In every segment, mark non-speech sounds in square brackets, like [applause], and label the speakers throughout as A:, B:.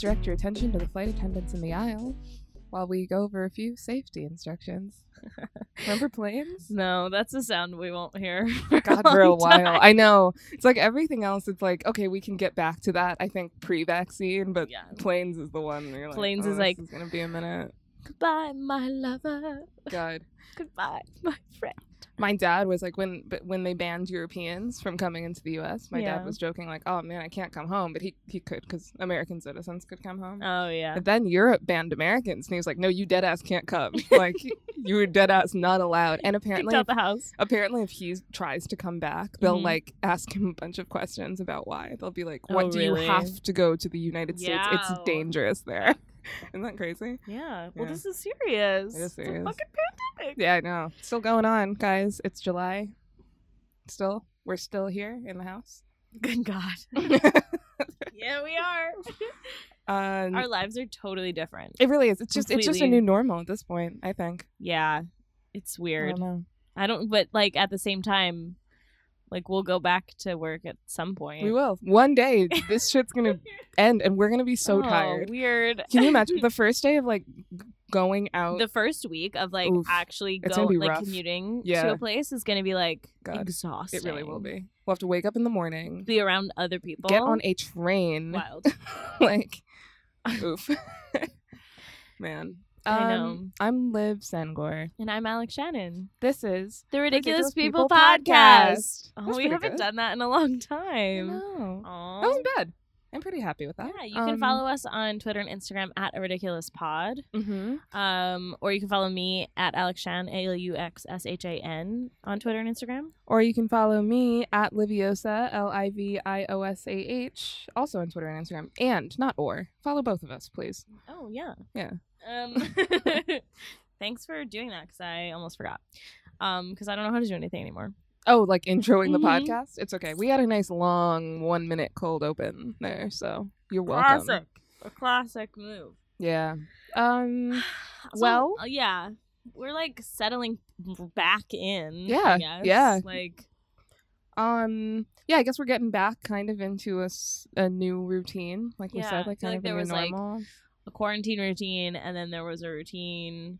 A: direct your attention to the flight attendants in the aisle while we go over a few safety instructions. [laughs] Remember planes?
B: No, that's a sound we won't hear.
A: [laughs] God, for a while. I know. It's like everything else. It's like, okay, we can get back to that, I think, pre vaccine, but
B: Yeah.
A: planes is the one. where You're like,
B: Planes
A: oh,
B: is
A: this
B: like-
A: is going to be a minute.
B: Goodbye, my lover. [laughs]
A: God.
B: Goodbye, my friend.
A: my dad was like when but when they banned Europeans from coming into the U.S. My
B: Yeah.
A: dad was joking like, "Oh man, I can't come home," but he he could because American citizens could come home.
B: Oh yeah.
A: And then Europe banned Americans, and he was like, "No, you dead ass can't come. [laughs] like you were dead ass not allowed."
B: [laughs]
A: And
B: Kicked
A: apparently,
B: out the house.
A: apparently, if he tries to come back, they'll
B: Mhm.
A: like ask him a bunch of questions about why. They'll be like,
B: Oh,
A: "What do
B: really?
A: you have to go to the United States? It's
B: Yow.
A: dangerous there." [laughs] Isn't that crazy?
B: Yeah. Well,
A: Yeah.
B: this is serious.
A: It is
B: It's a
A: serious.
B: fucking pandemic.
A: Yeah, I know. Still going on, guys. It's July. Still, we're still here in the house.
B: Good God. [laughs] yeah, we are.
A: um,
B: Our lives are totally different.
A: it really is. It's just it's just a
B: completely-
A: new normal at this point. I think.
B: Yeah. It's
A: I
B: weird.
A: don't know.
B: I don't, but like at the same time, like we'll go back to work at some point.
A: We will one day. This shit's gonna end, and we're gonna be
B: [laughs]
A: so
B: Oh,
A: tired.
B: Weird.
A: Can you
B: [laughs]
A: imagine the first day of like g- going out?
B: The first week of like
A: Oof.
B: actually
A: It's gonna
B: going
A: be
B: like
A: rough.
B: commuting to
A: Yeah.
B: a place is gonna be like
A: God.
B: exhausting.
A: it really will be. We'll have to wake up in the morning,
B: Be around other people.
A: get on a train,
B: wild.
A: [laughs] like,
B: [laughs]
A: oof, [laughs] man.
B: I know.
A: Um, I'm Liv Sangor.
B: And I'm Alex Shannon.
A: This is
B: The Ridiculous,
A: Ridiculous
B: People,
A: People
B: podcast.
A: Podcast.
B: Oh,
A: That's
B: we
A: pretty
B: haven't
A: good.
B: done that in a long time.
A: No.
B: Aw.
A: That wasn't bad. I'm pretty happy with that. Um,
B: Yeah, you can follow us on Twitter and Instagram at a ridiculous pod.
A: hmm
B: Um, or you can follow me at Alex Shan, A L U X S H A N, on Twitter and Instagram.
A: Or you can follow me at Liviosa, L I V I O S A H, also on Twitter and Instagram. And not or. Follow both of us, please.
B: Oh yeah,
A: Yeah. [laughs]
B: Um, [laughs] thanks for doing that because I almost forgot. Um, because I don't know how to do anything anymore.
A: Oh, like introing the
B: Mhm.
A: podcast? It's okay. We had a nice long one minute cold open there, so you're welcome.
B: Classic, a classic move.
A: Yeah. Um
B: So,
A: Well-
B: uh, yeah, we're like settling back in. I
A: Yeah,
B: guess.
A: yeah.
B: Like
A: um yeah, I guess we're getting back kind of into a, s- a new routine, like we
B: Yeah, I
A: said, like
B: feel like
A: kind of
B: there
A: a new
B: was, like,
A: normal.
B: a quarantine routine, and then there was a routine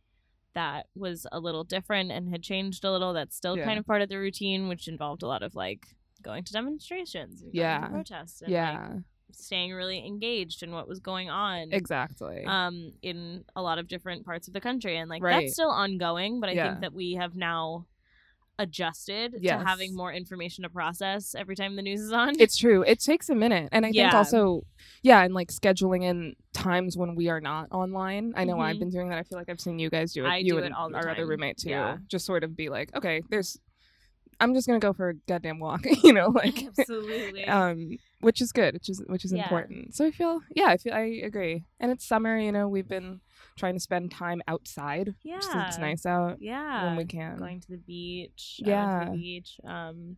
B: that was a little different and had changed a little. That's still
A: Yeah.
B: kind of part of the routine, which involved a lot of like going to demonstrations, and going to
A: Yeah.
B: protests, and like,
A: yeah.
B: staying really engaged in what was going on
A: exactly.
B: um in a lot of different parts of the country and like
A: Right.
B: that's still ongoing but i
A: Yeah.
B: think that we have now adjusted
A: Yes.
B: to having more information to process every time the news is on
A: [laughs]
B: [laughs]
A: It's true. It takes a minute. And I think
B: Yeah.
A: also, yeah, and like scheduling in times when we are not online. I know I've
B: Mhm.
A: been doing that. I feel like I've seen you guys do it.
B: I
A: you
B: do it
A: and
B: all the
A: our other
B: time.
A: roommate too.
B: Yeah.
A: Just sort of be like, okay, there's, I'm just going to go for a goddamn walk, [laughs] you
B: [laughs]
A: know, like,
B: absolutely
A: [laughs] um, which is good, which is, which is
B: Yeah.
A: important. So I feel, yeah, I feel, I agree. And it's summer, you know, we've been trying to spend time outside.
B: yeah
A: Just 'cause it's nice out
B: yeah
A: when we can.
B: going to the beach I went to the
A: Yeah.
B: beach um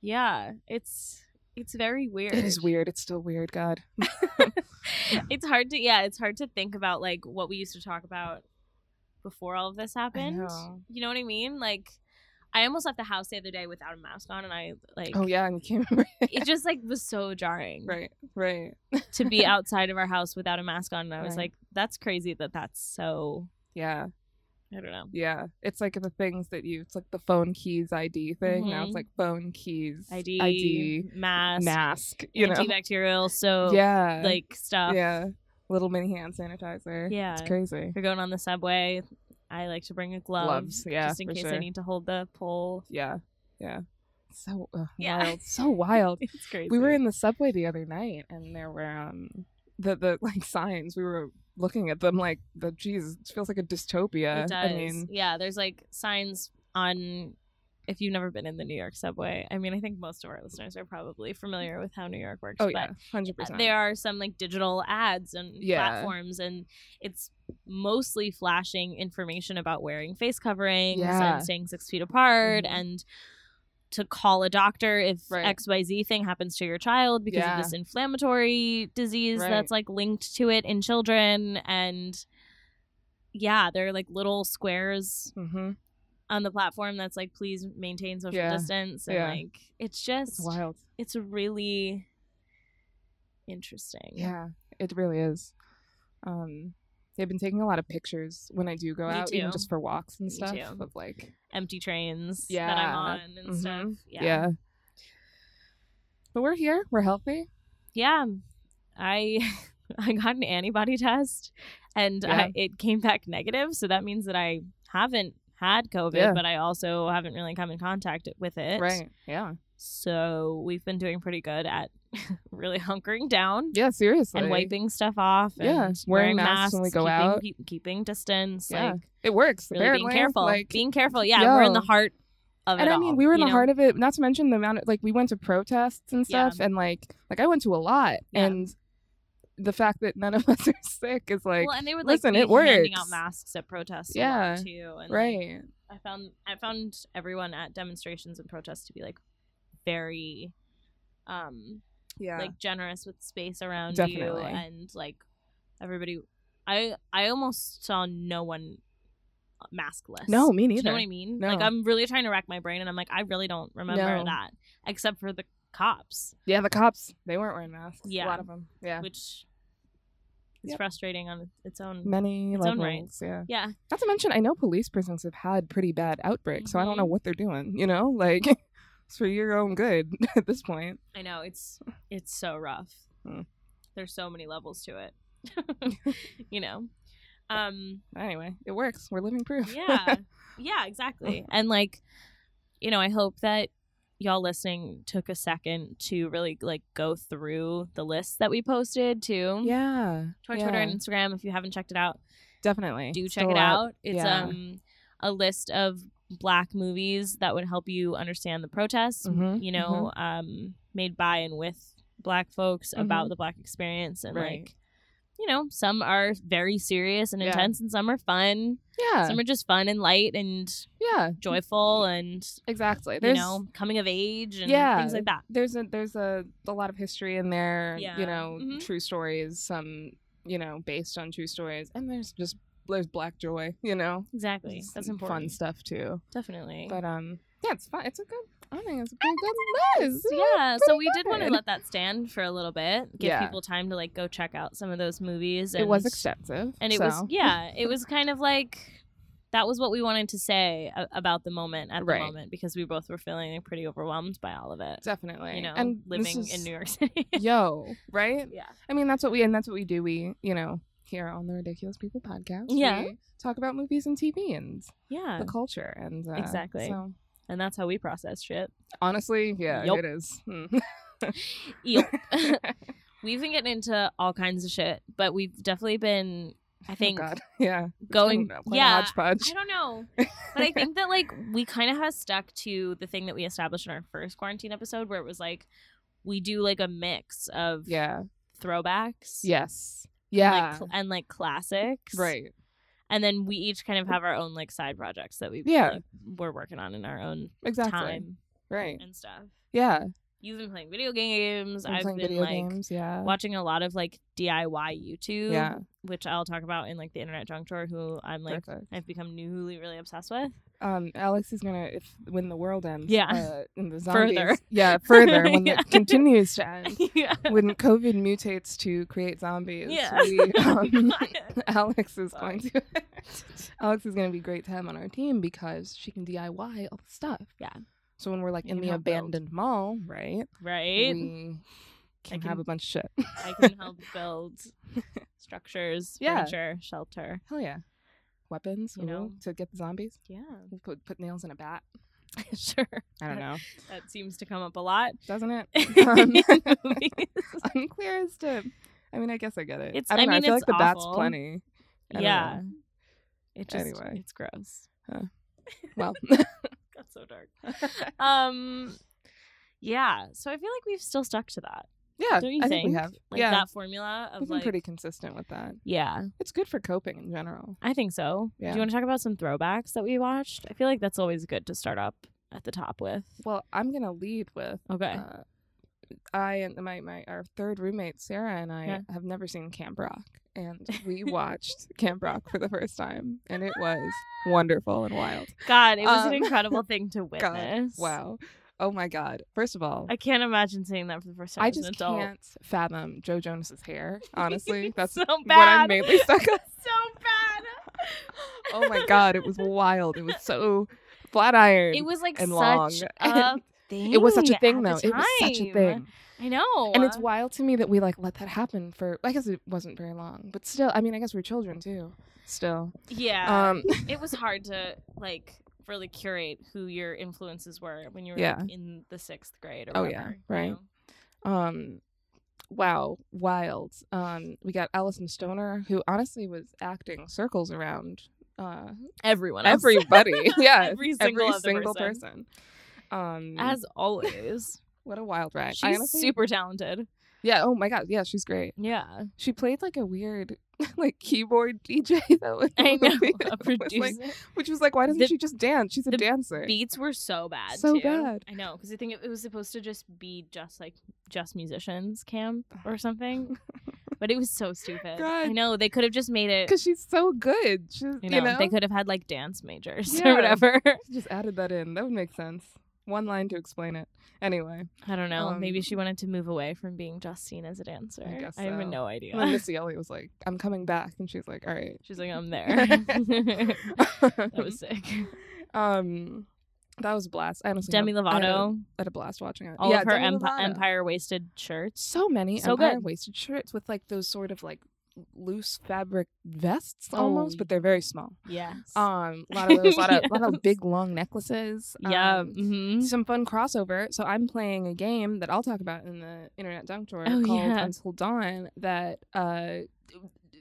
B: yeah it's it's very weird
A: it is weird. It's still weird. God.
B: it's hard to yeah it's hard to think about like what we used to talk about before all of this happened
A: know.
B: you know what i mean like i almost left the house the other day without a mask on and i like
A: Oh yeah. And you
B: [laughs]
A: can't [laughs] remember.
B: it just like was so jarring
A: right. Right.
B: to
A: [laughs]
B: be outside of our house without a mask on and i was
A: Right.
B: like that's crazy that that's so
A: Yeah.
B: i don't know
A: Yeah, it's like the things that you. It's like the phone keys ID thing. Now
B: Mhm.
A: it's like phone keys
B: id,
A: ID
B: mask,
A: mask. You know,
B: antibacterial so
A: yeah,
B: [laughs] like stuff
A: yeah, little mini hand sanitizer.
B: Yeah.
A: it's crazy.
B: if you're going on the subway i like to bring a glove
A: Gloves, yeah,
B: just in
A: for
B: case i
A: sure.
B: need to hold the pole
A: Yeah, yeah, so uh,
B: Yeah.
A: wild, so wild.
B: [laughs] it's crazy
A: We were in the subway the other night, and there were um the the [laughs] like signs. We were looking at them like the Jesus. It feels like a dystopia.
B: It does.
A: I mean,
B: yeah, there's like signs on. If you've never been in the New York subway, I mean, I think most of our listeners are probably familiar with how New York works.
A: oh
B: but
A: yeah, hundred
B: uh,
A: percent.
B: There are some like digital ads and
A: Yeah.
B: platforms, and it's mostly flashing information about wearing face coverings
A: Yeah.
B: and staying six feet apart
A: Mhm.
B: and to call a doctor if
A: Right.
B: XYZ thing happens to your child because
A: Yeah.
B: of this inflammatory disease
A: Right.
B: that's like linked to it in children. And yeah, there are like little squares
A: Mm-hmm.
B: on the platform that's like, please maintain social
A: Yeah.
B: distance. And
A: Yeah.
B: like, it's just,
A: It's wild.
B: it's really interesting.
A: Yeah, It really is. Um, they've been taking a lot of pictures when I do go
B: Me
A: out, even
B: too.
A: just for walks and
B: Me
A: stuff.
B: too.
A: Of like,
B: Empty trains that
A: Yeah.
B: I'm on and stuff.
A: Mhm.
B: Yeah.
A: yeah. But we're here. We're healthy.
B: Yeah. I [laughs] I got an antibody test and
A: Yeah.
B: I, it came back negative, so that means that I haven't had COVID,
A: Yeah.
B: but I also haven't really come in contact with it.
A: Right. Yeah.
B: So we've been doing pretty good at [laughs] really hunkering down
A: Yeah. Seriously.
B: and wiping stuff off. And
A: Yeah,
B: wearing
A: wearing masks when we go
B: keeping,
A: out.
B: keep- keeping distance.
A: Yeah.
B: Like
A: It works.
B: really
A: apparently.
B: being careful.
A: Like,
B: being careful. Yeah, we're in
A: yo.
B: the heart of
A: and
B: it.
A: I mean,
B: all,
A: we were in
B: you
A: the
B: know?
A: heart of it. Not to mention the amount of like we went to protests and
B: Yeah.
A: stuff, and like like I went to a lot,
B: Yeah.
A: and the fact that none of [laughs] us are sick is like
B: well, and they would like
A: listen,
B: be
A: it
B: handing out
A: works.
B: masks at protests.
A: Yeah,
B: a lot, too. And, like,
A: right.
B: I found I found everyone at demonstrations and protests to be like very, um,
A: Yeah.
B: like generous with space around you
A: Definitely.
B: and like everybody. I I almost saw no one maskless.
A: no, me neither.
B: Do you know what I mean? Like
A: No.
B: I'm really trying to rack my brain, and I'm like, I really don't remember
A: No.
B: that, except for the cops,
A: Yeah, the cops they weren't wearing masks.
B: Yeah.
A: a lot of them. Yeah,
B: which is
A: Yep.
B: frustrating on its own.
A: many
B: Its own
A: levels.
B: right.
A: Yeah.
B: Yeah,
A: Not to mention, I know police prisons have had pretty bad outbreaks, so I don't know
B: Mhm.
A: what they're doing. You know, [laughs] like it's for your own good [laughs] at this point.
B: I know it's it's so rough.
A: Mm.
B: There's so many levels to it,
A: [laughs]
B: [laughs] you know. Um,
A: Anyway, it works. We're living proof.
B: yeah, yeah, exactly. And like, you know, I hope that y'all listening took a second to really like go through the list that we posted too
A: yeah.
B: to our
A: yeah,
B: Twitter and Instagram. If you haven't checked it out,
A: definitely uh,
B: do check
A: Still
B: it
A: up.
B: out. It's
A: Yeah.
B: um a list of black movies that would help you understand the protests,
A: Mhm,
B: you know, um made by and with black folks about the black experience and
A: Mm-hmm. Right.
B: like you know, some are very serious and
A: Yeah.
B: intense and some are fun.
A: Yeah.
B: Some are just fun and light and
A: Yeah.
B: joyful and
A: Exactly. There's
B: you know, coming of age and
A: Yeah.
B: things like that.
A: there's a there's a, a lot of history in there.
B: Yeah.
A: You know,
B: Mhm.
A: true stories. Some you know based on true stories, and there's just there's black joy. You know,
B: Exactly.
A: It's
B: That's
A: some
B: important.
A: Fun stuff too.
B: Definitely.
A: But um, yeah, it's fun. It's a good. I think it's a pretty good list.
B: yeah so
A: pretty
B: we did want to
A: good.
B: let that stand for a little bit give
A: Yeah.
B: people time to like go check out some of those movies and
A: It was extensive.
B: and it
A: so.
B: was yeah it was kind of like that was what we wanted to say a- about the moment at
A: Right.
B: the moment because we both were feeling pretty overwhelmed by all of it
A: definitely.
B: you know
A: and this
B: living in
A: is-
B: new york [laughs] city
A: [laughs] yo, right?
B: yeah
A: I mean, that's what we and that's what we do. We you know here on the Ridiculous People podcast.
B: Yeah.
A: we talk about movies and TV and
B: yeah
A: the culture and uh,
B: Exactly.
A: So
B: and that's how we process shit
A: honestly, yeah,
B: Yup.
A: it is. Hmm. [laughs] Oh,
B: Yup. [laughs] we've been getting into all kinds of shit but we've definitely
A: [laughs]
B: been i think
A: oh God. yeah, It's
B: going
A: been quite a
B: yeah
A: hodgepodge.
B: [laughs] I don't
A: [laughs]
B: know. But I think that like we kind of have stuck to the thing that we established in our first quarantine episode where it was like we do like a mix of
A: Yeah.
B: throwbacks.
A: Yes.
B: and,
A: Yeah.
B: Like, cl- and like classics.
A: right.
B: And then we each kind of have our own like side projects that we
A: Yeah.
B: like, we're working on in our own
A: Exactly.
B: time
A: Right.
B: and stuff.
A: Yeah.
B: You've been playing video games.
A: I'm
B: have
A: playing
B: been
A: video
B: like
A: games. Yeah.
B: watching a lot of like DIY YouTube.
A: Yeah.
B: Which I'll talk about in like the internet junk drawer who I'm like
A: Perfect.
B: I've become newly really obsessed
A: [laughs]
B: with. [laughs]
A: Um, Alex is gonna if when the world ends.
B: Yeah.
A: Uh, and
B: [laughs]
A: the
B: Further.
A: zombies. Yeah. Further
B: [laughs]
A: when
B: Yeah.
A: it continues to end.
B: [laughs]
A: [laughs]
B: yeah.
A: When COVID mutates to create zombies,
B: Yeah.
A: we,
B: [laughs]
A: um, [laughs] Alex is
B: Sorry.
A: going to [laughs] Alex is going to be great to have on our team because she can DIY all the stuff.
B: Yeah.
A: So when we're like
B: You
A: in
B: can
A: the
B: help build.
A: abandoned mall, right?
B: right?
A: We can, have
B: can-
A: a bunch of
B: [laughs]
A: shit.
B: I can help
A: [laughs]
B: build structures,
A: Yeah.
B: furniture, shelter.
A: Hell yeah. Weapons,
B: You
A: ooh,
B: know?
A: to get the zombies.
B: Yeah, [laughs]
A: We'll put, put nails in a bat.
B: sure.
A: I don't know.
B: That seems to come up a lot.
A: Doesn't it?
B: [laughs]
A: Um, [laughs]
B: in movies.
A: Unclear as to. I mean, I guess I get it.
B: It's-
A: I
B: I
A: don't know.
B: mean,
A: I feel
B: it's
A: like the bat's
B: awful. [laughs]
A: plenty. I don't
B: yeah.
A: know.
B: It just
A: Anyway.
B: it's gross.
A: Well, [laughs]
B: Got so dark. [laughs] Um yeah, so I feel like we've still stuck to that.
A: yeah.
B: Don't you
A: I
B: think?
A: we have.
B: Like
A: yeah.
B: that formula of
A: We've been
B: like
A: pretty consistent with that.
B: Yeah,
A: It's good for coping in general.
B: I think so. Do
A: Yeah.
B: you want to talk about some throwbacks that we watched? I feel like that's always good to start up at the top with.
A: Well, I'm gonna lead with
B: Okay.
A: uh, I and my, my our third roommate Sarah and I
B: Yeah.
A: have never seen Camp Rock, and we watched Camp Rock for the first time, and it was wonderful and wild.
B: [laughs] God, it was an
A: um, [laughs]
B: incredible thing to witness.
A: God, wow. Oh my god. First of all,
B: I can't imagine seeing that for the first time
A: I
B: as an
A: just
B: adult.
A: can't fathom Joe Jonas's hair. Honestly, that's
B: [laughs] so
A: [laughs] what I'm
B: bad.
A: mainly stuck on.
B: [laughs] so bad.
A: [laughs] Oh my god, it was wild. It was so flat iron.
B: [laughs] It was like such
A: and long. [laughs]
B: a
A: And It was such a thing
B: at
A: though.
B: the
A: It was such a
B: time.
A: thing.
B: I know.
A: And it's wild to me that we like let that happen for I guess it wasn't very long, but still, I mean, I guess we're children too. Still.
B: yeah.
A: Um
B: it was hard to like really curate who your influences were when you were
A: Yeah.
B: like, in the sixth grade. Or
A: Oh, yeah,
B: whatever, you
A: right.
B: know?
A: um wow, wild. Um we got Allison Stoner who honestly was acting circles around uh
B: Everyone. Else. [laughs]
A: everybody. [laughs] yeah.
B: Every single
A: every
B: other
A: single
B: person.
A: person. Um
B: As always,
A: what a wild ride. [laughs] I
B: she's
A: honestly-
B: super talented.
A: Yeah, oh my god. Yeah, she's great. [laughs]
B: Yeah,
A: She played like a weird [laughs] like keyboard [laughs] DJ though. in the
B: I know. [laughs]
A: movie.
B: A
A: [laughs] It was,
B: producer.
A: like, which was like, why doesn't
B: The-
A: she just dance? She's a
B: the
A: dancer.
B: Beats were so bad.
A: So
B: too.
A: bad.
B: I know because I think it, it was supposed to just be just like just musicians camp or
A: [laughs]
B: something, but it was so stupid. I
A: God.
B: know they could have just made it.
A: because she's so good. She's, [laughs]
B: You know, they could have had like dance majors [laughs] or
A: Yeah.
B: whatever.
A: just added that in. That would make sense. One line to explain it. Anyway,
B: I don't know. Maybe
A: Um,
B: she wanted to move away from being just seen as a dancer.
A: I guess
B: have
A: so.
B: no idea.
A: and then Missy Elliott was like, "I'm coming back," and she's like, "All right."
B: [laughs] She's like, I'm
A: [laughs]
B: there. [laughs] that was sick.
A: um, that was a blast. I honestly
B: Demi
A: had a- I had a-
B: Lovato,
A: had a blast watching it.
B: all
A: yeah,
B: of her
A: Demi
B: empi-
A: Lovato.
B: empire wasted shirts.
A: So many
B: So
A: empire
B: good.
A: waisted shirts with like those sort of like loose fabric vests
B: Oh,
A: almost, but they're very small.
B: Yes.
A: Um, a lot of those, a lot of, lot
B: Yes. [laughs]
A: of big long necklaces.
B: yeah.
A: um,
B: hmm
A: some fun crossover. So I'm playing a game that I'll talk about in the internet dunk drawer
B: Oh,
A: called
B: yeah.
A: Until Dawn. That uh,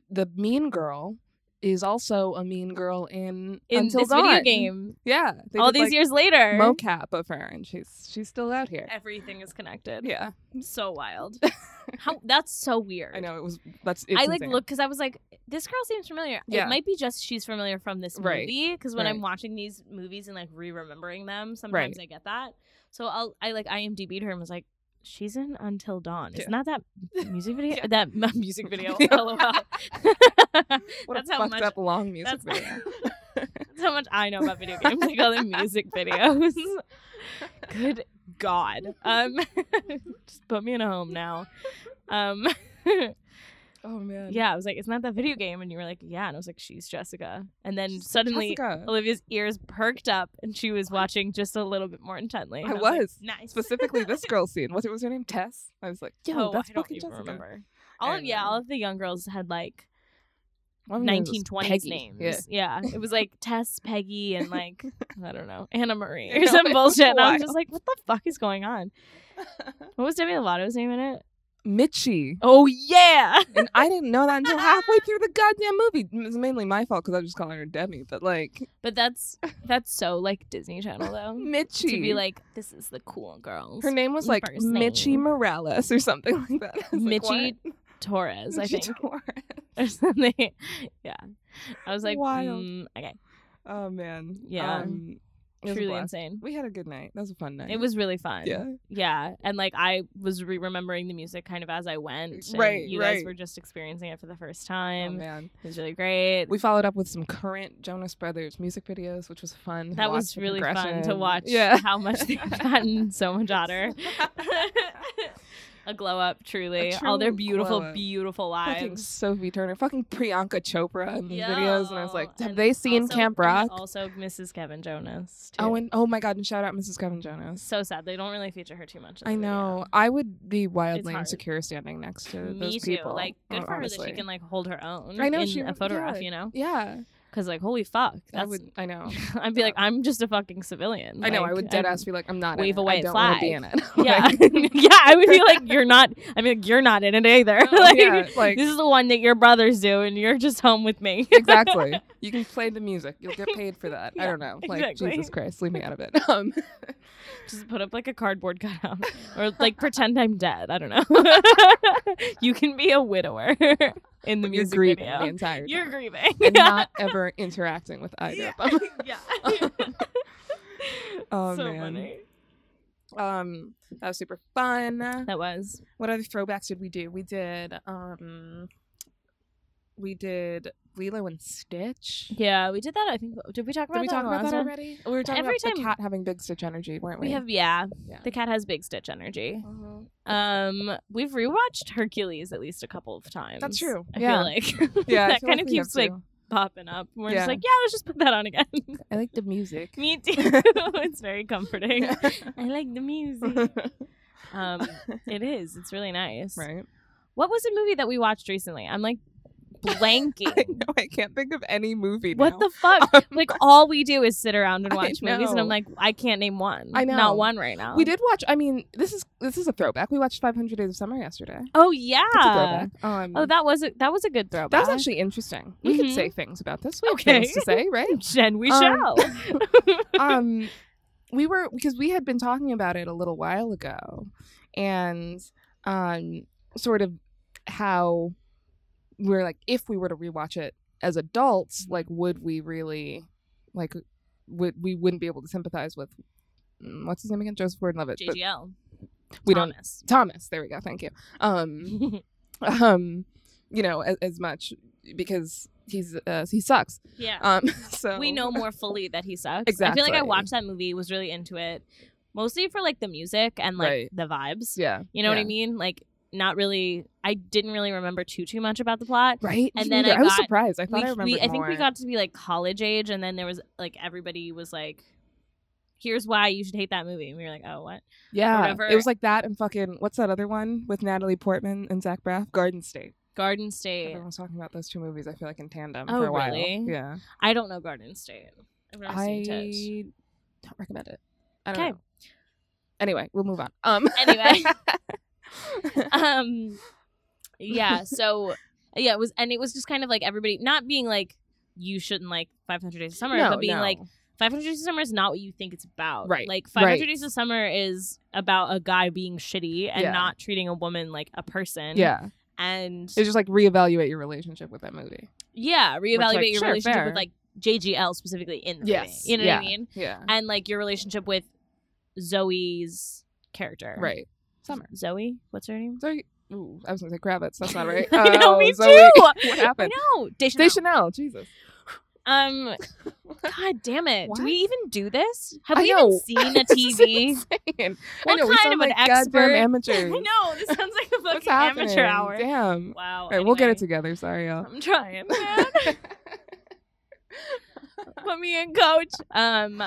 A: the mean girl is also a mean girl in,
B: In
A: Until
B: this
A: Dawn
B: video game,
A: Yeah, they
B: all
A: did,
B: these
A: like,
B: years later,
A: mocap of her, and she's she's still out here.
B: everything is connected.
A: Yeah,
B: So
A: [laughs]
B: wild. How that's so weird.
A: I know it was. That's it's
B: I like
A: insane.
B: look because I was like, this girl seems familiar. It
A: Yeah.
B: might be just she's familiar from this
A: Right.
B: movie. Because when I'm
A: Right.
B: watching these movies and like re-remembering them, sometimes I get that. So I'll I like IMDb'd her and was like, she's in Until Dawn.
A: Yeah.
B: Isn't that that music
A: [laughs]
B: video?
A: Yeah.
B: That m- [laughs]
A: [laughs]
B: music video.
A: Yeah.
B: LOL. [laughs]
A: What
B: that's
A: a
B: how
A: fucked
B: much.
A: up long music
B: That's,
A: video.
B: [laughs] that's how much I know about video games. Like other music videos. [laughs] Good God. Um, [laughs] just put me in a home now. Um. [laughs]
A: Oh man.
B: Yeah, I was like, "Isn't that that video game?" And you were like, "Yeah," and I was like, "She's Jessica." And then suddenly,
A: Jessica.
B: Olivia's ears perked up, and she was watching just a little bit more intently.
A: I
B: And like,
A: was.
B: nice.
A: specifically this girl
B: [laughs]
A: scene. What was her name? Tess. I was like, yo,
B: oh,
A: that's
B: I don't
A: fucking
B: even
A: Jessica.
B: remember. All of, yeah,
A: Anyway.
B: all of the young girls had like
A: One of them was
B: 1920s
A: Peggy.
B: names.
A: Yeah.
B: Yeah. it was like Tess, Peggy,
A: [laughs]
B: and like I don't know, Anna Marie or
A: know, it
B: some
A: was
B: bullshit. And I was
A: wild.
B: just like, "What the fuck is going
A: [laughs]
B: on?" What was Demi Lovato's name in it?
A: Mitchie.
B: Oh yeah,
A: And I didn't know that
B: [laughs]
A: until halfway through the goddamn movie. It was mainly my fault because I was just calling her Demi, but like
B: but that's that's so like Disney Channel though.
A: [laughs] Mitchie.
B: to be like, this is the cool girls.
A: her name was like
B: first
A: Mitchie
B: name.
A: Morales or something like that. I was like,
B: Mitchie
A: what?
B: Torres, I
A: Mitchie
B: think,
A: Torres.
B: [laughs] or something. yeah, I was like,
A: Wild.
B: mm, okay,
A: Oh man.
B: Yeah.
A: Um, it was a
B: truly
A: blast.
B: insane.
A: We had a good night. That was a fun night.
B: It was really fun.
A: Yeah. Oh,
B: yeah, and like I was re-remembering the music kind of as I went. and
A: Right,
B: you guys
A: right.
B: were just experiencing it for the first
A: Oh
B: time.
A: man.
B: it was really great.
A: We followed up with some current Jonas Brothers music videos, which was fun. to
B: that
A: watch
B: was
A: the
B: really fun to
A: progression.
B: watch.
A: Yeah.
B: how much they've gotten, so
A: [laughs]
B: much hotter. [laughs] a glow up, truly. All their
A: true
B: beautiful,
A: glow up.
B: beautiful
A: fucking
B: lives.
A: Sophie Turner, fucking Priyanka Chopra in these videos, and I was
B: Yo,
A: like, have
B: Mm-hmm. and
A: they seen
B: also-
A: Camp
B: and
A: Rock?
B: Also, Mrs. Kevin Jonas. Too.
A: oh, and oh my god, and shout out Mrs. Kevin Jonas.
B: so sad they don't really feature her too much. in
A: I
B: the video.
A: know. I would be wildly
B: hard.
A: insecure standing next to
B: Me
A: those
B: too.
A: people.
B: Like, good
A: hon-
B: for her that
A: honestly.
B: she can like hold her own.
A: I know,
B: in
A: she-
B: a photograph,
A: yeah.
B: you know,
A: Yeah,
B: because like, holy fuck,
A: I
B: that's.
A: would. I know.
B: [laughs] I'd be like, I'm just a fucking civilian.
A: I know. I
B: Like,
A: would dead
B: I'm-
A: ass be like, I'm not.
B: wave
A: in
B: a
A: it.
B: white
A: I don't wanna Be
B: flag.
A: in it. [laughs]
B: Yeah,
A: Like,
B: [laughs] yeah. I
A: [laughs]
B: would be like, you're not. I mean, you're not in it either.
A: No,
B: [laughs] like,
A: [laughs] yeah, like-
B: this is the one that your brothers do, and you're just home with me.
A: exactly. You can play the music. You'll get paid for that. I
B: Yeah,
A: don't know. Like
B: exactly.
A: Jesus
B: [laughs]
A: Christ, leave me out of it. [laughs] Um,
B: Just put up like a cardboard cutout [laughs] or like pretend I'm dead. I don't know.
A: [laughs]
B: you can be a widower [laughs] in the
A: you're
B: music
A: grieving
B: video.
A: the entire
B: You're
A: time
B: grieving. [laughs]
A: and not ever interacting with either
B: yeah.
A: of them.
B: yeah.
A: [laughs] Oh
B: so
A: man.
B: funny.
A: Um, that was super fun.
B: That was
A: What other throwbacks did we do? We did um we did Lilo and Stitch.
B: Yeah, we did that. I think. Did we talk about
A: Did we
B: that?
A: talk
B: on the
A: about
B: last
A: that
B: one?
A: already? We were talking
B: Every
A: about the
B: time-
A: cat having big Stitch energy, weren't we?
B: We have. Yeah,
A: Yeah.
B: the cat has big stitch energy.
A: Mhm.
B: [laughs] Um, we've rewatched Hercules at least a couple of times.
A: true.
B: I feel
A: Yeah.
B: like [laughs]
A: Yeah, I
B: that
A: feel like
B: kind of
A: we have
B: keeps like
A: to.
B: popping up. We're
A: Yeah.
B: just like, yeah, let's just put that on again.
A: I like the music.
B: Me too. [laughs] it's very comforting. I like the music. Um,
A: [laughs]
B: it is. It's really nice.
A: [laughs] right.
B: What was a movie that we watched recently? I'm like
A: [laughs] I
B: blanking.
A: know. I can't think of any movie.
B: what
A: now.
B: the fuck?
A: [laughs] Um,
B: [laughs] like all we do is sit around and
A: I
B: watch movies, and
A: know.
B: I'm like, I can't name one.
A: I know.
B: not one right now.
A: We did watch. I mean, this is this is a throwback. We watched 500 Days of Summer yesterday.
B: Oh
A: That's a
B: yeah.
A: throwback. Um, Mm-hmm.
B: Oh, that was a that was a good throwback.
A: that was actually interesally interesting. We could
B: Mhm.
A: say things about this. We have
B: Okay.
A: things to say, right? [laughs]
B: Jen. We
A: Um,
B: shall.
A: um we were because we had been talking about it a little while ago and um sort of how we are like if we were to rewatch it as adults like would we really like would we wouldn't be able to sympathize with mm, what's his name again joseph gordon-levitt but
B: JGL.
A: we don't [laughs]
B: Thomas. [laughs]
A: thomas there we go thank you um um you know as, as much because he's uh, he sucks
B: yeah.
A: um [laughs] so
B: we know
A: [laughs]
B: more fully that he sucks. I feel like I
A: Exactly.
B: watched that movie, was really into it, mostly for like the music and like
A: Right.
B: the vibes.
A: yeah
B: You know what I
A: Yeah.
B: mean? Like, not really. I didn't really remember too too much about the plot.
A: right
B: And
A: Me
B: then
A: neither.
B: I
A: was
B: got-
A: surprised i
B: we,
A: thought i remembered
B: we- I think we
A: more.
B: got to be like college age, and then there was like everybody was like, "Here's why you should hate that movie," and we were like, "Oh, what?"
A: Yeah,
B: whatever.
A: it was like that and fucking what's that other one with Natalie Portman and Zach Braff? Garden State.
B: Garden State.
A: Everyone was talking about those two movies. I feel like in tandem
B: Oh,
A: for a while.
B: really?
A: Yeah,
B: I don't know Garden State. I've never
A: I
B: seen
A: [laughs]
B: it.
A: don't recommend it. I don't
B: Okay.
A: know. Anyway,
B: [laughs]
A: we'll move on. Um.
B: Anyway.
A: [laughs]
B: um yeah so yeah it was and it was just kind of like everybody not being like you shouldn't like 500 days of summer
A: no,
B: but being
A: no.
B: like 500 days of summer is not what you think it's about
A: Right,
B: like 500
A: right.
B: days of summer is about a guy being shitty and
A: Yeah.
B: not treating a woman like a person
A: yeah,
B: and
A: it's just like reevaluate your relationship with that movie.
B: yeah reevaluate
A: like,
B: your
A: sure,
B: relationship
A: fair.
B: with like jgl specifically in the
A: Yes,
B: movie you know
A: yeah.
B: what i mean
A: Yeah,
B: and like your relationship with zoe's character
A: right. Summer.
B: zoe what's her name [laughs]
A: So, ooh, I was gonna say Kravitz. That's not right.
B: I know,
A: Oh,
B: me
A: Zoe.
B: too.
A: [laughs] what
B: i
A: happened?
B: know [laughs]
A: Day
B: Deschanel.
A: Chanel. Jesus. [laughs]
B: [laughs] Um, God damn it! Do we even do this? Have
A: I
B: we
A: know.
B: even [laughs] seen a
A: This is
B: TV?
A: insane. I
B: What
A: know, we
B: kind
A: sound
B: of an
A: like goddamn
B: expert? [laughs]
A: amateurs.
B: I know this sounds like [laughs] a
A: What's
B: fucking amateur
A: happening?
B: hour.
A: Damn.
B: Wow.
A: All right, we'll get it
B: anyway.
A: together.
B: [laughs]
A: Sorry, y'all.
B: I'm trying. man. Put me in, coach. Um,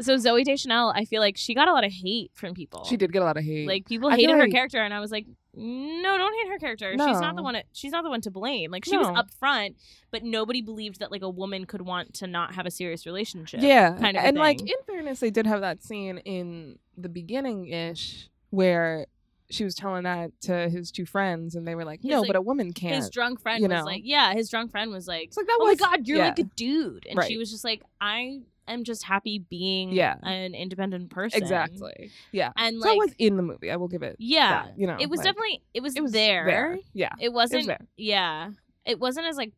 B: so Zoe Deschanel, I feel like she got a lot of hate from people.
A: [laughs] she did get a lot of hate.
B: Like people
A: I feel
B: hated her
A: like-
B: character, and I was like, no, don't hate her character. She's not the
A: No.
B: one. She's not the one to blame. Like she was
A: No.
B: upfront, but nobody believed that like a woman could want to not have a serious relationship.
A: yeah,
B: kind of a
A: and like
B: thing.
A: in fairness, they did have that scene in the beginning ish where she was telling that to his two friends, and they were like,
B: His,
A: "No,
B: like,
A: but a woman can't."
B: his drunk friend
A: you
B: was
A: know?
B: like, yeah, his drunk friend was like,
A: it's like that
B: oh
A: was
B: my god, you're
A: yeah.
B: like a dude, and she
A: Right.
B: was just like, I am just happy being
A: Yeah.
B: an independent person,
A: exactly. Yeah,
B: and
A: so
B: like
A: it was in the movie. I will give it.
B: yeah,
A: that, you know,
B: it was
A: like,
B: definitely it was,
A: It was
B: there.
A: Yeah,
B: It wasn't
A: there.
B: yeah, it wasn't as like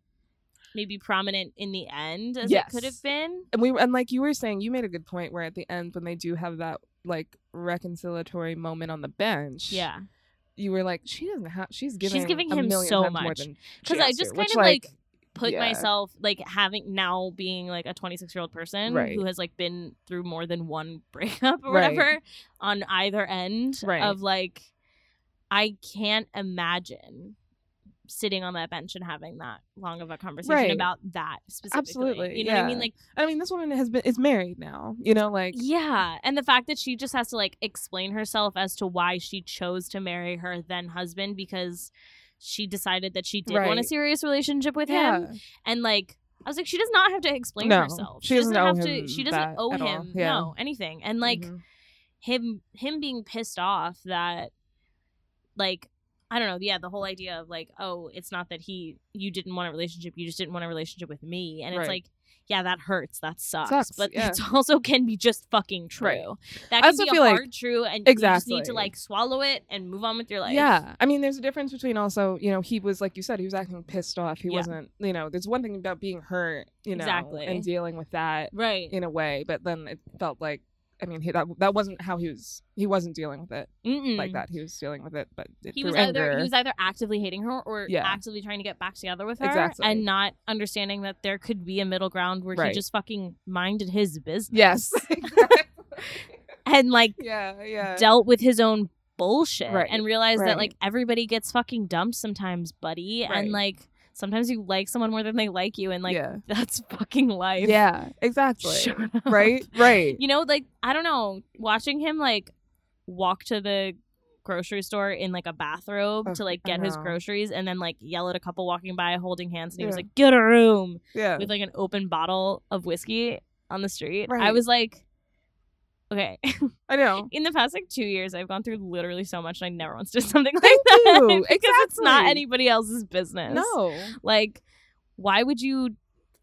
B: maybe prominent in the end as it could
A: Yes.
B: have been.
A: and we and like you were saying, you made a good point where at the end when they do have that like reconciliatory moment on the bench,
B: Yeah,
A: you were like, she doesn't have. She's giving.
B: giving
A: a
B: him
A: million
B: so
A: times more
B: much.
A: than she
B: because I
A: has
B: just
A: to,
B: kind
A: which,
B: of like put
A: yeah.
B: myself like having now being like a 26 year old person
A: Right.
B: who has like been through more than one [laughs] breakup or
A: Right.
B: whatever on either end
A: Right.
B: of like I can't imagine sitting on that bench and having that long of a conversation
A: Right.
B: about that specifically.
A: Absolutely,
B: You know what I mean?
A: yeah.
B: Like
A: I mean, this woman has been is married now. You know, like
B: yeah, and the fact that she just has to like explain herself as to why she chose to marry her then husband because she decided that she did want a
A: Right.
B: serious relationship with
A: yeah, mm-hmm.
B: him and like I was like, she does not have to explain
A: No,
B: herself.
A: she doesn't owe
B: have
A: him
B: to. She
A: that
B: doesn't owe
A: at all.
B: him
A: Yeah.
B: no anything. And like
A: Mhm.
B: him, him being pissed off that, like, I don't know. Yeah, the whole idea of like, oh, it's not that he, you didn't want a relationship. You just didn't want a relationship with me. And it's
A: Right.
B: like, yeah, that hurts. That sucks.
A: Sucks,
B: but
A: yeah.
B: it [laughs] also can be just fucking true.
A: Right.
B: That
A: I
B: can
A: also
B: be a
A: feel like-
B: hard true, and you just need
A: Exactly.
B: to like swallow it and move on with your life.
A: yeah. I mean, there's a difference between also, you know, he was like you said, he was acting pissed off. He
B: Yeah.
A: wasn't, you know, there's one thing about being hurt, you know,
B: Exactly.
A: and dealing with that
B: Right.
A: in a way, but then it felt like I mean, he, that that wasn't how he was. He wasn't dealing with it
B: Mm-mm.
A: like that. He was dealing with it, but it,
B: Mm. He
A: through
B: was
A: anger.
B: either he was either actively hating her or
A: Yeah.
B: actively trying to get back together with her,
A: Exactly.
B: and not understanding that there could be a middle ground where
A: Right.
B: he just fucking minded his business. [laughs]
A: yes. [laughs]
B: and like
A: yeah. Yeah.
B: dealt with his own bullshit
A: Right,
B: and realized
A: right.
B: that like everybody gets fucking dumped sometimes, buddy,
A: Right.
B: and like sometimes you like someone more than they like you, and like
A: yeah.
B: [laughs] that's fucking life.
A: Yeah. Exactly.
B: [laughs] Shut up.
A: Right.
B: [laughs]
A: Right.
B: You know, like I don't know, watching him like walk to the grocery store in like a bathrobe
A: Ugh,
B: to like
A: I
B: get his
A: know.
B: groceries and then like yell at a couple walking by holding hands and he was
A: Yeah.
B: like, Get a room
A: Yeah.
B: with like an open bottle of whiskey on the street. I
A: Right.
B: was like Okay. [laughs]
A: I know.
B: In the past like two years I've gone through literally so much and I never once [laughs] did something like that.
A: you.
B: [laughs] because it's not
A: Exactly.
B: anybody else's business.
A: No.
B: Like, why would you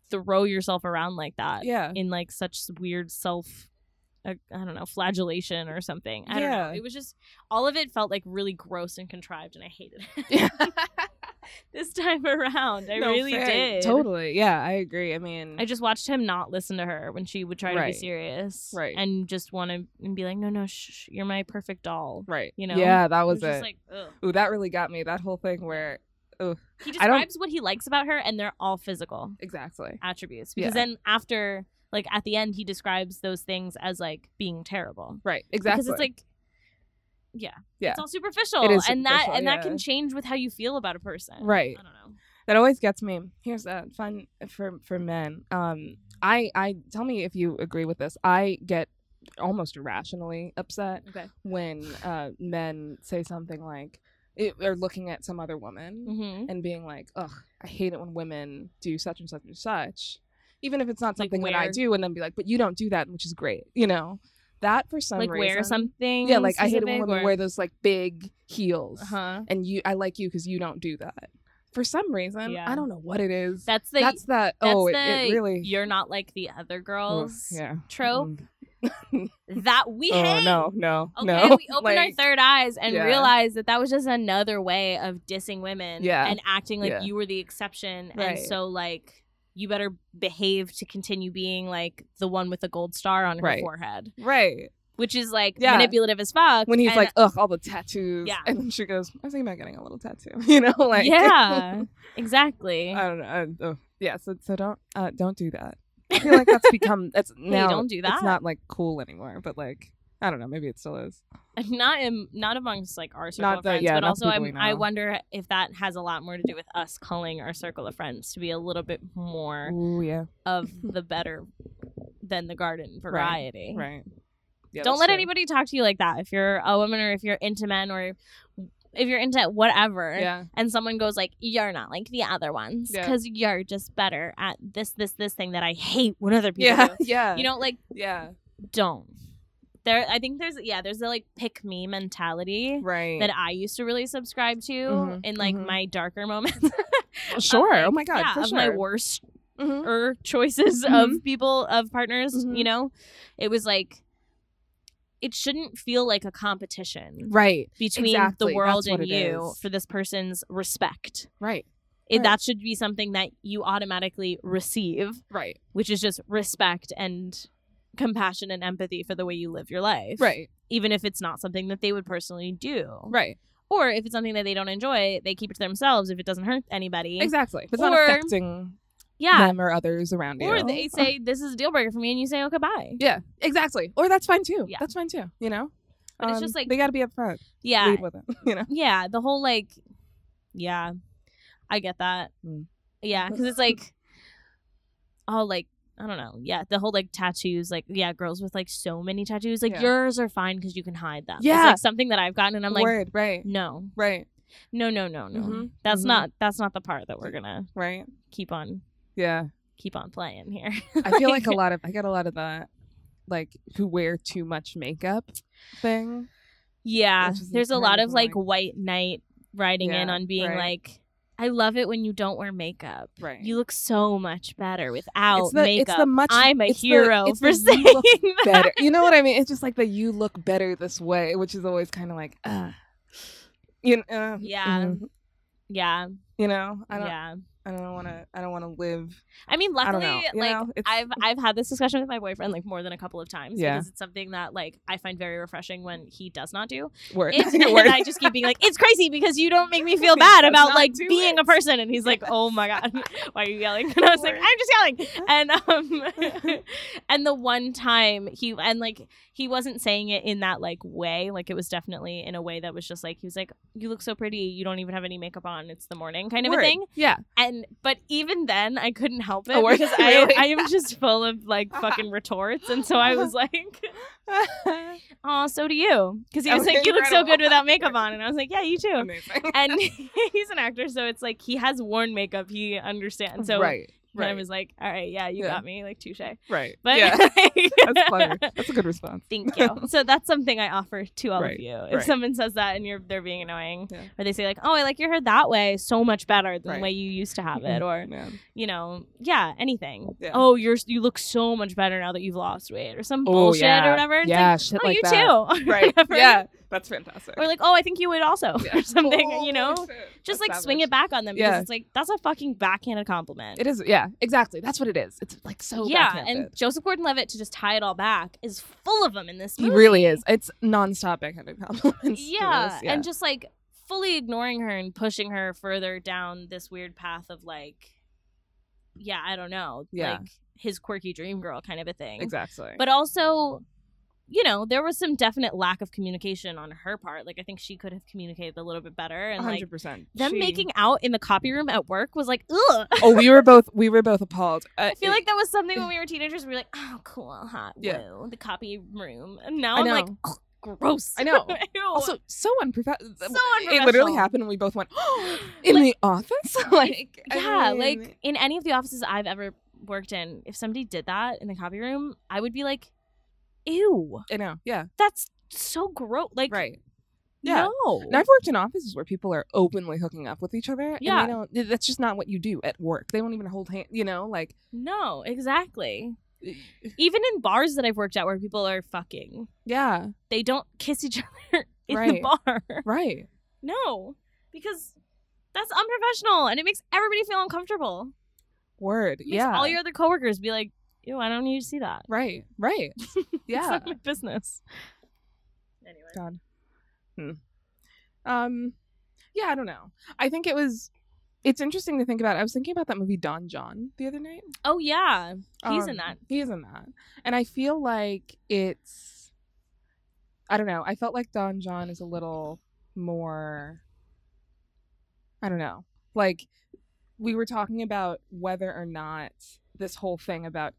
B: throw yourself around like that?
A: Yeah.
B: in like such weird self uh, I don't know, flagellation or something. I don't know.
A: Yeah.
B: It was just all of it felt like really gross and contrived and I hated it. [laughs] this time around. I
A: No,
B: really
A: fair.
B: did.
A: Totally. Yeah, I agree. I mean,
B: I just watched him not listen to her when she would try to be
A: Right.
B: serious.
A: Right.
B: And just want to and be like, No, no, shh, shh, you're my perfect doll.
A: right.
B: you know,
A: Yeah, that
B: I
A: was, it.
B: just like, ugh.
A: Ooh, that really got me. That whole thing where
B: He
A: I don't-
B: describes what he likes about her and they're all physical.
A: exactly.
B: attributes because
A: Yeah.
B: then after like at the end he describes those things as like being terrible
A: Right. Exactly.
B: because it's like yeah
A: Yeah.
B: it's all superficial,
A: It is
B: and that
A: superficial,
B: and that
A: yeah.
B: can change with how you feel about a person
A: Right.
B: i don't know
A: that always gets me. Here's a fun uh, for for men. Um, I I tell me if you agree with this. I get almost irrationally upset
B: okay
A: when uh, men say something like, it, or looking at some other woman
B: mm-hmm.
A: and being like, "Ugh, I hate it when women do such and such and such," even if it's not
B: Like
A: something that I
B: where?
A: do, and then be like, "But you don't do that," which is great, you know. That for some
B: like
A: reason,
B: wear something
A: yeah, like I hate it when
B: specific
A: women
B: or-
A: wear those like big heels,
B: uh-huh
A: and you, I like you because you don't do that. For some reason,
B: Yeah.
A: I don't know what it is.
B: that's the
A: that's that.
B: that's
A: oh, it,
B: the
A: it really.
B: you're not like the other
A: Ugh,
B: girls
A: yeah.
B: trope
A: Mm.
B: that we
A: Oh
B: hate
A: no, no,
B: Okay,
A: no. [laughs]
B: we opened our third eyes and
A: Yeah.
B: realized that that was just another way of dissing women
A: Yeah.
B: and acting like
A: Yeah.
B: you were the exception.
A: Right.
B: And so, like, you better behave to continue being like the one with the gold star on her
A: Right.
B: forehead,
A: right
B: which is like
A: Yeah.
B: manipulative as fuck.
A: when he's
B: And-
A: like, "Ugh, all the tattoos,"
B: Yeah.
A: and then she goes, "I was thinking about getting a little tattoo," [laughs] you know, like
B: yeah, exactly. [laughs]
A: I don't know. I, oh, yeah, so so don't uh, don't do that. I feel
B: [laughs]
A: like that's become that's now
B: don't do
A: It's
B: that.
A: not like cool anymore, but like I don't know. Maybe it still is.
B: not in, not amongst like our circle
A: Not
B: of
A: the-
B: friends,
A: yeah,
B: but
A: not
B: also
A: the people
B: I'm,
A: we know.
B: I wonder if that has a lot more to do with us calling our circle of friends to be a little bit more
A: Ooh yeah, [laughs]
B: of the better than the garden variety.
A: right. Yeah,
B: don't
A: that's
B: let
A: true.
B: anybody talk to you like that if you're a woman or if you're into men or if you're into whatever
A: Yeah,
B: and someone goes like you're not like the other ones
A: Yeah.
B: because you're just better at this this this thing that i hate when other people
A: [laughs] yeah,
B: do
A: [laughs] yeah.
B: you know like
A: yeah,
B: don't there i think there's yeah there's a like pick me mentality
A: right.
B: that i used to really subscribe to
A: Mhm,
B: in like
A: mhm.
B: my darker moments [laughs] of,
A: sure. oh
B: like,
A: my god,
B: yeah,
A: for
B: of
A: sure. Mm-hmm.
B: my Mm-hmm. worst
A: Mhm.
B: or choices of people of partners
A: Mhm.
B: you know it was like it shouldn't feel like a competition
A: Right,
B: between
A: exactly.
B: the world
A: That's what
B: and
A: it
B: you
A: is.
B: for this person's respect
A: right,
B: it,
A: Right.
B: that should be something that you automatically receive
A: right,
B: which is just respect and compassion and empathy for the way you live your life
A: right,
B: even if it's not something that they would personally do
A: right.
B: or if it's something that they don't enjoy they keep it to themselves if it doesn't hurt anybody
A: Exactly. If it's not
B: Or-
A: affecting
B: yeah
A: them or others around you.
B: or they say this is a deal breaker for me and you say okay bye
A: yeah, exactly. Or that's fine too.
B: Yeah.
A: That's fine too. You know, Um,
B: But it's just like-
A: they got to be upfront.
B: yeah
A: Lead with it. You know.
B: yeah the whole like yeah i get that
A: Mm.
B: yeah because it's like oh like i don't know yeah the whole like tattoos like yeah girls with like so many tattoos like
A: Yeah.
B: yours are fine because you can hide them It's,
A: Yeah.
B: like, something that i've gotten
A: [laughs]
B: and i'm like
A: Word. Right.
B: no
A: Right.
B: no no no no
A: Mhm,
B: that's
A: mhm.
B: not that's not the part that we're gonna
A: Right.
B: keep on
A: Yeah.
B: keep on playing
A: [laughs]
B: here
A: I feel like a lot of I get a lot of the like who wear too much makeup thing.
B: Yeah,
A: Which is
B: there's a
A: kind
B: lot
A: of
B: of like
A: annoying.
B: white knight riding in
A: Yeah,
B: on being
A: right.
B: like, I love it when you don't wear makeup.
A: Right.
B: You look so much better without
A: It's the- it's
B: makeup.
A: the much-
B: I'm a
A: it's the-
B: hero
A: it's
B: for
A: the
B: saying [laughs]
A: you look
B: that.
A: [laughs] Better. you know what [laughs] I mean? It's just like the you look better this way, which is always kind of like, uh, you know, uh,
B: Yeah.
A: mhm.
B: Yeah,
A: you know, I don't.
B: yeah.
A: I don't want to. I don't want to live.
B: I mean,
A: I don't
B: luckily,
A: know. You
B: like
A: know, it's,
B: I've I've had this discussion with my boyfriend like more than a couple of times
A: Yeah.
B: because it's something that like I find very refreshing when he does not do.
A: [laughs] word.
B: It's, [laughs] and
A: Word.
B: I just keep being like, "It's crazy because you don't
A: [laughs]
B: make me feel
A: He
B: bad
A: does
B: about
A: not
B: like
A: do
B: being
A: it."
B: a person." And he's
A: [laughs]
B: like, "Oh my god, [laughs] why are you yelling?" And I was like,
A: Word.
B: "I'm just
A: [laughs]
B: yelling." And um, [laughs] and the one time he and like he wasn't saying it in that like way. Like it was definitely in a way that was just like he was like, "You look so pretty. You don't even have any makeup on. It's the morning," kind of
A: Word.
B: a thing. [laughs]
A: Yeah. [laughs]
B: And but even then, I couldn't help it
A: Oh, were
B: because
A: you [laughs]
B: I
A: really? Uh-huh.
B: I am just full of
A: [laughs]
B: like fucking retorts, and so I was like, "Oh, so do you?" Because he
A: That
B: was
A: was
B: like, "You look so
A: incredible.
B: good without makeup on," and I was like, "Yeah, you
A: [laughs]
B: too."
A: Amazing.
B: And [laughs] he's an actor, so it's like he has worn makeup. He understands. So
A: right.
B: then I
A: Right.
B: was like, "All right, yeah, you
A: Yeah.
B: got me." Like touche.
A: right.
B: But [laughs]
A: yeah. [laughs]
B: like-
A: That's clever. That's a good response.
B: Thank you. So that's something I offer to all
A: Right,
B: of you. If
A: right.
B: someone says that and you're they're being annoying,
A: Yeah.
B: or they say like, "Oh, I like your hair that way, so much better than
A: Right.
B: the way you used to have it," or
A: Yeah.
B: you know, yeah, anything.
A: Yeah.
B: Oh, you're you look so much better now that you've lost weight, or some
A: Oh,
B: bullshit
A: yeah.
B: or whatever. It's
A: Yeah,
B: like,
A: shit
B: oh,
A: like
B: you
A: that.
B: too, [laughs] or
A: Right.
B: whatever.
A: Yeah. That's fantastic.
B: Or like, oh, I think you would also,
A: [laughs] Yeah.
B: or something. you
A: Holy
B: know,
A: shit.
B: just like swing it
A: Established.
B: back on them
A: Yeah.
B: because it's like that's a fucking backhanded compliment.
A: It is. Yeah. Exactly. That's what it is. It's like so.
B: yeah,
A: backhanded.
B: and Joseph Gordon-Levitt to just tie it all back is full of them in this.
A: He
B: Movie.
A: really is. [laughs] It's nonstop backhanded compliments. to
B: yeah,
A: this,
B: and just like fully ignoring her and pushing her further down this weird path of like yeah i don't know
A: Yeah.
B: like his quirky dream girl kind of a thing
A: exactly.
B: but also you know there was some definite lack of communication on her part like i think she could have communicated a little bit better and like
A: hundred percent.
B: them making out in the copy room at work was like ugh
A: Oh, we were both. We were both appalled. Uh,
B: [laughs] I feel like that was something when we
A: [laughs]
B: were teenagers. We were like, "Oh, cool, hot,
A: Yeah.
B: woo." The copy room, and now
A: I
B: I'm like,
A: know.
B: "Ugh, gross. [laughs]
A: I know.
B: Ew.
A: also so unprofessional.
B: so
A: It literally
B: unprofessional.
A: happened, and we
B: [gasps]
A: both went [gasps] in the office. [laughs] like, I
B: yeah,
A: mean,
B: like in any of the offices I've ever worked in, if somebody did that in the copy room, I would be like, "Ew,
A: I know. Yeah,
B: that's so gross." Like,
A: right. Yeah.
B: no,
A: And I've worked in offices where people are openly hooking up with each other.
B: Yeah.
A: and they don't, that's just not what you do at work. They won't even hold hand. You know, like
B: no,
A: [laughs]
B: exactly. Even in bars that I've worked at, where people are fucking,
A: yeah,
B: they don't [laughs] kiss each other in
A: Right.
B: the bar. [laughs]
A: right.
B: No, because that's unprofessional, and it makes everybody feel uncomfortable.
A: Word.
B: It makes
A: Yeah.
B: all your other coworkers be like, "Ew, I don't need to see that.
A: right. Right.
B: [laughs] It's
A: Yeah.
B: not my business." Anyway.
A: God. Hmm. Um, yeah, I don't know. I think it was. It's interesting to think about. I was thinking about that movie Don John the other night.
B: Oh yeah, he's in
A: Um,
B: that.
A: He's in that, and I feel like it's. I don't know. I felt like Don John is a little more. I don't know. Like we were talking about whether or not this whole thing about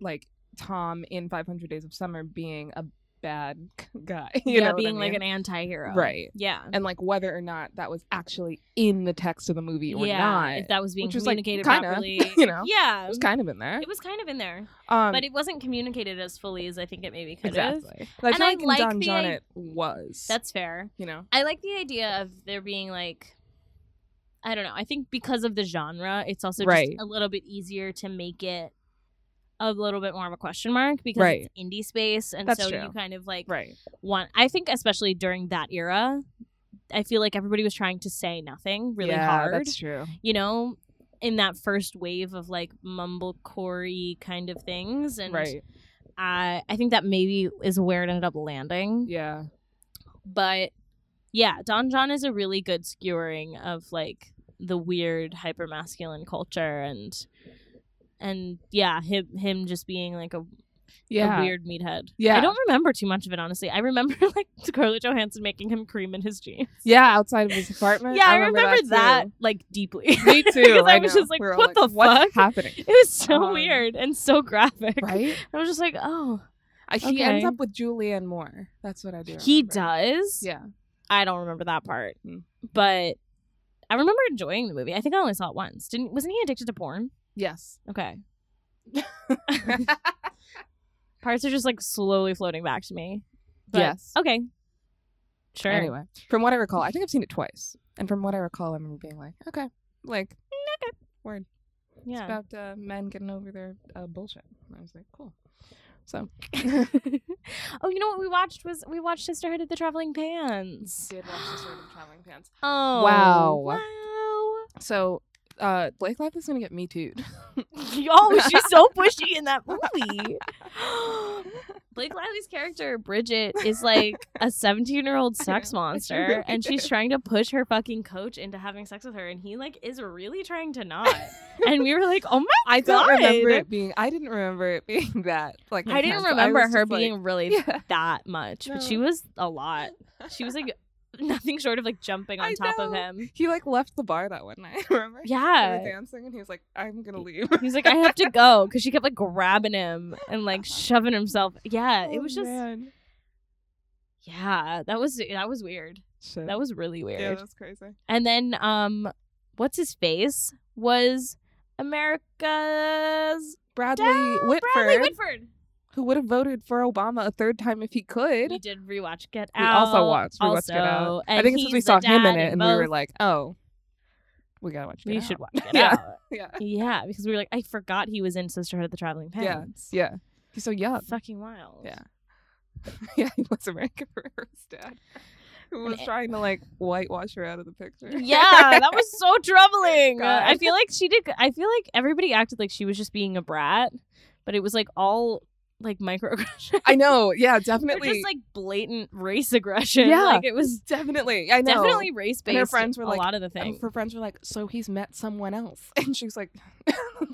A: like Tom in 500 Days of Summer being a bad [laughs] guy, you
B: yeah,
A: know, what I
B: being like an
A: mean?
B: anti-hero.
A: Right.
B: Yeah.
A: and like whether or not that was actually in the text of the movie or
B: yeah.
A: not.
B: If that was being
A: which was, like,
B: communicated
A: kinda,
B: properly.
A: [laughs] you know,
B: Yeah.
A: it was kind of in there.
B: It was kind of in there,
A: Um,
B: but it wasn't communicated as fully as I think it maybe could have.
A: exactly. But I
B: And
A: feel
B: I
A: like,
B: like
A: in Don
B: the
A: John
B: i-
A: it was.
B: That's fair.
A: you know,
B: I like the idea of there being like I don't know. I think because of the genre, it's also
A: Right.
B: just a little bit easier to make it a little bit more of a question mark because
A: Right.
B: it's indie space and
A: That's
B: so
A: true.
B: you kind of like
A: right?
B: want I think especially during that era, I feel like everybody was trying to say nothing really
A: yeah,
B: hard
A: That's true.
B: you know, in that first wave of like mumblecore kind of things. And
A: right?
B: I, I think that maybe is where it ended up landing.
A: Yeah.
B: But yeah, Don John is a really good skewering of like the weird hyper masculine culture and and yeah, him him just being like a, a
A: Yeah.
B: weird meathead.
A: Yeah.
B: I don't remember too much of it honestly. I remember [laughs] like Scarlett Johansson making him cream in his jeans.
A: Yeah, outside of his [laughs] apartment.
B: Yeah, I, remember, that,
A: too.
B: like deeply. [laughs]
A: [laughs] Me too.
B: Because I
A: I
B: was
A: know.
B: just like,
A: We were all
B: what the
A: What's
B: fuck?
A: happening? [laughs]
B: It was so
A: Um,
B: weird and so graphic.
A: Right?
B: I was just like, oh,
A: Uh, He ends
B: Okay.
A: up with Julianne Moore. That's what I do.
B: he
A: remember.
B: does.
A: Yeah.
B: I don't remember that part,
A: Hmm.
B: but I remember enjoying the movie. I think I only saw it once. Didn't? Wasn't he addicted to porn?
A: [laughs] Yes.
B: Okay.
A: [laughs]
B: Parts are just like slowly floating back to me. But,
A: yes.
B: Okay. Sure.
A: Anyway, from what I recall, I think I've seen it twice. And from what I recall, I remember being like, okay, like, word.
B: Yeah.
A: It's about uh, men getting over their uh, bullshit. And I was like, cool. So,
B: [laughs] oh, you know what we watched was we watched Sisterhood of the Traveling Pants.
A: did watch the sort of traveling pants.
B: Oh
A: [laughs] Wow.
B: wow.
A: So, uh, Blake Lively's gonna get me too. [laughs]
B: [gasps] Yo, she's so [laughs] pushy in that movie. Blake Lively's character, Bridget, is like a 17 year old sex
A: know.
B: monster,
A: [laughs] really
B: and she's
A: is.
B: trying to push her fucking coach into having sex with her, and he like is really trying to
A: [laughs]
B: not. and we were like, oh my
A: I
B: god,
A: don't remember it being. I didn't remember it being [laughs] that. Like
B: I didn't
A: intense.
B: remember
A: was
B: her
A: just like-
B: being really
A: [laughs] Yeah.
B: that much, but she
A: No.
B: was a lot. She was like [laughs] nothing short of like jumping on
A: I
B: top of
A: know.
B: him.
A: He like left the bar that one night. [laughs] Remember? They were
B: Yeah.
A: dancing, and he was like, "I'm gonna leave."
B: He's like, I have to go because she kept like grabbing him and like shoving himself. Yeah, it
A: [laughs] Oh,
B: was just
A: man.
B: yeah. That was that was weird.
A: Shit.
B: That was really weird.
A: yeah, that's crazy.
B: and then um, what's his face was America's
A: Bradley
B: Dad,
A: Whitford,
B: Bradley Whitford.
A: who would have voted for Obama a third time if he could.
B: We did rewatch Get
A: We
B: Out.
A: also watched. We watched Get
B: also,
A: Out. I
B: and
A: think it's because we
B: he's
A: saw
B: the
A: him in
B: dad
A: it, and we were
B: both.
A: like, "Oh, we gotta watch." Get
B: we
A: Out.
B: should watch Get
A: Yeah.
B: Out.
A: [laughs] Yeah.
B: Yeah, because we were like, I forgot he was in Sisterhood of the Traveling
A: Yeah.
B: Pants.
A: Yeah. He's so young.
B: Fucking wild.
A: Yeah. [laughs] yeah, he was American Ferrero's dad. Who was
B: it-
A: trying to like whitewash her out of the picture.
B: Yeah, that was so troubling.
A: God.
B: I feel like she did. I feel like everybody acted like she was just being a brat, but it was like all like microaggression.
A: [laughs]
B: [laughs]
A: I know. Yeah,
B: Or
A: definitely.
B: just like blatant race aggression.
A: Yeah.
B: Like it was
A: definitely. I know.
B: definitely race based.
A: And her friends were
B: a
A: like-
B: lot of the
A: And
B: things.
A: her friends were like, so he's met someone else. [laughs] And she was "Oh, like,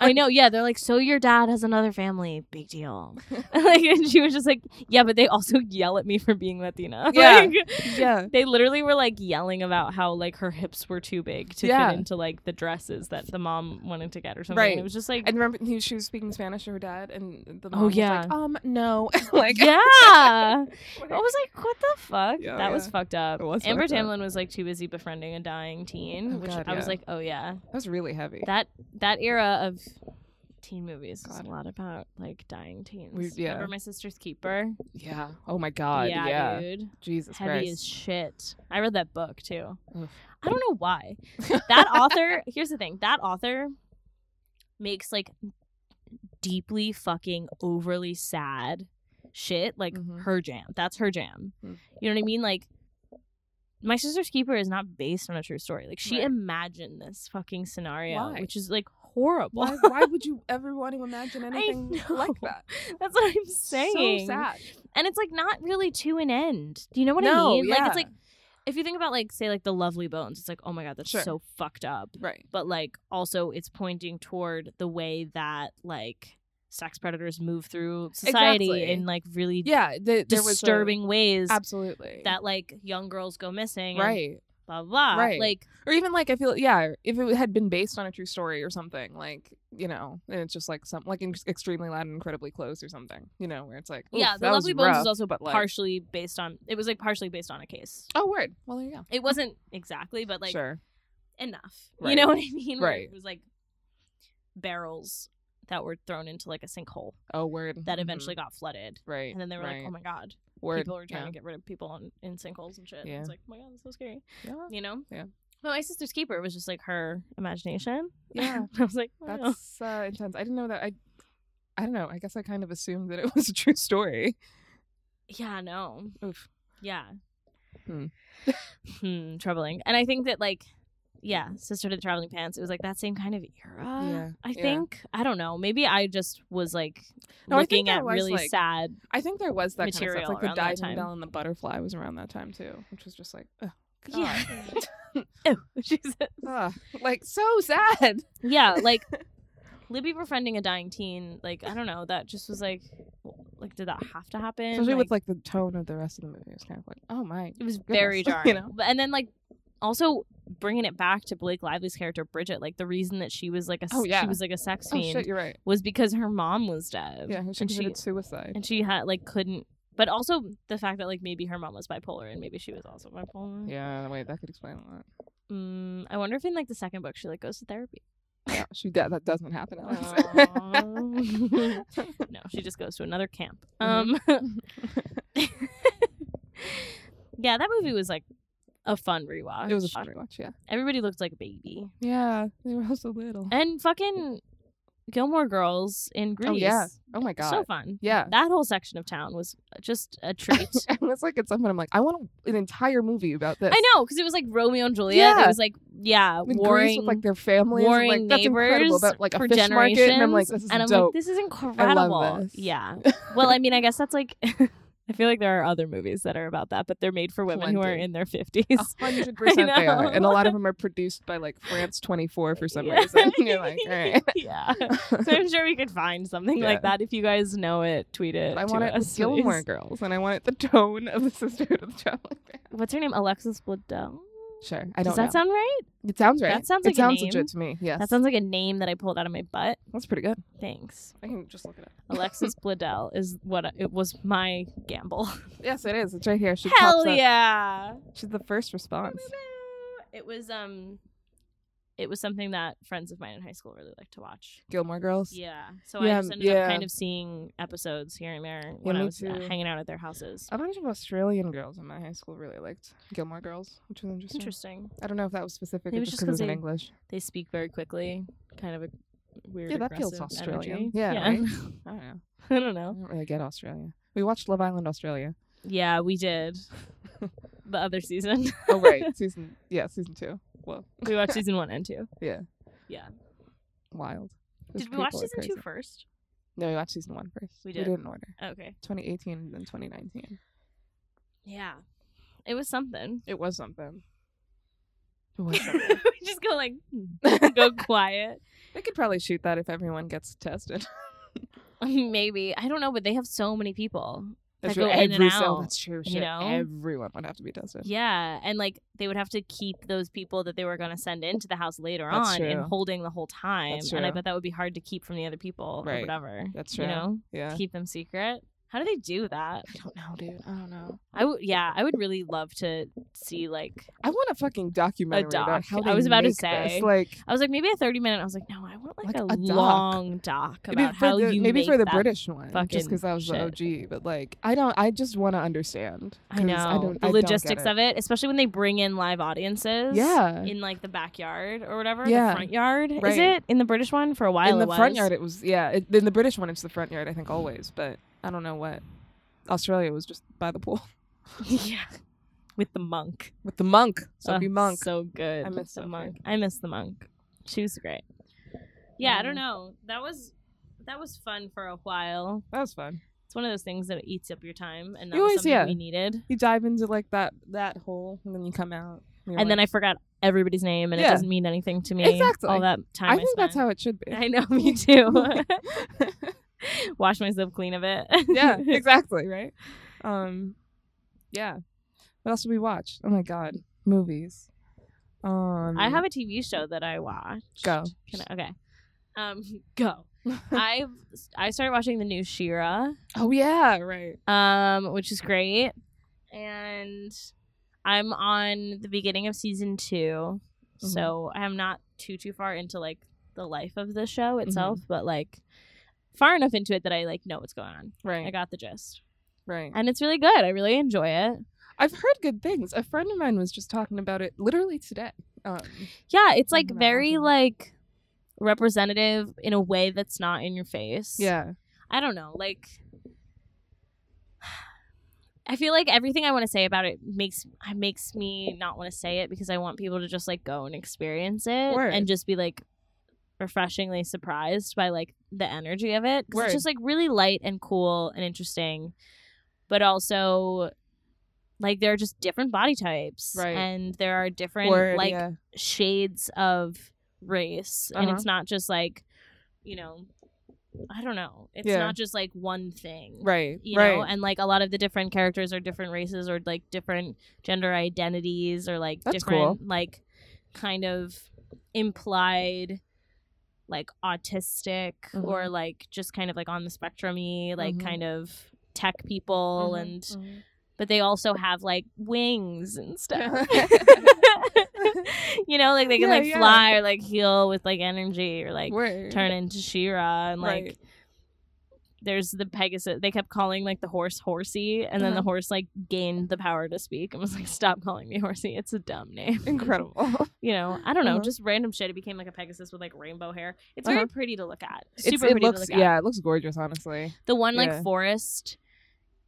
B: I know. Yeah, they're like, so your dad has another family. Big
A: [laughs]
B: deal. [laughs] like, and she was just like, yeah, but they also yell at me for being Latina. [laughs]
A: Yeah.
B: Like,
A: yeah.
B: They literally were like yelling about how like her hips were too big to
A: Yeah.
B: fit into like the dresses that the mom wanted to get or something.
A: Right.
B: It was just like,
A: And remember, he, she was speaking Spanish to her dad, and the
B: Oh,
A: mom
B: yeah. Oh,
A: was like, um, no. [laughs] like,
B: yeah. I
A: like,
B: was like, what the fuck?
A: Yeah,
B: that was
A: yeah.
B: fucked up.
A: It was
B: Amber
A: fucked up.
B: Tamlin was like too busy befriending a dying teen,
A: Oh,
B: which
A: God,
B: I was
A: yeah.
B: like, oh yeah,
A: that was really heavy.
B: that that era of teen movies is
A: God.
B: a lot about like dying teens.
A: We- yeah.
B: Remember my sister's keeper?
A: yeah. Oh my God. Yeah.
B: dude.
A: Jesus
B: Heavy
A: Christ.
B: as shit. I read that book too.
A: Oof.
B: I don't know why. that author [laughs] here's the thing that author makes like deeply fucking overly sad shit like
A: Mhm.
B: her jam that's her jam
A: Mm.
B: you know what i mean like my sister's keeper is not based on a true story like she
A: Right.
B: imagined this fucking scenario
A: Why?
B: which is like horrible
A: why, why would you ever want to imagine anything
B: know.
A: like that?
B: [laughs] that's what i'm saying
A: So sad.
B: and it's like not really to an end do you know what
A: no,
B: i mean like
A: yeah.
B: it's like if you think about like say like the lovely bones it's like oh my god that's
A: Sure.
B: so fucked up
A: right.
B: but like also it's pointing toward the way that like sex predators move through society
A: Exactly.
B: in like really
A: Yeah. The, there was a-
B: disturbing ways
A: absolutely.
B: that like young girls go missing and
A: right.
B: blah blah blah.
A: Right.
B: like
A: or even like I feel yeah, if it had been based on a true story or something, like you know, and it's just like some like in- extremely loud and incredibly close or something, you know, where it's like oof,
B: yeah the
A: that was
B: lovely bones
A: rough,
B: is also
A: but like
B: partially based on it was like partially based on a case
A: oh word, well there you go,
B: it wasn't exactly but like
A: sure,
B: enough you
A: Right.
B: know what i mean Where
A: Right.
B: it was like barrels that were thrown into like a sinkhole
A: oh word,
B: that
A: Mhm.
B: eventually got flooded
A: right,
B: and then they were
A: right.
B: like oh my god
A: word,
B: people were trying to get rid of people on, in sinkholes and shit. And
A: Yeah.
B: It's like, oh my god, that's so scary.
A: yeah. yeah.
B: You know?
A: Yeah.
B: But my sister's keeper was just like her imagination.
A: Yeah.
B: [laughs] I was like, "Oh, wow.
A: That's uh, intense. I didn't know that. I, I don't know. I guess I kind of assumed that it [laughs] was a true story.
B: yeah, no,
A: Oof.
B: yeah,
A: Hmm.
B: Hmm, troubling. And I think that like, yeah, Sister to the Traveling Pants. It was like that same kind of era.
A: Yeah,
B: I
A: yeah.
B: think I don't know. Maybe I just was like
A: No, I think
B: looking
A: there
B: at
A: was,
B: really
A: like-
B: sad. [laughs]
A: I think there was that kind of
B: Material
A: stuff. Like
B: around
A: the
B: that
A: diving
B: time.
A: bell and the butterfly was around that time too, which was just like, ugh, God.
B: [laughs] Yeah. oh, Jesus.
A: Ugh. like so sad.
B: Yeah,
A: [laughs]
B: like Libby befriending a dying teen. Like I don't know. That just was like, w- like did that have to happen?
A: Especially with like the tone of the rest of the movie, it was kind of like, oh my,
B: It was
A: goodness, [laughs]
B: very
A: you
B: jarring.
A: know?
B: But- And then like also bringing it back to Blake Lively's character Bridget, like the reason that she was like a s-
A: Oh, yeah.
B: she was like a sex
A: oh
B: fiend
A: shit, you're right.
B: was because her mom was dead.
A: Yeah, she
B: and she
A: committed suicide.
B: and she had like couldn't but also the fact that like maybe her mom was bipolar and maybe she was also bipolar.
A: Yeah, wait, that could explain a lot.
B: Mm, I wonder if in like the second book she like goes to therapy.
A: Yeah, Oh, she did. That doesn't happen. Alex. Oh.
B: Aw. [laughs] no, she just goes to another camp.
A: Mm-hmm. [laughs]
B: Um [laughs] Yeah, that movie was like a fun rewatch.
A: [laughs] it was a fun rewatch. Yeah,
B: Everybody looked like a baby.
A: yeah, they were all so little.
B: And fucking Gilmore Girls in Greece.
A: Oh yeah. Oh my god.
B: So fun.
A: yeah. [laughs]
B: That whole section of town was just a treat.
A: I was like at some point I'm like, I want an entire movie about this.
B: I know, because it was like Romeo and Juliet. It
A: Yeah.
B: was like, yeah,
A: In
B: warring
A: Greece with like their families, and,
B: warring
A: like that's incredible
B: neighbors
A: about like a
B: for
A: fish
B: generations.
A: market, and I'm like, this is
B: And I'm
A: dope.
B: like, this is incredible.
A: this. [laughs]
B: Yeah. Well, I mean, I guess that's like. [laughs] I feel like there are other movies that are about that, but they're made for women who are
A: Plenty. Oh,
B: in their fifties.
A: a [laughs] hundred percent they are,
B: know.
A: and a lot of them are produced by like France 24 [laughs] for some
B: Yeah.
A: reason. You're like, all right.
B: yeah. So I'm sure we could find something like
A: Yeah.
B: that if you guys know it. Tweet
A: [laughs]
B: it.
A: I
B: to
A: want it
B: us,
A: with Gilmore
B: please.
A: Girls, and I want it the tone of the [laughs] Sisterhood of the Traveling Pants.
B: What's her name? Alexis Bledel.
A: Sure, I don't
B: Does that
A: know.
B: sound right?
A: it sounds right.
B: that sounds like a
A: it sounds
B: name.
A: legit to me. Yes,
B: That sounds like a name that I pulled out of my butt.
A: that's pretty good. [laughs]
B: Thanks.
A: I can just look it up.
B: Alexis Bledel is what I, it was my gamble.
A: Yes, it is. It's right here. She
B: Hell
A: pops up.
B: yeah.
A: She's the first response.
B: It was um it was something that friends of mine in high school really liked to watch.
A: Gilmore Girls.
B: Yeah. So I
A: Yeah,
B: just ended
A: yeah.
B: up kind of seeing episodes here and there when
A: me
B: I was uh,
A: too. Oh,
B: hanging out at their houses.
A: A bunch of Australian girls in my high school really liked Gilmore Girls, which was interesting.
B: Interesting.
A: I don't know if that was specific
B: Maybe
A: or
B: it's
A: just
B: just
A: because it was
B: 'cause
A: in
B: they-
A: English.
B: They speak very quickly, kind of a weird
A: Yeah, that feels
B: aggressive
A: Australian.
B: energy.
A: Yeah, [laughs] right? I don't know.
B: [laughs] I don't
A: I
B: know.
A: don't really get Australia. We watched Love Island Australia.
B: Yeah, we
A: [laughs]
B: did. the other season. [laughs]
A: Oh [laughs] right, season yeah, season two. Well,
B: we watched season 1 and 2.
A: wild. Those
B: Did we watch
A: people are
B: season two
A: crazy.
B: first?
A: No, we watched season one first.
B: We
A: We
B: did.
A: did in order.
B: Okay.
A: 2018 and then 2019.
B: Yeah. It was something.
A: It was something.
B: [laughs]
A: It
B: we
A: [laughs] was something.
B: just go like [laughs] hmm, go quiet.
A: they could probably shoot that if everyone gets tested.
B: [laughs] Maybe. I don't know, but they have so many people.
A: That's
B: That go
A: true.
B: in and
A: Every cell.
B: out,
A: That's true.
B: you
A: Shit.
B: know?
A: Everyone would have to be tested.
B: [laughs] Yeah. And like they would have to keep those people that they were going to send into the house later
A: That's
B: on and
A: true.
B: holding the whole time.
A: That's
B: And I
A: true.
B: bet that would be hard to keep from the other people or
A: Right.
B: whatever.
A: That's
B: You
A: true.
B: know,
A: Yeah.
B: keep them secret. How do they do that?
A: I don't know, dude. I don't know.
B: I would, yeah, I would really love to see like
A: I want a fucking documentary
B: doc.
A: about how
B: I
A: they
B: was about to
A: make this.
B: say,
A: like,
B: I was like maybe a thirty minute. I was like, no, I want like,
A: Like
B: a,
A: a doc.
B: long doc
A: maybe
B: about
A: for
B: how
A: the,
B: you
A: maybe
B: make
A: for the
B: that.
A: British one, just
B: fucking
A: because I was
B: shit.
A: the OG. But like, I don't. I just want to understand.
B: I
A: 'cause
B: know
A: don't-
B: the
A: I don't get
B: logistics
A: it.
B: of it, especially when they bring in live audiences.
A: Yeah.
B: in like the backyard or whatever.
A: Yeah.
B: the front yard is
A: Right.
B: it in the British one for a while?
A: in the
B: it was.
A: front yard it was yeah it, in the british one it's the front yard i think always but i don't know what australia was just by the pool
B: [laughs]
A: [laughs]
B: yeah, with the monk.
A: with the monk so
B: Ugh,
A: be monk
B: So good.
A: I miss
B: the
A: Sophie.
B: monk. I miss the monk. She was great. Yeah, I don't
A: Um,
B: know. That was that was fun for a while.
A: that was fun
B: It's one of those things that eats up your time, and that
A: You
B: was
A: always-
B: something
A: yeah.
B: we needed.
A: you dive into like that that hole and then you come out
B: And then I forgot everybody's name, and it
A: Yeah.
B: doesn't mean anything to me.
A: Exactly.
B: All that time.
A: i think that's
B: spent.
A: how it should
B: [laughs]
A: be [laughs]
B: I know. Me too. Wash myself clean of it.
A: yeah
B: [laughs]
A: exactly right um yeah what else did we watch oh my god movies um
B: I have a TV show that I watched.
A: Go.
B: Can I, okay. Um, [laughs]
A: [laughs]
B: go. I've I started watching the new Shira,
A: oh yeah right
B: um, which is great, and I'm on the beginning of season 2 so
A: Mm-hmm.
B: I'm not too too far into like the life of the show
A: Mm-hmm.
B: itself, but like far enough into it that I like know what's going on. I
A: right
B: got the gist,
A: right
B: and it's really good. I really enjoy it.
A: i've heard good things a friend of mine was just talking about it literally today um
B: Yeah, it's like
A: Mhm,
B: very
A: mhm.
B: like representative in a way that's not in your face.
A: Yeah.
B: I don't know. Like, [sighs] I feel like everything I want to say about it makes I- makes me not want to say it because I want people to just like go and experience it
A: Word.
B: and just be like refreshingly surprised by like the energy of it. 'Cause
A: Word.
B: It's just like really light and cool and interesting, but also like there are just different body types,
A: Right.
B: And there are different like shades of race and
A: Uh-huh.
B: it's not just like you know i don't know it's
A: Yeah.
B: not just like one thing
A: right.
B: you
A: right.
B: know and like a lot of the different characters are different races or like different gender identities or like
A: That's
B: different like kind of implied like autistic
A: Mm-hmm.
B: or like just kind of like on the spectrum y like
A: Mhm.
B: kind of tech people
A: Mm-hmm,
B: and but they also have like wings and
A: [laughs]
B: stuff. [laughs] you know, like they can
A: Yeah,
B: like
A: yeah.
B: fly or like heal with like energy or like
A: Word.
B: turn into Shira and like
A: Right.
B: there's the Pegasus. They kept calling like the horse horsey, and then the
A: Uh-huh.
B: horse like gained the power to speak and was like, "Stop calling me horsey. It's a dumb name."
A: [laughs]
B: [laughs]
A: Incredible.
B: you know, I don't know,
A: Uh-huh.
B: just random shit. It became like a Pegasus with like rainbow hair. It's very
A: Uh-huh.
B: pretty to look at. Super
A: It's,
B: pretty
A: it looks
B: to look at.
A: yeah, it looks
B: [laughs]
A: gorgeous. Honestly,
B: The one
A: Yeah.
B: like forest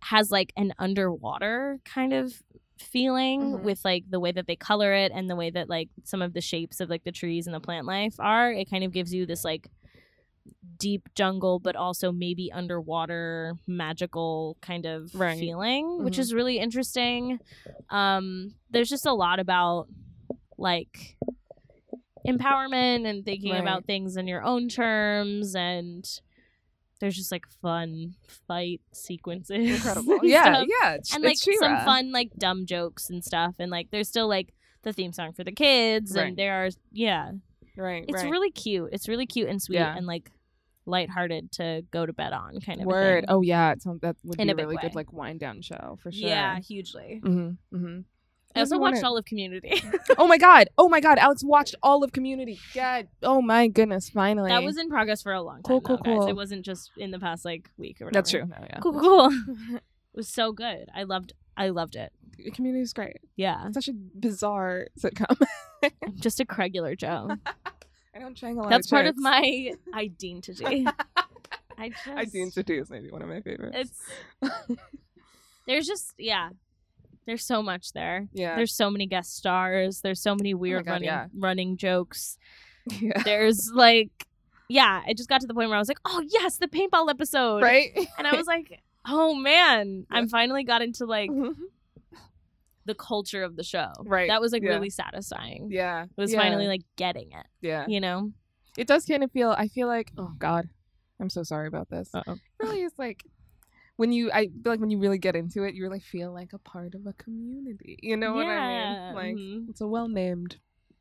B: has like an underwater kind of feeling
A: Mhm.
B: with like the way that they color it and the way that like some of the shapes of like the trees and the plant life are. It kind of gives you this like deep jungle but also maybe underwater magical kind of
A: Right.
B: feeling, which
A: Mhm.
B: is really interesting. Um there's just a lot about like empowerment and thinking
A: Right.
B: about things in your own terms and there's just like fun fight sequences
A: incredible.
B: and
A: Oh, yeah,
B: stuff.
A: yeah. It's,
B: and like
A: it's
B: some
A: She-Ra.
B: fun like dumb jokes and stuff and like there's still like the theme song for the kids
A: Right.
B: and there are yeah
A: Right,
B: it's
A: right.
B: really cute it's really cute and sweet
A: Yeah.
B: and like lighthearted to go to bed on kind of a
A: word.
B: thing.
A: Oh yeah, it's, that would
B: In
A: be
B: a
A: a
B: big
A: really
B: way.
A: good like wind down show for sure.
B: yeah hugely
A: Mm-hmm, mm-hmm.
B: i also watched
A: wanna-
B: all of community [laughs]
A: Oh my god! Oh my god! Alex watched all of Community. God. Oh my goodness! Finally.
B: that was in progress for a long time
A: Cool, cool,
B: though, guys.
A: cool.
B: it wasn't just in the past like week or whatever
A: That's true. No, yeah.
B: cool cool
A: [laughs]
B: it was so good i loved i loved it
A: Community is great.
B: yeah
A: It's such a bizarre sitcom. [laughs]
B: I'm just a regular joe
A: I don't triangle.
B: That's part of
A: [laughs]
B: my identity. I just,
A: I do Institute is maybe one of my favorites.
B: It's there's just yeah, there's so much there. [laughs]
A: yeah. [laughs] Oh
B: There's so many guest stars. There's so many weird
A: God,
B: running
A: yeah.
B: running jokes.
A: yeah.
B: There's like yeah, I just got to the point where I was like, oh yes, the paintball episode,
A: Right. [laughs]
B: and I was like, oh man,
A: Yeah.
B: I'm finally got into like
A: Mhm.
B: the culture of the show.
A: Right,
B: that was like
A: yeah.
B: really satisfying.
A: yeah.
B: It was
A: yeah,
B: finally like getting it,
A: Yeah.
B: you know.
A: It does kind of feel. I feel like. Oh God. I'm so sorry about this.
B: Uh-oh.
A: really is like when you I feel like when you really get into it, you really feel like a part of a community. You know what I
B: Yeah,
A: mean? Like
B: mhm.
A: it's a well named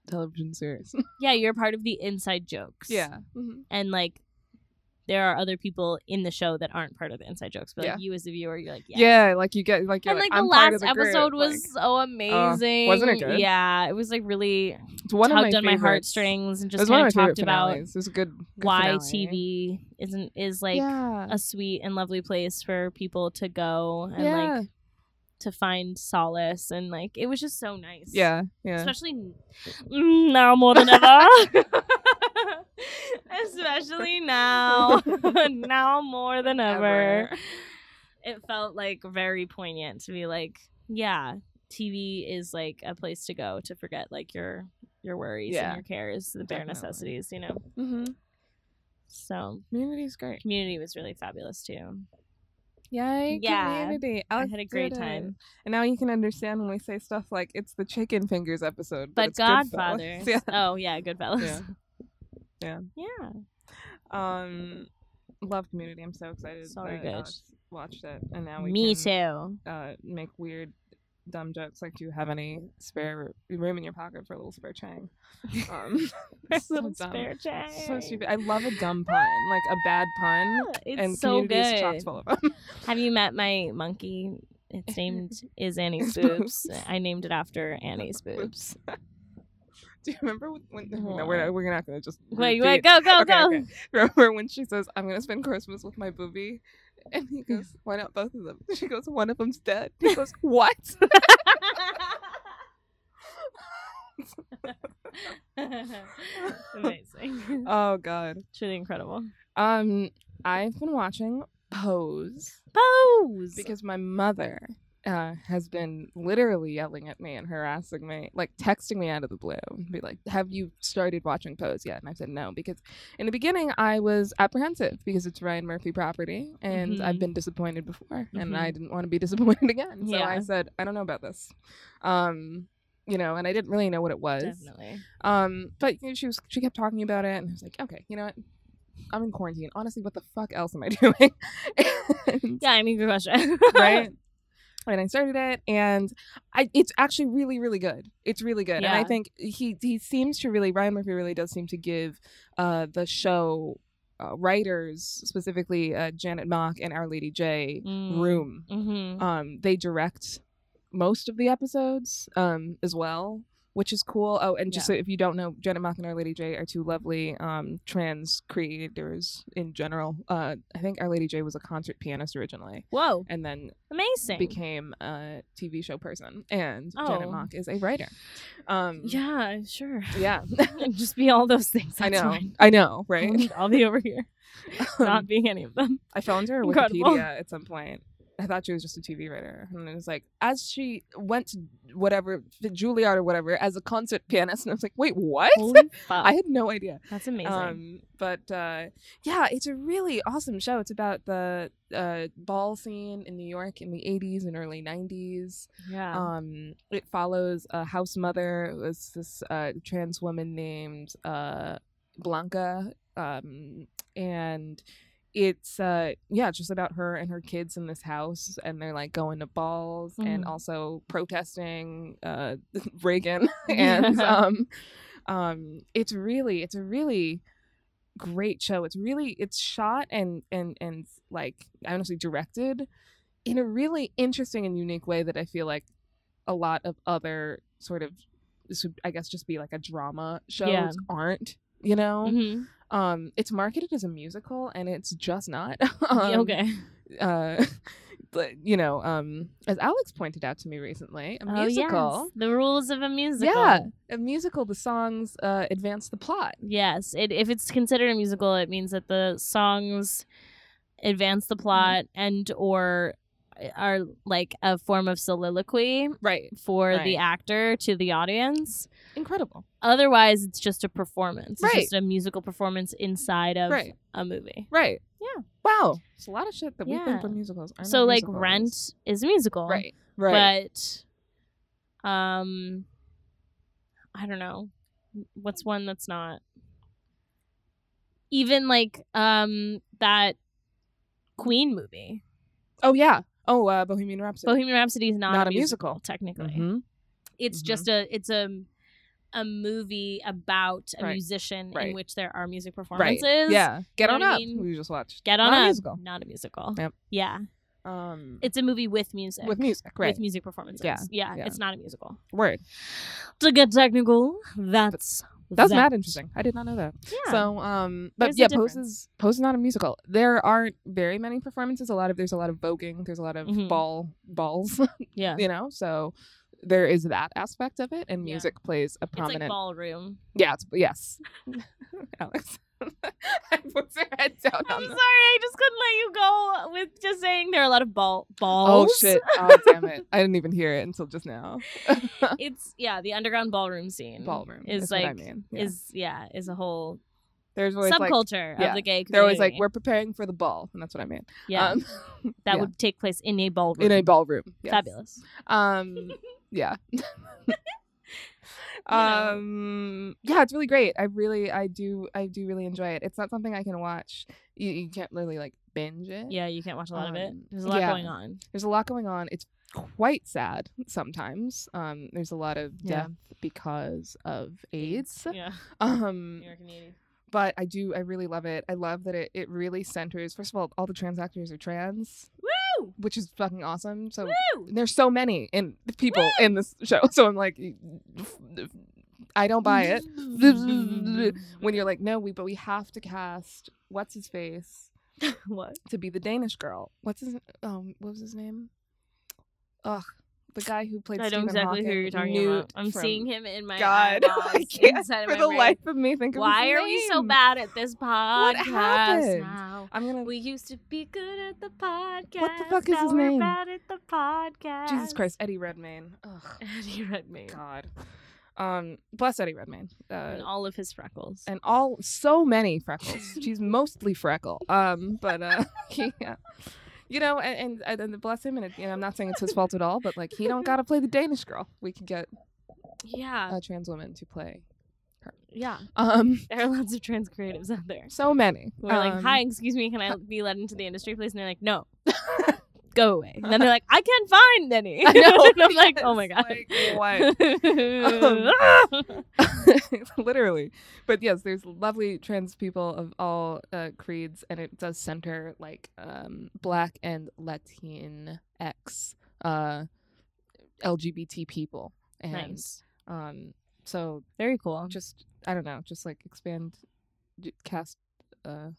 A: television series. [laughs]
B: Yeah, you're part of the inside jokes.
A: hmm
B: and like there are other people in the show that aren't part of the inside jokes, but like
A: Yeah.
B: you as the viewer, you're like, yeah.
A: Yeah. like you get like you're
B: and like,
A: I'm
B: the
A: part of
B: last
A: group,"
B: episode was
A: like, uh,
B: so amazing.
A: wasn't it good?
B: Yeah, it was like really
A: it's one of
B: tugged
A: my
B: on my
A: favorites.
B: heartstrings and
A: It
B: just
A: was one
B: kind
A: of
B: of
A: my favorite
B: talked about
A: finales. It was a good, good
B: why
A: finale.
B: TV isn't is like
A: yeah.
B: a sweet and lovely place for people to go and
A: yeah.
B: like to find solace and like it was just so nice.
A: yeah, yeah,
B: Especially n- mm, now more than
A: [laughs]
B: ever. Especially now. [laughs] now more than ever.
A: Ever.
B: It felt like very poignant to be like, yeah, TV is like a place to go to forget like your your worries
A: Yeah.
B: and your cares, the bare
A: Definitely.
B: necessities, you know.
A: Mhm.
B: So
A: Community's great.
B: community was really fabulous too.
A: Yay,
B: Yeah.
A: community!
B: I had a
A: Alex
B: great
A: did it.
B: time.
A: And now you can understand when we say stuff like it's the chicken fingers episode,
B: But,
A: but, [laughs] it's
B: Godfather.
A: Goodfellas. Yeah.
B: [laughs] Oh yeah, Goodfellas.
A: Yeah. Yeah.
B: yeah.
A: Um, love Community. I'm so excited.
B: So very
A: that
B: good.
A: Alex watched it, and now we
B: Me
A: can,
B: too.
A: Uh, make weird, dumb jokes. Like, do you have any spare room in your pocket for a little spare chang?
B: [laughs]
A: Um, [laughs] so
B: Little
A: dumb.
B: spare
A: So
B: change.
A: stupid. I love a dumb pun, like a bad pun,
B: Ah, [laughs] It's
A: and
B: so
A: Community is chock
B: good.
A: full of them.
B: Have you met my monkey? It's named is Annie's boobs. I named it after Annie's boobs.
A: [laughs] do you remember when? when no, we're not, we're not gonna just.
B: Wait,
A: repeat
B: wait, go, go,
A: [laughs] Okay,
B: go.
A: okay. Remember when she says, "I'm gonna spend Christmas with my booby," and he goes, "Why not both of them?" [laughs] She goes, "One of them's dead." He [laughs] goes, "What?"
B: Amazing.
A: [laughs] oh God.
B: Truly incredible.
A: Um, I've been watching Pose
B: Pose.
A: because my mother uh, has been literally yelling at me and harassing me, like texting me out of the blue, and be like, "Have you started watching Pose yet?" And I said no because in the beginning I was apprehensive because it's Ryan Murphy property, and
B: Mhm.
A: I've been disappointed before,
B: Mhm.
A: and I didn't want to be [laughs] disappointed again. So
B: Yeah.
A: I said, "I don't know about this," um, you know, and I didn't really know what it was.
B: Definitely.
A: Um, but you know, she was she kept talking about it, and I was like, okay, you know what? I'm in quarantine. Honestly, what the fuck else am I [laughs] doing? And-
B: Yeah, I mean, good question. [laughs]
A: [laughs] right. And I started it, and I, it's actually really, really good. It's really good, and I
B: Yeah.
A: think he he seems to really Ryan Murphy really does seem to give uh, the show uh, writers specifically uh, Janet Mock and Our Lady J room
B: Mm. Mm-hmm.
A: um, they direct most of the episodes um, as well, which is cool. Oh, and just
B: Yeah.
A: so if you don't know, Jenna Mock and Our Lady J are two lovely um, trans creators in general. Uh, I think Our Lady J was a concert pianist originally,
B: Whoa,
A: and then
B: amazing.
A: became a TV show person. And Jenna
B: Oh.
A: Mock is a writer. Um,
B: yeah,
A: [laughs]
B: sure. [laughs]
A: yeah,
B: Just be all those things.
A: I
B: that's
A: know,
B: fine. Oh
A: I know, right?
B: I'll- I'll be over
A: [laughs]
B: here,
A: Um,
B: not being any of
A: [laughs]
B: them.
A: I fell into her
B: Incredible.
A: Wikipedia at some point. I thought she was just a TV writer, and it was like as she went to whatever the Juilliard or whatever as a concert [laughs] pianist, and I was like, wait, what?
B: Holy fuck,
A: [laughs] I had no idea.
B: that's amazing.
A: Um, but uh, yeah, it's a really awesome show. It's about the uh, ball scene in New York in the '80s and early '90s.
B: yeah.
A: Um, it follows a house mother. It was this uh, trans woman named uh, Blanca, um, and it's uh, yeah, it's just about her and her kids in this house, and they're like going to balls and
B: Mhm.
A: also protesting uh, [laughs] Reagan, and um, um, it's really, it's a really great show. It's really, it's shot and and and like honestly directed in a really interesting and unique way that I feel like a lot of other sort of this would I guess just be like a drama shows
B: Yeah.
A: aren't. You know,
B: Mhm.
A: um, it's marketed as a musical and it's just not. [laughs]
B: Yeah,
A: um,
B: okay.
A: Uh, [laughs] but, you know, um, as Alex pointed out to me recently, a
B: Oh,
A: musical.
B: yes. The rules of a musical.
A: Yeah, a musical. The songs uh, advance the plot.
B: Yes. It, if it's considered a musical, it means that the songs advance
A: Mm-hmm.
B: the plot and or eh, are like a form of soliloquy
A: Right.
B: for the
A: Right.
B: actor to the audience.
A: Incredible.
B: Otherwise, it's just a performance.
A: Right.
B: It's just a musical performance inside of
A: Right.
B: a movie.
A: Right.
B: Yeah.
A: Wow. It's a lot of shit that we
B: Yeah.
A: think of musicals. Are
B: so
A: not
B: like
A: musicals.
B: Rent is a musical.
A: Right. Right.
B: But um I don't know. What's one that's not even like um that Queen movie.
A: oh yeah. Oh, uh, Bohemian Rhapsody.
B: Bohemian Rhapsody is not,
A: Not
B: a
A: a
B: musical,
A: musical.
B: technically.
A: Mhm.
B: It's
A: Mhm.
B: just a it's a a movie about a
A: Right.
B: musician in
A: Right.
B: which there are music
A: Right.
B: performances.
A: Yeah. Get
B: know
A: on
B: what I
A: up.
B: mean?
A: We just watched.
B: Get on
A: Not
B: up.
A: a musical.
B: Not a musical.
A: Yep.
B: Yeah.
A: Um.
B: It's a movie with music.
A: with music, right?
B: With music performances.
A: Yeah,
B: Yeah.
A: yeah.
B: It's not a musical.
A: Word.
B: To get technical, that's
A: That's
B: that.
A: mad interesting. I did not know that.
B: Yeah.
A: So, um, but
B: There's a
A: yeah, Pose
B: difference.
A: is Pose is not a musical. There aren't very many performances. A lot of there's a lot of voguing. There's a lot of
B: Mhm.
A: ball balls.
B: yeah.
A: [laughs] you know, so there is that aspect of it, and
B: Yeah.
A: music plays
B: It's
A: a
B: like
A: prominent.
B: ballroom.
A: yeah. It's,
B: [laughs]
A: yes. [laughs] Alex. [laughs] I put her head down
B: I'm
A: on
B: sorry,
A: the-
B: I just couldn't let you go with just saying there are a lot of ball
A: Oh
B: balls.
A: shit! Oh damn it! I didn't even hear it until just now.
B: [laughs] It's yeah, the underground ballroom scene.
A: Ballroom
B: Mm, is
A: is
B: like
A: what I mean. Yeah.
B: is yeah is a whole
A: There's always like
B: subculture of
A: yeah.
B: the gay. Community.
A: they're always like we're preparing for the ball, and that's what I mean.
B: yeah [laughs]
A: Um,
B: that
A: yeah.
B: would take place in a ballroom.
A: in a ballroom. Yes.
B: Fabulous. [laughs]
A: Um, yeah. um, yeah, it's really great. I really, I do, I do really enjoy it. It's not something I can watch. You, you can't really like binge it.
B: Yeah, you can't watch a lot of it.
A: Um,
B: There's a lot
A: yeah.
B: going on.
A: There's a lot going on. It's quite sad sometimes. Um, there's a lot of
B: Yeah.
A: death because of AIDS.
B: Yeah,
A: Um,
B: New York and Haiti.
A: but I do, I really love it. I love that it, it really centers, first of all, all the trans actors are trans,
B: Woo!
A: which is fucking awesome. So
B: Woo!
A: there's so many in people in this show [laughs] so i'm like i don't buy it [laughs] when you're like no we but we have to cast what's his face
B: [laughs] what?
A: to be the danish girl what's his um what was his name ugh the guy who played
B: I know
A: Stephen
B: exactly who
A: Hawking,
B: you're talking
A: Newt
B: about. I'm
A: from-
B: seeing him in my
A: God, [laughs]
B: eyeballs,
A: I can't
B: inside of
A: for
B: my
A: the
B: brain.
A: life of me think of
B: Why
A: his
B: are we so
A: name.
B: bad at this podcast
A: happened?
B: now?
A: i'm gonna
B: We used to be good at the podcast.
A: fuck is
B: now
A: his
B: we're
A: name?
B: Bad at the podcast. [laughs]
A: jesus christ eddie redmayne ugh
B: Eddie Redmayne
A: god um bless eddie redmayne uh,
B: and all of his freckles.
A: and all so many freckles. She's mostly freckle. Um, but uh, [laughs] yeah. You know, and, and and bless him. And, it, and I'm not saying it's his fault at all, but like he don't gotta play the Danish girl. We could get
B: yeah,
A: a trans woman to play.
B: yeah.
A: Um,
B: There are lots of trans creatives out there.
A: so many.
B: We're like,
A: Um,
B: hi, excuse me, can I be let into the industry, please? And they're like,
A: [laughs]
B: no, go away. And then they're like, I can't find any.
A: I
B: [laughs]
A: know,
B: and I'm like, oh my
A: it's
B: god.
A: like,
B: [laughs]
A: Um, [laughs] literally but yes there's lovely trans people of all uh, creeds and it does center like um black and latin x uh lgbt people and
B: nice.
A: um So
B: Very cool. Just
A: just I don't know, just like expand, j- cast. Uh,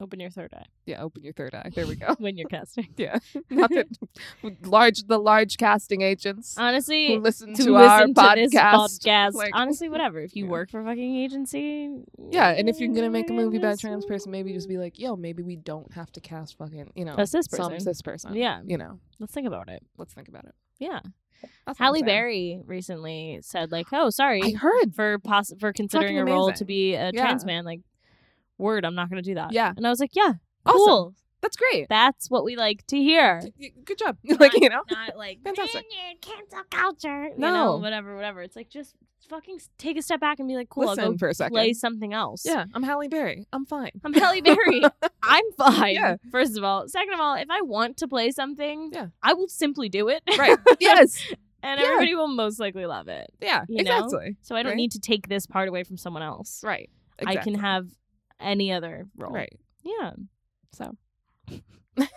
B: open your third eye
A: yeah, open your third eye. There we
B: [laughs]
A: go. [laughs]
B: when you're casting.
A: Yeah, not that [laughs] large the large casting agents
B: Honestly,
A: who listen to,
B: to,
A: our
B: listen to this
A: podcast.
B: podcast.
A: like- [laughs]
B: Honestly, whatever. If you
A: Yeah.
B: work for a fucking agency,
A: Yeah, and if you're gonna make a movie about a
B: listen.
A: trans person, maybe just be like, yo, maybe we don't have to cast fucking you know
B: A cis
A: some
B: person.
A: cis person.
B: Yeah.
A: you know,
B: let's think about it.
A: let's think about it.
B: Yeah,
A: That's what I'm
B: Halle
A: saying.
B: Berry recently said like, "Oh, sorry
A: I heard.
B: for poss- for considering a role to
A: amazing.
B: be a
A: Yeah.
B: trans man." Like, word, I'm not gonna do that.
A: Yeah.
B: and I was like, "Yeah,
A: Awesome.
B: cool.
A: That's great.
B: That's what we like to hear."
A: Y- Good job. [laughs] like you know,
B: not like "Man,
A: Fantastic.
B: you're cancel culture. you
A: No.
B: know, whatever, whatever. It's like just fucking s- take a step back and be like, "Cool, I'll
A: listen
B: go
A: for a second.
B: play something else."
A: Yeah, I'm Halle Berry. I'm
B: [laughs]
A: fine.
B: I'm Halle
A: [laughs]
B: Berry. I'm fine.
A: Yeah.
B: First of all, second of all, if I want to play something,
A: Yeah.
B: I will simply do it,
A: Right. yes.
B: [laughs] and
A: Yeah.
B: everybody will most likely love it.
A: Yeah.
B: You know?
A: exactly.
B: So I don't
A: Right.
B: need to take this part away from someone else.
A: Right.
B: I can have any other role.
A: Right.
B: Yeah.
A: So
B: [laughs]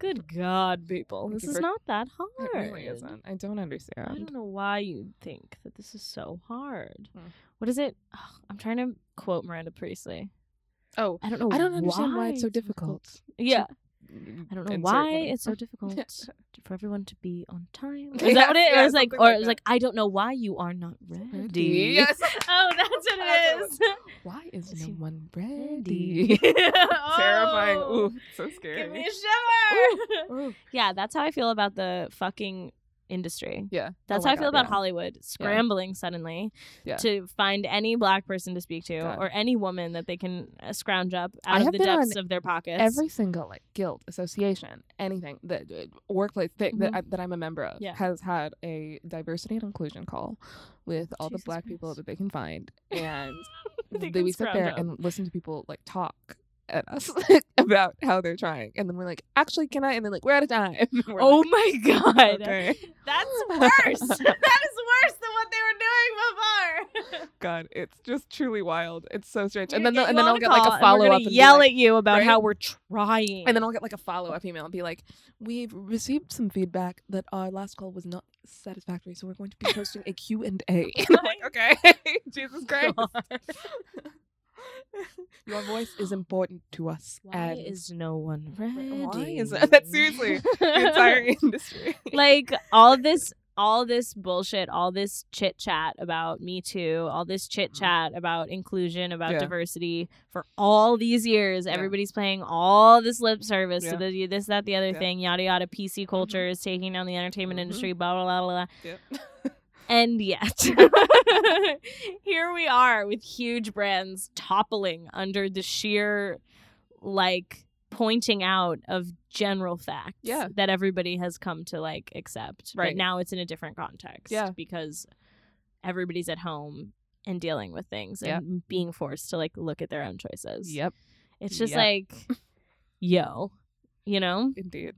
B: Good God, people,
A: Thank
B: this
A: you
B: is
A: for-
B: not that hard.
A: it really isn't. I don't
B: I
A: understand.
B: don't know why you think that this is so hard.
A: Hmm.
B: What is it? Ugh, I'm trying to quote Miranda Priestley.
A: Oh,
B: I don't know.
A: I don't understand why, it's so
B: it's
A: difficult. [laughs]
B: Yeah, I don't know why it's so difficult for everyone to be on time. Is that what it
A: Yes,
B: it was like?
A: something
B: Or
A: like
B: it was
A: that.
B: like, I don't know why you are not ready.
A: [laughs]
B: [laughs]
A: Yes.
B: Oh, that's what
A: That's what
B: it
A: it
B: is.
A: Why
B: Is
A: is
B: he
A: no one
B: Ready. [laughs]
A: ready? [laughs] Terrifying.
B: Oh,
A: Ooh, [laughs] so
B: Give me
A: scary.
B: a
A: [laughs]
B: shiver.
A: Ooh.
B: [laughs] Yeah, that's how I feel about the fucking industry.
A: Yeah.
B: That's
A: Oh my
B: how I feel
A: God,
B: about
A: yeah.
B: Hollywood scrambling suddenly
A: Yeah.
B: to find any black person to speak to
A: God.
B: or any woman that they can uh, scrounge up out
A: I
B: of
A: have
B: the
A: been on
B: depths of their pockets.
A: Every single like guild, association, anything that uh, workplace thing that, I, that I'm a member of
B: Mm-hmm. Yeah.
A: has had a diversity and inclusion call with all
B: Jesus
A: the black people
B: Christ.
A: that they can find, [laughs] and
B: [laughs] They
A: they,
B: can
A: we sit
B: scrounge
A: there
B: up.
A: and listen to people like talk at us [laughs] about how they're trying, and then we're like, actually, can I? And then like, we're out of time. [laughs] We're
B: oh
A: like,
B: my [laughs] god.
A: okay.
B: That's
A: [laughs]
B: worse. [laughs] that is worse than what they were doing before.
A: God, it's just truly wild. It's so strange. And
B: We're gonna
A: then, they'll- and then
B: you
A: I'll
B: on a
A: get
B: call
A: like a
B: and we're
A: follow
B: gonna
A: up.
B: yell at you about
A: right?
B: how we're trying.
A: And then I'll get like a follow up email and be like, "We've received some feedback that our last call was not satisfactory, so we're going to be hosting a Q and A." [laughs] And
B: [laughs]
A: I'm like, "Okay, Jesus Christ, [laughs] your voice is important to us."
B: Why
A: and
B: is no one ready?
A: Why is that- [laughs] that's seriously the entire
B: [laughs]
A: industry. [laughs]
B: like all this all this bullshit, all this chit chat about Me Too, all this chit chat about inclusion, about
A: Mm-hmm. Yeah.
B: diversity for all these years. Everybody's playing all this lip service to the this, that, the other
A: Yeah. Mm-hmm.
B: thing, yada yada. PC culture is taking down the entertainment
A: Mhm.
B: industry, blah, blah, blah, blah, blah.
A: Yep.
B: And yet, [laughs] here we are with huge brands toppling under the sheer, like, pointing out of general facts
A: Yeah.
B: that everybody has come to, like, accept. But
A: Right.
B: now it's in a different context
A: Yeah.
B: because everybody's at home and dealing with things
A: Yeah.
B: and being forced to, like, look at their own choices.
A: yep,
B: It's just
A: Yep.
B: like, yo, you know?
A: indeed.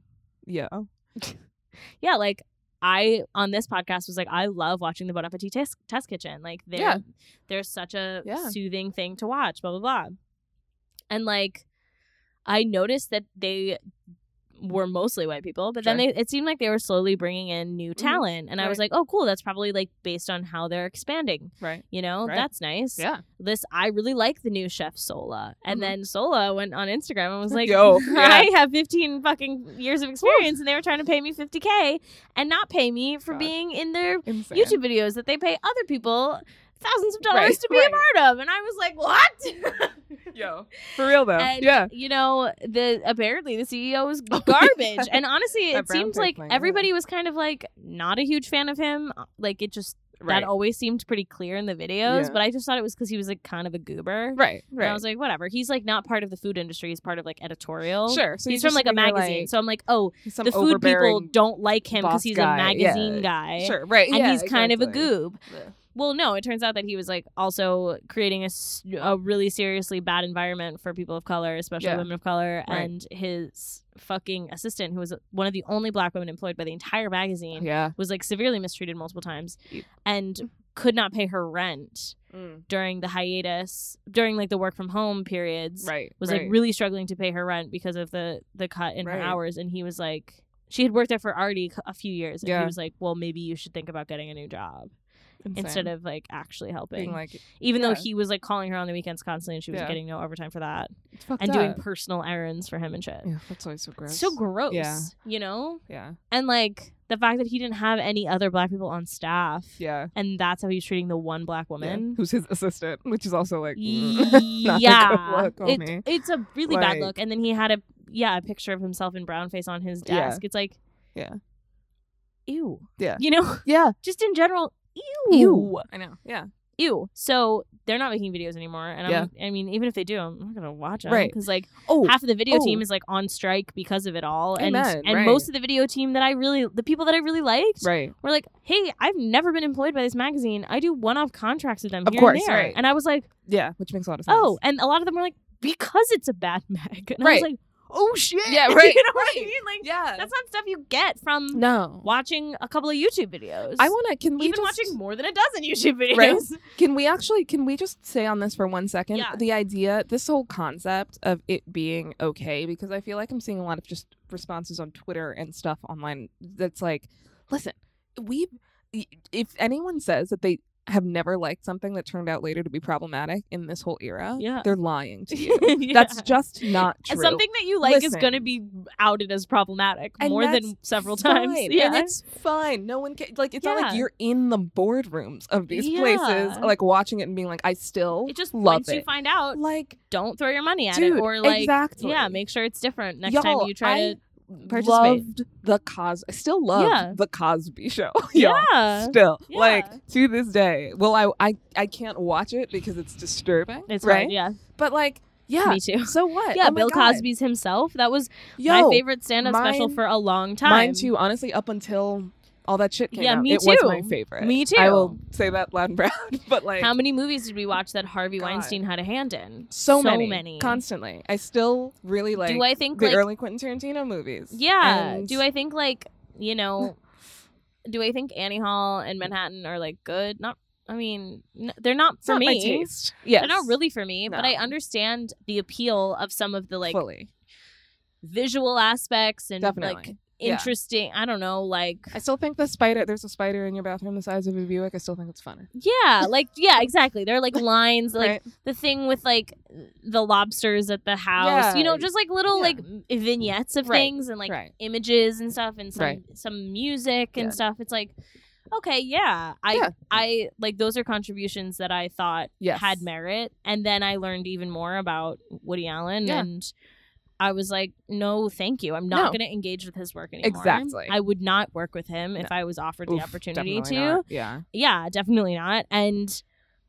A: Yeah.
B: yeah, like I on this podcast was like, I love watching the Bon Appetit Test, test Kitchen. Like they're
A: Yeah.
B: they're such a
A: Yeah.
B: soothing thing to watch. Blah blah blah. And like, I noticed that they were mostly white people, but then
A: Sure.
B: they it seemed like they were slowly bringing in new
A: Mhm.
B: talent, and I was like, oh cool, that's probably like based on how they're expanding.
A: Right.
B: You know,
A: Right.
B: that's nice.
A: Yeah.
B: This I really like the new chef Sola, and
A: Mhm.
B: then Sola went on Instagram
A: [laughs]
B: and was like, [laughs]
A: Yo,
B: I have 15 fucking years of experience, and they were trying to pay me 50k and not pay me for
A: God.
B: being in their
A: Insane.
B: YouTube videos that they pay other people thousands of dollars
A: Right,
B: to be a part of. And I was like,
A: [laughs]
B: what?
A: Yo, for real though.
B: And,
A: yeah.
B: You know, the apparently the CEO is
A: Oh [laughs] my
B: garbage.
A: God.
B: and honestly,
A: That
B: it
A: brown
B: seems
A: paper
B: like
A: thing, yeah.
B: everybody was kind of like not a huge fan of him. Uh, Like it just
A: Right.
B: that always seemed pretty clear in the videos.
A: Yeah.
B: But I just thought it was because he was like kind of a goober.
A: Right.
B: And
A: Right.
B: I was like, whatever. He's like not part of the food industry. He's part of like editorial.
A: sure. So
B: he's
A: you're
B: from like a
A: sitting there,
B: magazine.
A: like,
B: so I'm like, oh,
A: some
B: the food people
A: overbearing-
B: don't like him because
A: boss
B: he's a
A: guy. Yeah.
B: magazine guy.
A: Sure. Right.
B: And
A: yeah,
B: he's kind of a
A: exactly.
B: goob.
A: Yeah.
B: Well, no, it turns out that he was like also creating a, s- a really seriously bad environment for people of color, especially
A: Yeah.
B: women of color.
A: Right.
B: And his fucking assistant, who was one of the only black women employed by the entire magazine,
A: Yeah.
B: was like severely mistreated multiple times
A: Yep.
B: and could not pay her rent
A: Mm,
B: during the hiatus, during like the work from home periods
A: Right.
B: was
A: right.
B: like really struggling to pay her rent because of the the cut in her
A: Right.
B: hours and he was like she had worked there for already c- a few years, and
A: Yeah.
B: he was like, "Well, maybe you should think about getting a new job instead of like actually helping."
A: being like
B: Even though
A: yeah.
B: he was like calling her on the weekends constantly, and she was
A: Yeah.
B: getting no overtime for that,
A: it's fucked
B: and
A: up.
B: doing personal errands for him and shit.
A: yeah, that's always so gross.
B: So gross,
A: Yeah.
B: you know,
A: Yeah,
B: and like the fact that he didn't have any other black people on staff,
A: yeah.
B: and that's how he was treating the one black
A: yeah.
B: woman.
A: Who's his assistant? Which is also like, [laughs] mm, Not a good
B: yeah,
A: look on
B: It-
A: me.
B: it's a really bad
A: Like-
B: look. And then he had a yeah a picture of himself in brown face on his
A: Yeah.
B: desk. It's like,
A: Yeah.
B: ew,
A: Yeah.
B: you know, [laughs]
A: yeah,
B: just in general, ew,
A: Ew.
B: ew.
A: I know. Yeah,
B: So they're not making videos anymore. And I'm, I mean, even if they do, I'm not gonna watch them
A: Right.
B: because like
A: Oh,
B: half of the video
A: oh.
B: team is like on strike because of it all, and
A: Amen,
B: and
A: right.
B: most of the video team that I really the people that I really liked
A: right.
B: we're like, hey, I've never been employed by this magazine. I do one off contracts with them
A: Of
B: here
A: course,
B: and there.
A: right.
B: And I was like,
A: Yeah, which makes a lot of sense.
B: oh, and a lot of them were like, because it's a bad [laughs] mag. And I was
A: Right.
B: like, oh shit. [laughs]
A: Yeah,
B: you
A: [laughs] right,
B: know what I
A: right.
B: mean? Like
A: yeah.
B: that's not stuff you get from
A: no.
B: watching a couple of YouTube videos.
A: I want to. Can we
B: even
A: just
B: watching more than a dozen YouTube videos. [laughs]
A: Right. [laughs] can we actually can we just stay on this for one second?
B: Yeah.
A: The idea, this whole concept of it being okay, because I feel like I'm seeing a lot of just responses on Twitter and stuff online that's like, listen, we if anyone says that they have never liked something that turned out later to be problematic in this whole era,
B: Yeah.
A: they're [laughs] lying to you.
B: Yeah.
A: That's just not
B: And
A: true.
B: Something that you like is
A: Listen.
B: going to be outed as problematic
A: And
B: more
A: that's
B: than several times.
A: fine,
B: Yeah.
A: And it's fine. No one can like it's not like
B: Yeah.
A: you're in the boardrooms of these places,
B: Yeah.
A: like watching it and being like, I still
B: it just
A: love
B: once
A: it.
B: you find out,
A: like
B: don't throw your money at
A: dude,
B: it or like
A: exactly.
B: yeah, make sure it's different next
A: Y'all,
B: time you try
A: I
B: to participate.
A: loved the cos I still love
B: Yeah.
A: the Cosby show. [laughs] y'all.
B: Yeah.
A: Still.
B: Yeah.
A: Like to this day. Well I I I can't watch it because it's disturbing.
B: It's
A: right.
B: right. Yeah.
A: But like yeah.
B: Me too.
A: So what?
B: Yeah,
A: Oh my
B: Bill
A: God.
B: Cosby's himself. That was
A: Yo,
B: my favorite stand up special
A: mine-
B: for a long time.
A: Mine too, honestly, up until all that shit came
B: Yeah,
A: out.
B: me
A: it was
B: too.
A: my favorite.
B: Me
A: I
B: too.
A: will say that loud and [laughs] proud. But like
B: How many movies did we watch that Harvey
A: God.
B: Weinstein had a hand in?
A: so,
B: many.
A: Constantly. I still really like
B: Do I think
A: the
B: like
A: early Quentin Tarantino movies.
B: Yeah.
A: And-
B: Do I think like, you
A: [laughs]
B: know, do I think Annie Hall and Manhattan are like good? Not I mean, n- they're not
A: it's
B: for
A: not
B: me.
A: my taste. Yes.
B: They're not really for me, but
A: No.
B: I understand the appeal of some of the like
A: fully.
B: visual aspects and
A: Definitely.
B: like
A: Yeah.
B: interesting, I don't know, like
A: I still think the spider. There's a spider in your bathroom the size of a Buick. I still think it's funny.
B: Yeah, like yeah, exactly. There are like
A: [laughs]
B: lines, like
A: right?
B: the thing with like the lobsters at the house. You know,
A: Yeah.
B: just like little
A: Yeah.
B: like vignettes of
A: Right.
B: things and like
A: right.
B: images and stuff and some
A: Right.
B: some music and
A: Yeah.
B: stuff. It's like okay, yeah. I
A: Yeah.
B: I like those are contributions that I thought
A: Yes.
B: had merit and then I learned even more about Woody Allen
A: Yeah.
B: and I was like, no, thank you. I'm not
A: No.
B: going to engage with his work anymore.
A: Exactly.
B: I would not work with him if I was offered
A: Oof,
B: the opportunity to
A: definitely not. Yeah.
B: yeah, definitely not. And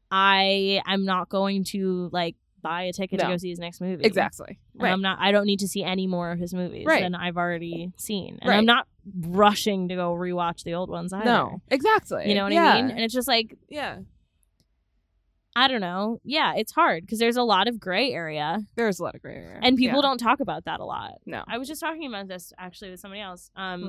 B: I am not going to like buy a ticket to
A: No.
B: go see his next movie.
A: Exactly.
B: And I'm not. I don't need to see any more of his movies
A: Right.
B: than I've already seen, and
A: Right.
B: I'm not rushing to go rewatch the old ones either.
A: No. Exactly.
B: You know what
A: yeah.
B: I mean? And it's just like
A: Yeah.
B: I don't know. Yeah, it's hard because there's a lot of gray area,
A: There's a lot of gray area.
B: and people
A: Yeah.
B: don't talk about that a lot.
A: No.
B: I was just talking about this actually with somebody else. Um.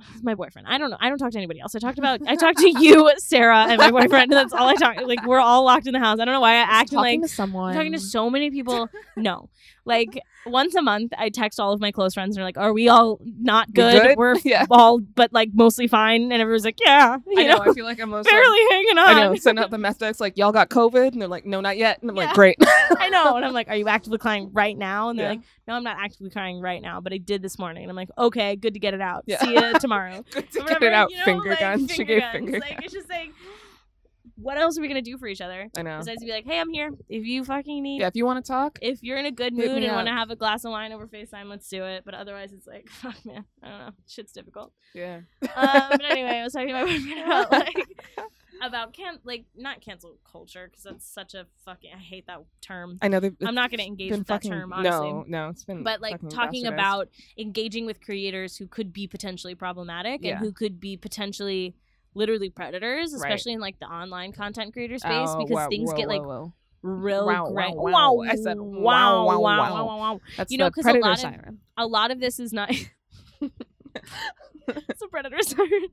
A: Hmm.
B: [sighs] My boyfriend. I don't know. I don't talk to anybody else. I talked about. I talked to
A: [laughs]
B: you, Sarah, and my boyfriend. That's all I talk. Like we're all locked in the house. I don't know why I act
A: talking
B: like
A: to someone.
B: I'm talking to so many
A: [laughs]
B: people. No, like once a month, I text all of my close friends and they're like, "Are we all not
A: We're
B: good?
A: good?"
B: We're
A: [laughs] Yeah.
B: all but like mostly fine." And everyone's like, "Yeah, you
A: I know,
B: know,
A: I feel
B: [laughs]
A: like I'm most. Like,
B: barely hanging on."
A: I know. Send out the messages like y'all got COVID, and they're like, no, not yet. And I'm like,
B: Yeah.
A: great. [laughs]
B: I know. And I'm like, "Are you actively crying right now?" And they're
A: Yeah.
B: like, "No, I'm not actively crying right now, but I did this morning." And I'm like, "Okay, good to get it out.
A: Yeah.
B: See you tomorrow."
A: Good [laughs] to
B: Whatever,
A: get it out.
B: you know,
A: finger
B: like,
A: guns. she
B: finger
A: gave
B: guns.
A: finger.
B: Like it's just like, what else are we gonna do for each other
A: I know.
B: besides be like, "Hey, I'm here. If you fucking need
A: Yeah. If you want to talk,
B: if you're in a good
A: Hit
B: mood
A: me
B: and want to
A: up.
B: have a glass of wine over FaceTime, let's do it. But otherwise, it's like, [laughs] fuck, man, I don't know. Shit's
A: [laughs]
B: difficult.
A: yeah.
B: Um, but anyway, I was talking to my boyfriend [laughs] about like
A: [laughs]
B: about can like not cancel culture because that's such a fucking I hate that term.
A: I know. they've-
B: I'm
A: it's
B: not gonna engage
A: been
B: with that
A: fucking-
B: term honestly.
A: No, no, it's been.
B: But like
A: Mm, fucking
B: talking
A: bastardized.
B: about engaging with creators who could be potentially problematic
A: Yeah.
B: and who could be potentially literally predators,
A: Right.
B: especially in like the online content creator space,
A: Oh,
B: because
A: wow,
B: things
A: whoa,
B: get like
A: whoa, whoa.
B: real
A: Wow, wow,
B: gray.
A: wow. I said, wow, wow, wow.
B: wow.
A: That's
B: You know,
A: the
B: 'cause a
A: predator
B: lot of-
A: siren.
B: a lot of this is
A: [laughs]
B: not [laughs] it's a predator siren.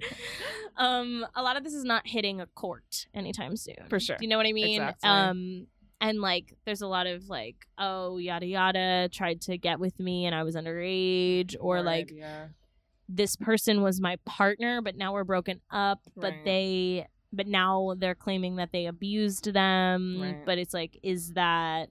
B: Um, a lot of this is not hitting a court anytime soon.
A: For sure.
B: Do you know what I mean?
A: Exactly.
B: Um, and like there's a lot of like oh yada yada tried to get with me and i was underage or like [laughs]
A: yeah.
B: this person was my partner but now we're broken up but
A: Right.
B: they but now they're claiming that they abused them
A: Right.
B: but it's like is that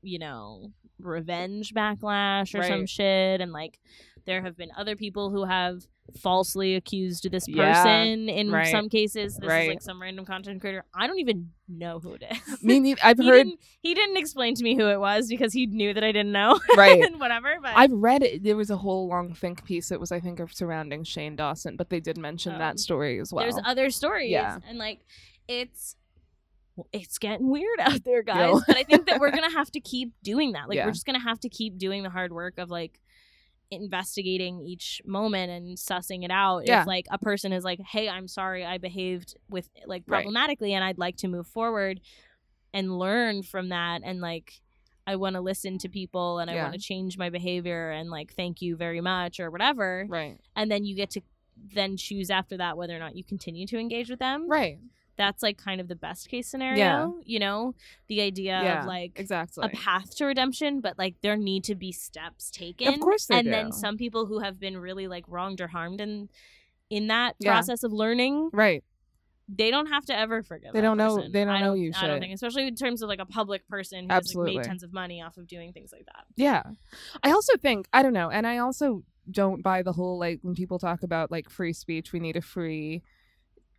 B: you know revenge backlash or some
A: Right.
B: shit and like there have been other people who have falsely accused this
A: Yeah.
B: person in
A: Right.
B: some cases this is
A: Right.
B: like some random content creator i don't even know who it is
A: Me neither.
B: [laughs]
A: I've
B: he
A: heard
B: didn't, he didn't explain to me who it was because he knew that I didn't know [laughs]
A: right.
B: and whatever. But
A: I've read it. There was a whole long think piece that was, I think, of surrounding Shane Dawson, but they did mention
B: Um,
A: that story as well.
B: there's other stories,
A: Yeah.
B: and like it's it's getting weird [laughs] out there, guys.
A: Yo.
B: But I think that we're
A: [laughs]
B: gonna have to keep doing that. Like
A: Yeah.
B: we're just gonna have to keep doing the hard work of like investigating each moment and sussing it out.
A: Yeah.
B: If like a person is like, "Hey, I'm sorry, I behaved with like
A: Right.
B: problematically, and I'd like to move forward and learn from that," and like. I want to listen to people and I
A: Yeah.
B: want to change my behavior and like thank you very much or whatever
A: right,
B: and then you get to then choose after that whether or not you continue to engage with them.
A: right,
B: That's like kind of the best case scenario.
A: Yeah.
B: You know, the idea
A: Yeah,
B: of like
A: exactly.
B: a path to redemption, but like there need to be steps taken.
A: Of course, they
B: and then
A: do.
B: some people who have been really like wronged or harmed in in that
A: Yeah.
B: process of learning,
A: Right,
B: they don't have to ever forgive.
A: They
B: that
A: don't know-
B: person.
A: they don't
B: I
A: know you
B: I don't
A: should.
B: think, especially in terms of like a public person who has like, made
A: Absolutely.
B: tons of money off of doing things like
A: [laughs]
B: that.
A: yeah. I also think I don't know, and I also don't buy the whole like when people talk about like free speech, we need a free,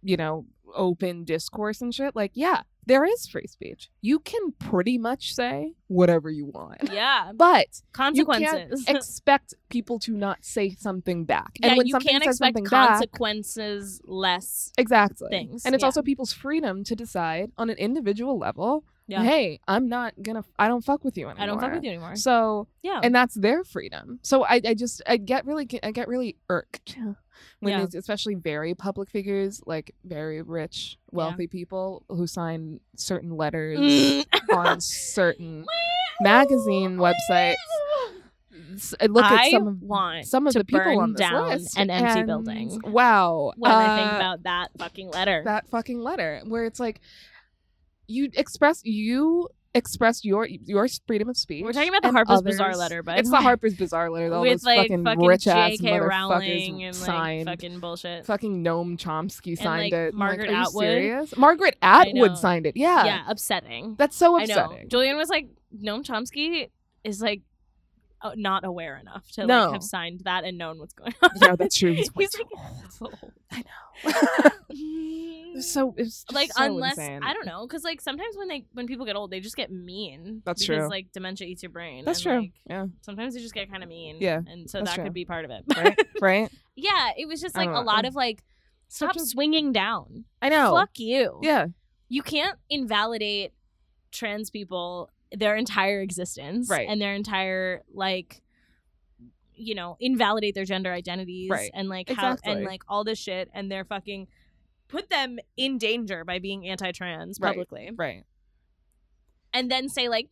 A: you know, open discourse and shit. Like, yeah, there is free speech. You can pretty much say whatever you want,
B: Yeah,
A: but
B: [laughs]
A: you can't
B: consequences. [laughs]
A: expect people to not say something back.
B: yeah,
A: and when
B: you
A: something
B: can't
A: says
B: expect
A: something back,
B: consequences less
A: Exactly.
B: things,
A: And it's
B: yeah.
A: also people's freedom to decide on an individual level,
B: Yeah.
A: hey, I'm not going to, I don't fuck with you anymore.
B: I don't fuck with you anymore.
A: So,
B: yeah.
A: and that's their freedom. So I, I just, I get really, I get really irked when
B: Yeah.
A: it's especially very public figures, like very rich, wealthy people who sign certain letters
B: [laughs]
A: [laughs]
B: Mm,
A: on certain magazine websites. S- I Look at
B: I
A: some of,
B: want
A: some of
B: to
A: the people
B: burn
A: on this
B: down
A: list.
B: an empty
A: and
B: building.
A: Wow.
B: when I think
A: uh,
B: about that fucking letter.
A: that fucking letter where it's like you express you express your your freedom of speech.
B: We're talking about the
A: and
B: Harper's Bazaar
A: others-
B: letter, but
A: It's the Harper's Bazaar letter. All
B: with
A: those
B: like
A: fucking,
B: fucking
A: rich ass
B: J.K.
A: motherfuckers
B: Rowling and
A: signed.
B: like fucking bullshit.
A: fucking Noam Chomsky signed
B: like,
A: it. I'm
B: Margaret
A: like, are
B: Atwood.
A: You serious? Margaret
B: know.
A: Atwood signed it. Yeah.
B: yeah, upsetting.
A: That's so
B: I know. [laughs]
A: upsetting.
B: Julian was like, Noam Chomsky is like uh, not aware enough to
A: No.
B: like have signed that and known what's
A: [laughs]
B: going on.
A: yeah, that's true. He's way
B: He's
A: too
B: like, so old. [laughs]
A: old. It was
B: Mm.
A: [laughs] so it's just
B: like
A: so
B: unless
A: insane.
B: I don't know, because like sometimes when they when people get old, they just get mean.
A: That's
B: because,
A: true.
B: Like dementia eats your brain. and,
A: That's true.
B: Like,
A: yeah.
B: sometimes they just get kind of mean.
A: Yeah,
B: and so
A: that's
B: that
A: true.
B: could be part of it.
A: Right. Right.
B: [laughs] yeah, it was just
A: I
B: like
A: don't
B: a
A: know.
B: lot of like stop
A: Such a-
B: swinging down.
A: I know.
B: Fuck you.
A: Yeah.
B: you can't invalidate trans people their entire existence
A: Right.
B: and their entire like you know invalidate their gender identities
A: Right.
B: and like how and
A: Exactly.
B: like all this shit and they're fucking put them in danger by being anti-trans
A: Right.
B: publicly
A: Right.
B: and then say like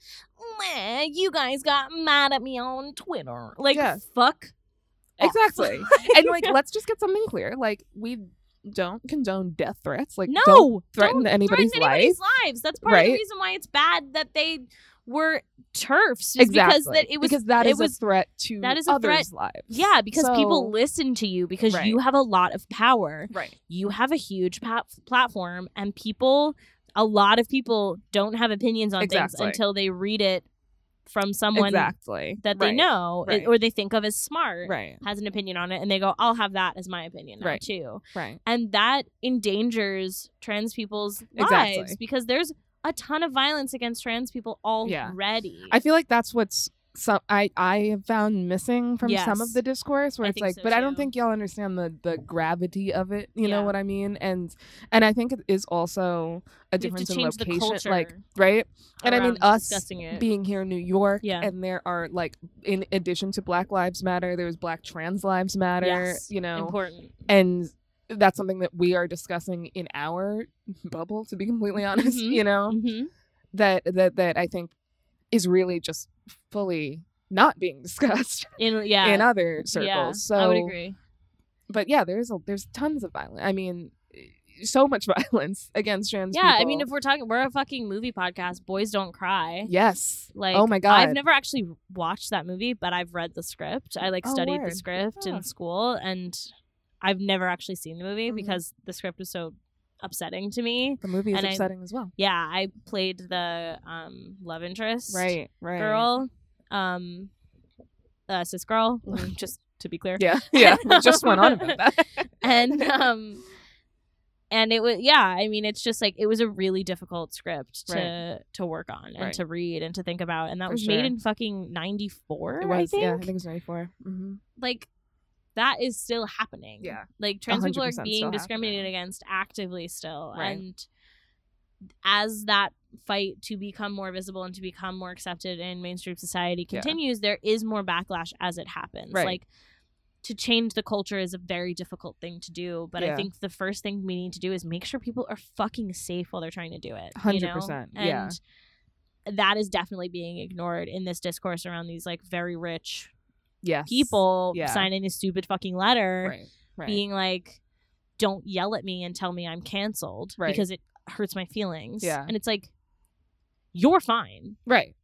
B: "Meh, you guys got mad at me on twitter like
A: Yeah.
B: fuck off. [laughs]
A: Exactly. and like let's just get something clear like we don't condone death threats like
B: no
A: don't threaten
B: don't
A: anybody's
B: threaten anybody's
A: life.
B: lives. That's part of the
A: Right?
B: reason why it's bad that they were turfs. is
A: exactly
B: Because that it was
A: because that
B: it
A: is
B: was-
A: a threat to
B: that is a
A: others'
B: threat-
A: lives.
B: yeah, because people
A: So-
B: listen to you because
A: Right.
B: you have a lot of power.
A: right.
B: You have a huge pat- platform, and people, a lot of people, don't have opinions on
A: Exactly.
B: things until they read it from someone
A: exactly
B: that they
A: Right.
B: know i-
A: Right.
B: or they think of as smart.
A: Right.
B: Has an opinion on it, and they go, "I'll have that as my opinion now
A: Right.
B: too."
A: Right.
B: and that endangers trans people's
A: Exactly.
B: lives because there's a ton of violence against trans people already.
A: I feel like that's what's some I I have found missing from some
B: Yes.
A: of the discourse where
B: I
A: it's
B: think
A: like,
B: so,
A: but I don't
B: too.
A: think y'all understand the the gravity of it. You
B: Yeah.
A: know what I mean? And and I think it is also a
B: You have to
A: difference in
B: change the
A: location,
B: culture,
A: like right. And I mean
B: around
A: us
B: discussing it.
A: being here in New York,
B: Eh, Yeah.
A: and there are like, in addition to Black Lives Matter, there's Black Trans Lives Matter,
B: Yes.
A: you know,
B: important.
A: and that's something that we are discussing in our bubble, to be completely honest,
B: Mhm.
A: you know,
B: Mhm.
A: that that that I think is really just fully not being discussed
B: In yeah,
A: in other circles.
B: yeah,
A: so,
B: I would agree.
A: but yeah, there's a, there's tons of violence. I mean, so much [laughs] violence against trans
B: yeah, I
A: people.
B: mean, if we're talking, we're a fucking movie podcast. Boys don't cry.
A: yes,
B: Like,
A: Oh my
B: I've
A: God.
B: never actually watched that movie, but I've read the script. I like
A: Oh,
B: studied the
A: word.
B: script
A: Huh.
B: in school, and I've never actually seen the movie
A: Mhm.
B: because the script was so upsetting to me.
A: the movie is
B: and I-
A: upsetting as well.
B: Yeah, I played the um, love interest,
A: Right, right,
B: Girl, um, uh, cis girl,
A: [laughs]
B: [laughs]
A: Mhm.
B: just to be [laughs] clear.
A: Yeah, yeah. We just went on
B: [laughs]
A: about that.
B: and um and it was yeah i mean it's just like it was a really difficult script to to work on and
A: Right.
B: to read and to think about and that
A: For
B: was
A: sure.
B: made in fucking 94
A: It
B: i
A: was,
B: think
A: yeah. I think it was ninety four. Mm-hmm.
B: like that is still happening
A: Yeah.
B: like trans people are
A: 100%
B: being
A: still
B: discriminated
A: happening.
B: against actively still
A: Right.
B: and as that fight to become more visible and to become more accepted in mainstream society
A: Yeah.
B: continues there is more backlash as it happens
A: Right.
B: like to change the culture is a very difficult thing to do but i
A: Yeah.
B: think the first thing we need to do is make sure people are fucking safe while they're trying to do it you know?
A: 100%, yeah.
B: and that is definitely being ignored in this discourse around these like very rich
A: Yes,
B: people
A: Yeah.
B: signing this stupid fucking letter
A: Right, right.
B: being like don't yell at me and tell me i'm canceled
A: Right.
B: because it hurts my feelings
A: Yeah.
B: and it's like you're fine
A: right.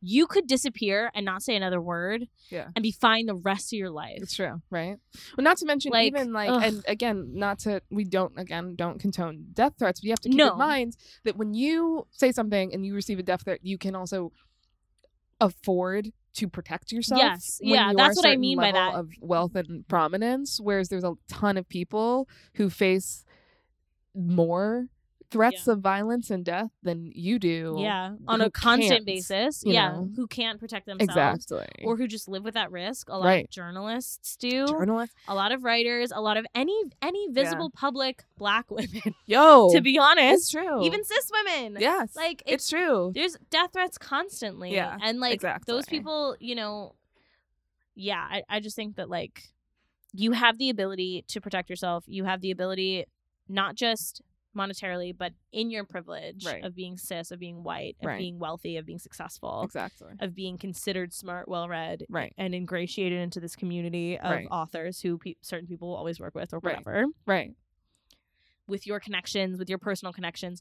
B: you could disappear and not say another word
A: Yeah.
B: and be fine the rest of your life
A: It's true, right? Well, not to mention
B: Like,
A: even like,
B: ugh.
A: and again, not to we don't again don't condone death threats. But you have to keep
B: No.
A: in mind that when you say something and you receive a death threat, you can also afford to protect yourself.
B: Yes,
A: when
B: yeah,
A: you
B: that's
A: are a
B: what I
A: certain
B: mean by
A: level
B: that.
A: Of wealth and prominence, whereas there's a ton of people who face more threats of violence and death than you do.
B: yeah on a
A: who
B: constant
A: can't,
B: basis
A: you
B: yeah
A: know?
B: who can't protect themselves
A: exactly.
B: or who just live with that risk a lot of
A: Right.
B: journalists do
A: journalists.
B: a lot of writers a lot of any any visible public black women [laughs]
A: Yo,
B: to be
A: Oh. it's
B: honest
A: true.
B: even cis women
A: yes,
B: like
A: it's, true.
B: there's death threats constantly
A: Yeah,
B: and like those
A: exactly.
B: people you know yeah I, I just think that like you have the ability to protect yourself you have the ability not just monetarily but in your privilege
A: Right.
B: of being cis of being white of
A: Right.
B: being wealthy of being successful
A: Exactly.
B: of being considered smart well read
A: Right.
B: and ingratiated into this community of
A: Right.
B: authors who pe- certain people will always work with or
A: Right.
B: whatever
A: Right.
B: with your connections, with your personal connections,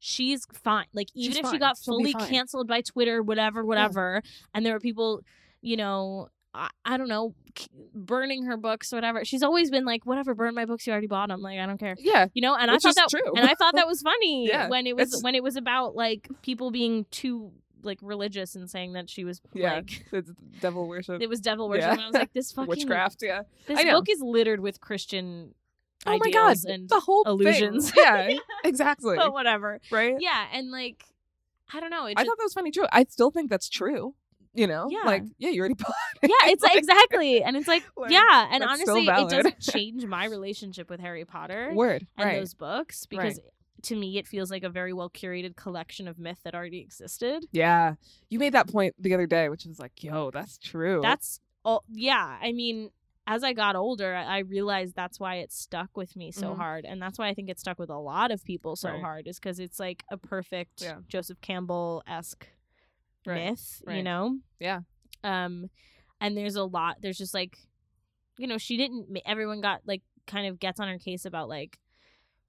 B: she's fine. Like even
A: She's
B: if she
A: fine.
B: got
A: She'll
B: fully
A: be fine.
B: canceled by Twitter, whatever, whatever, and there were people, you know, I, I don't know, k- burning her books, whatever. She's always been like, whatever, burn my books. You already bought them. Like I don't care.
A: Yeah.
B: You know, and
A: Which
B: I
A: is
B: thought that,
A: true. [laughs]
B: and I thought that was funny
A: Yeah,
B: when it was
A: it's-
B: when it was about like people being too like religious and saying that she was
A: Yeah.
B: like [laughs]
A: It's devil worship,
B: it was devil worship.
A: Yeah.
B: And I was like, this fucking
A: [laughs] witchcraft. Yeah.
B: This
A: I know.
B: book is littered with Christian.
A: Oh my God.
B: ideals And
A: The whole
B: illusions.
A: Thing.
B: [laughs]
A: Yeah. [laughs] Exactly.
B: but whatever.
A: right.
B: Yeah, and like I don't know. It
A: I
B: just,
A: thought that was funny too. I still think that's true. You know.
B: Yeah.
A: Like yeah, you already [laughs] bought. it.
B: yeah, it's
A: like-
B: exactly, and it's like,
A: [laughs] Like,
B: yeah, and
A: that's still
B: honestly, it
A: valid.
B: doesn't change
A: [laughs]
B: my relationship with Harry Potter
A: Word.
B: and
A: right.
B: those books because to me it feels like a very well curated collection of myth that already existed.
A: yeah. You made that point the other day, which was like, yo, that's true.
B: That's all. Yeah, I mean. As I got older, I I realized that's why it stuck with me so
A: Mhm.
B: hard, and that's why I think it stuck with a lot of people so
A: Right.
B: hard, is because it's like a perfect
A: Yeah.
B: Joseph Campbell esque
A: right.
B: myth, you
A: right.
B: know?
A: Yeah.
B: Um, and there's a lot. There's just like, you know, she didn't. ma- Everyone got like kind of gets on her case about like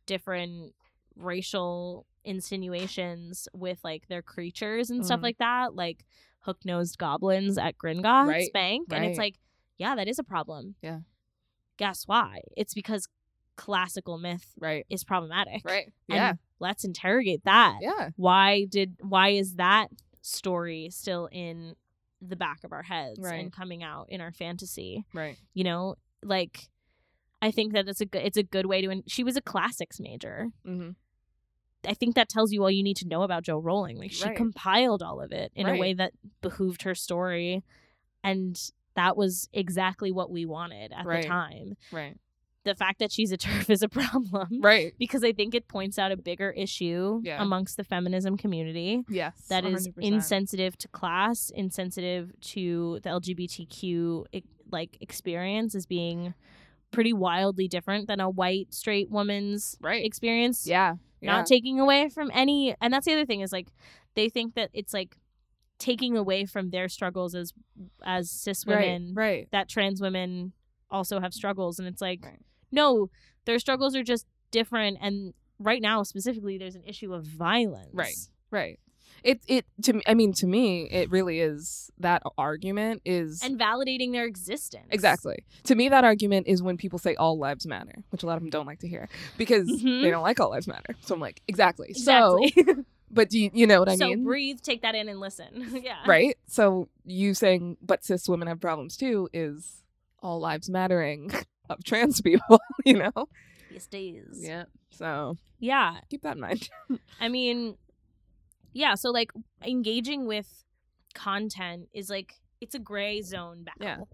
B: different racial insinuations with like their creatures and stuff
A: Mhm.
B: like that, like hook nosed goblins at Gringotts
A: Right,
B: Bank, and it's
A: right.
B: like, yeah, that is a problem.
A: Yeah.
B: Guess why? It's because classical myth
A: Right.
B: is problematic.
A: Right.
B: And
A: Yeah.
B: Let's interrogate that
A: yeah.
B: why did why is that story still in the back of our heads
A: Right.
B: and coming out in our fantasy
A: Right.
B: you know like i think that it's a good it's a good way to and she was a classics major
A: Mm-hmm.
B: i think that tells you all you need to know about joe rowling like she
A: Right.
B: compiled all of it in a
A: Right.
B: way that behooved her story and that was exactly what we wanted at
A: Right.
B: the time
A: Right.
B: the fact that she's a [laughs] turf is a problem
A: Right.
B: because i think it points out a bigger issue
A: Yeah.
B: amongst the feminism community
A: Yes.
B: that is
A: 100%.
B: insensitive to class, insensitive to the LGBTQ e- like experience as being pretty wildly different than a white straight woman's
A: Right.
B: experience.
A: Yeah.
B: Not taking away from any and that's the other thing is like they think that it's like taking away from their struggles as as cis
A: yeah.
B: women
A: Right. Right.
B: that trans women also have struggles and it's like
A: Right.
B: no, their struggles are just different and right now specifically there's an issue of violence
A: Right. right. It it to me, I mean to me it really is that argument is
B: and validating their existence
A: Exactly. To me, that argument is when people say all lives matter, which a lot of them don't like to hear because
B: Mhm.
A: they don't like all lives matter. So I'm like, exactly.
B: exactly
A: So, but do you, you know what
B: [laughs]
A: I
B: so
A: mean?
B: breathe take that in and listen [laughs] yeah
A: right? So you saying, but cis women have problems too, is all lives mattering [laughs] of trans people, [laughs] you know?
B: yes days
A: Yeah. So
B: yeah
A: keep that in mind.
B: I mean, yeah. So like engaging with content is like it's a gray zone battle.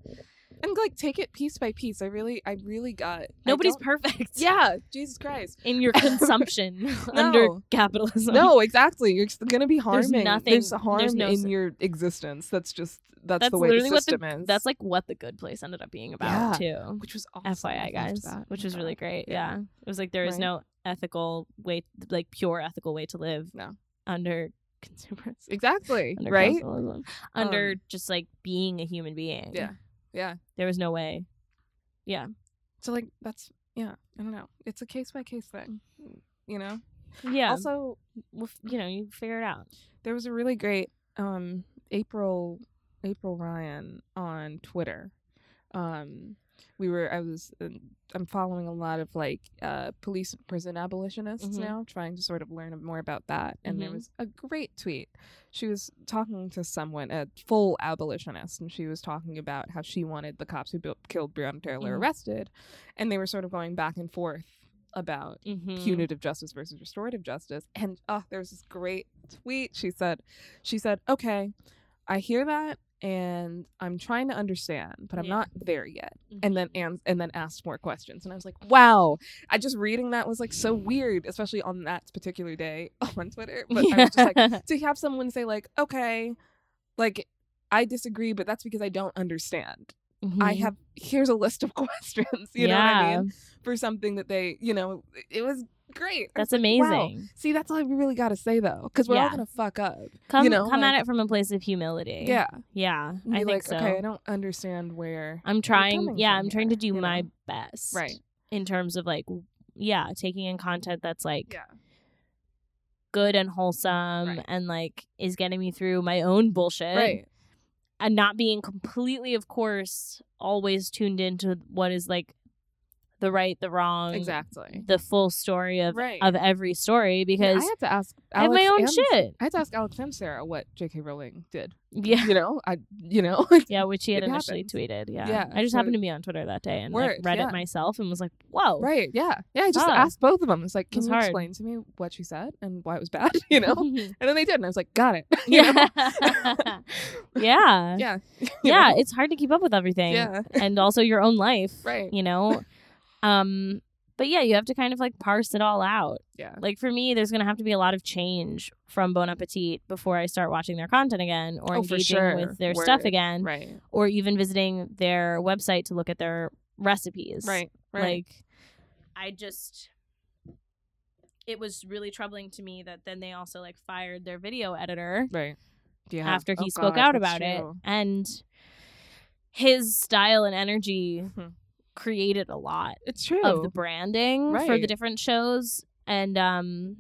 A: And like, take it piece by piece. I really, I really got. I
B: Nobody's
A: don't-
B: perfect.
A: [laughs] Yeah. Jesus Christ.
B: In your
A: [laughs]
B: consumption [laughs] under
A: No.
B: [laughs] capitalism.
A: No, exactly. You're gonna be harming.
B: nothing-
A: There's harm
B: there's no s-
A: in your existence. That's just that's,
B: that's
A: the way
B: literally
A: the
B: what
A: system
B: the
A: is.
B: that's like what the good place ended up being about too.
A: which was awesome. I
B: FYI,
A: loved
B: guys,
A: that. Oh
B: which
A: my
B: was really
A: God.
B: great. Yeah.
A: Yeah. [laughs]
B: it was like there is
A: Right.
B: no ethical way, like pure ethical way to live.
A: No.
B: under consumerism.
A: Exactly.
B: Under
A: right.
B: capitalism, under
A: Um,
B: just like being a human being.
A: Yeah. Yeah.
B: there was no way.
A: So like that's yeah. I don't know. It's a case by case thing. You know.
B: Mm. Yeah,
A: Also,
B: well, f- you know, you figure it out.
A: there was a really great um April April Ryan on Twitter. Um, we were I was uh, I'm following a lot of like uh, police and prison abolitionists
B: Mhm.
A: now, trying to sort of learn more about that. And there
B: Mhm.
A: was a great tweet. She was talking to someone, a full abolitionist, and she was talking about how she wanted the cops who built, killed Breonna Taylor
B: Mhm.
A: arrested, and they were sort of going back and forth about
B: Mm-hmm. Mm.
A: punitive justice versus restorative justice. And oh, there was this great tweet. She said, she said, okay, I hear that, and I'm trying to understand, but I'm
B: Yeah.
A: not there yet. And then and, and then asked more questions, and I was like, wow. I just reading that was like so weird, especially on that particular day [laughs] on Twitter. But I was just like, to have someone say like, okay, like. I disagree, but that's because I don't understand.
B: Mm-hmm.
A: I have here's a list of [laughs] questions. You know what I mean? [laughs] for something that they, you know, it was great. I
B: That's
A: was like,
B: amazing.
A: wow. See, that's all we really got to say though, because we're
B: Yeah.
A: all gonna fuck up.
B: Come
A: you know,
B: come at
A: like-
B: it from a place of humility.
A: Yeah,
B: Yeah.
A: And
B: I
A: be
B: think
A: like,
B: so.
A: okay, I don't understand where.
B: I'm trying
A: coming
B: yeah,
A: from
B: I'm trying to
A: here,
B: do
A: you
B: my
A: know?
B: best.
A: Right.
B: In terms of like w- yeah, taking in content that's like
A: Yeah.
B: good and wholesome
A: Right.
B: and like is getting me through my own bullshit.
A: Right.
B: And not being completely, of course, always tuned into what is like the right, the wrong,
A: Exactly.
B: the full story of
A: Right.
B: of every story
A: Yeah,
B: because
A: I had to ask.
B: I have
A: Alex
B: my own
A: and-
B: shit.
A: I had to ask Alex and Sarah what J.K. Rowling did.
B: Yeah.
A: You know, I.
B: [laughs]
A: You know. [laughs]
B: Yeah, which he had
A: It
B: initially
A: happens.
B: tweeted. Yeah.
A: Yeah,
B: I just
A: so-
B: happened to be on Twitter that day and like,
A: Word,
B: read
A: yeah.
B: it myself and was like, whoa. [laughs]
A: Right. Yeah. Yeah. I just
B: Ah.
A: asked both of them. It's like, can
B: It's
A: you
B: hard.
A: explain to me what she said and why it was bad? [laughs] You
B: [laughs]
A: know. and then they did, and I was like, got it. [laughs] You know?
B: yeah. [laughs] yeah.
A: Yeah. [laughs] You
B: Yeah.
A: know?
B: It's hard to keep up with everything.
A: Yeah.
B: And also your own life.
A: [laughs] Right.
B: You know? um, but yeah, you have to kind of like parse it all out.
A: Yeah.
B: Like for me, there's gonna have to be a lot of change from Bon Appetit before I start watching their content again or
A: Oh, for
B: engaging
A: sure.
B: with their stuff
A: Word.
B: again.
A: Right.
B: Or even visiting their website to look at their recipes.
A: Right. Right.
B: Like, I just, it was really troubling to me that then they also like fired their video editor
A: Right. Yeah.
B: after he
A: Oh,
B: spoke
A: God,
B: out
A: that's
B: about it.
A: true.
B: And his style and energy
A: Mhm.
B: created a lot
A: It's true.
B: of the branding for the
A: Right.
B: different shows. And, um,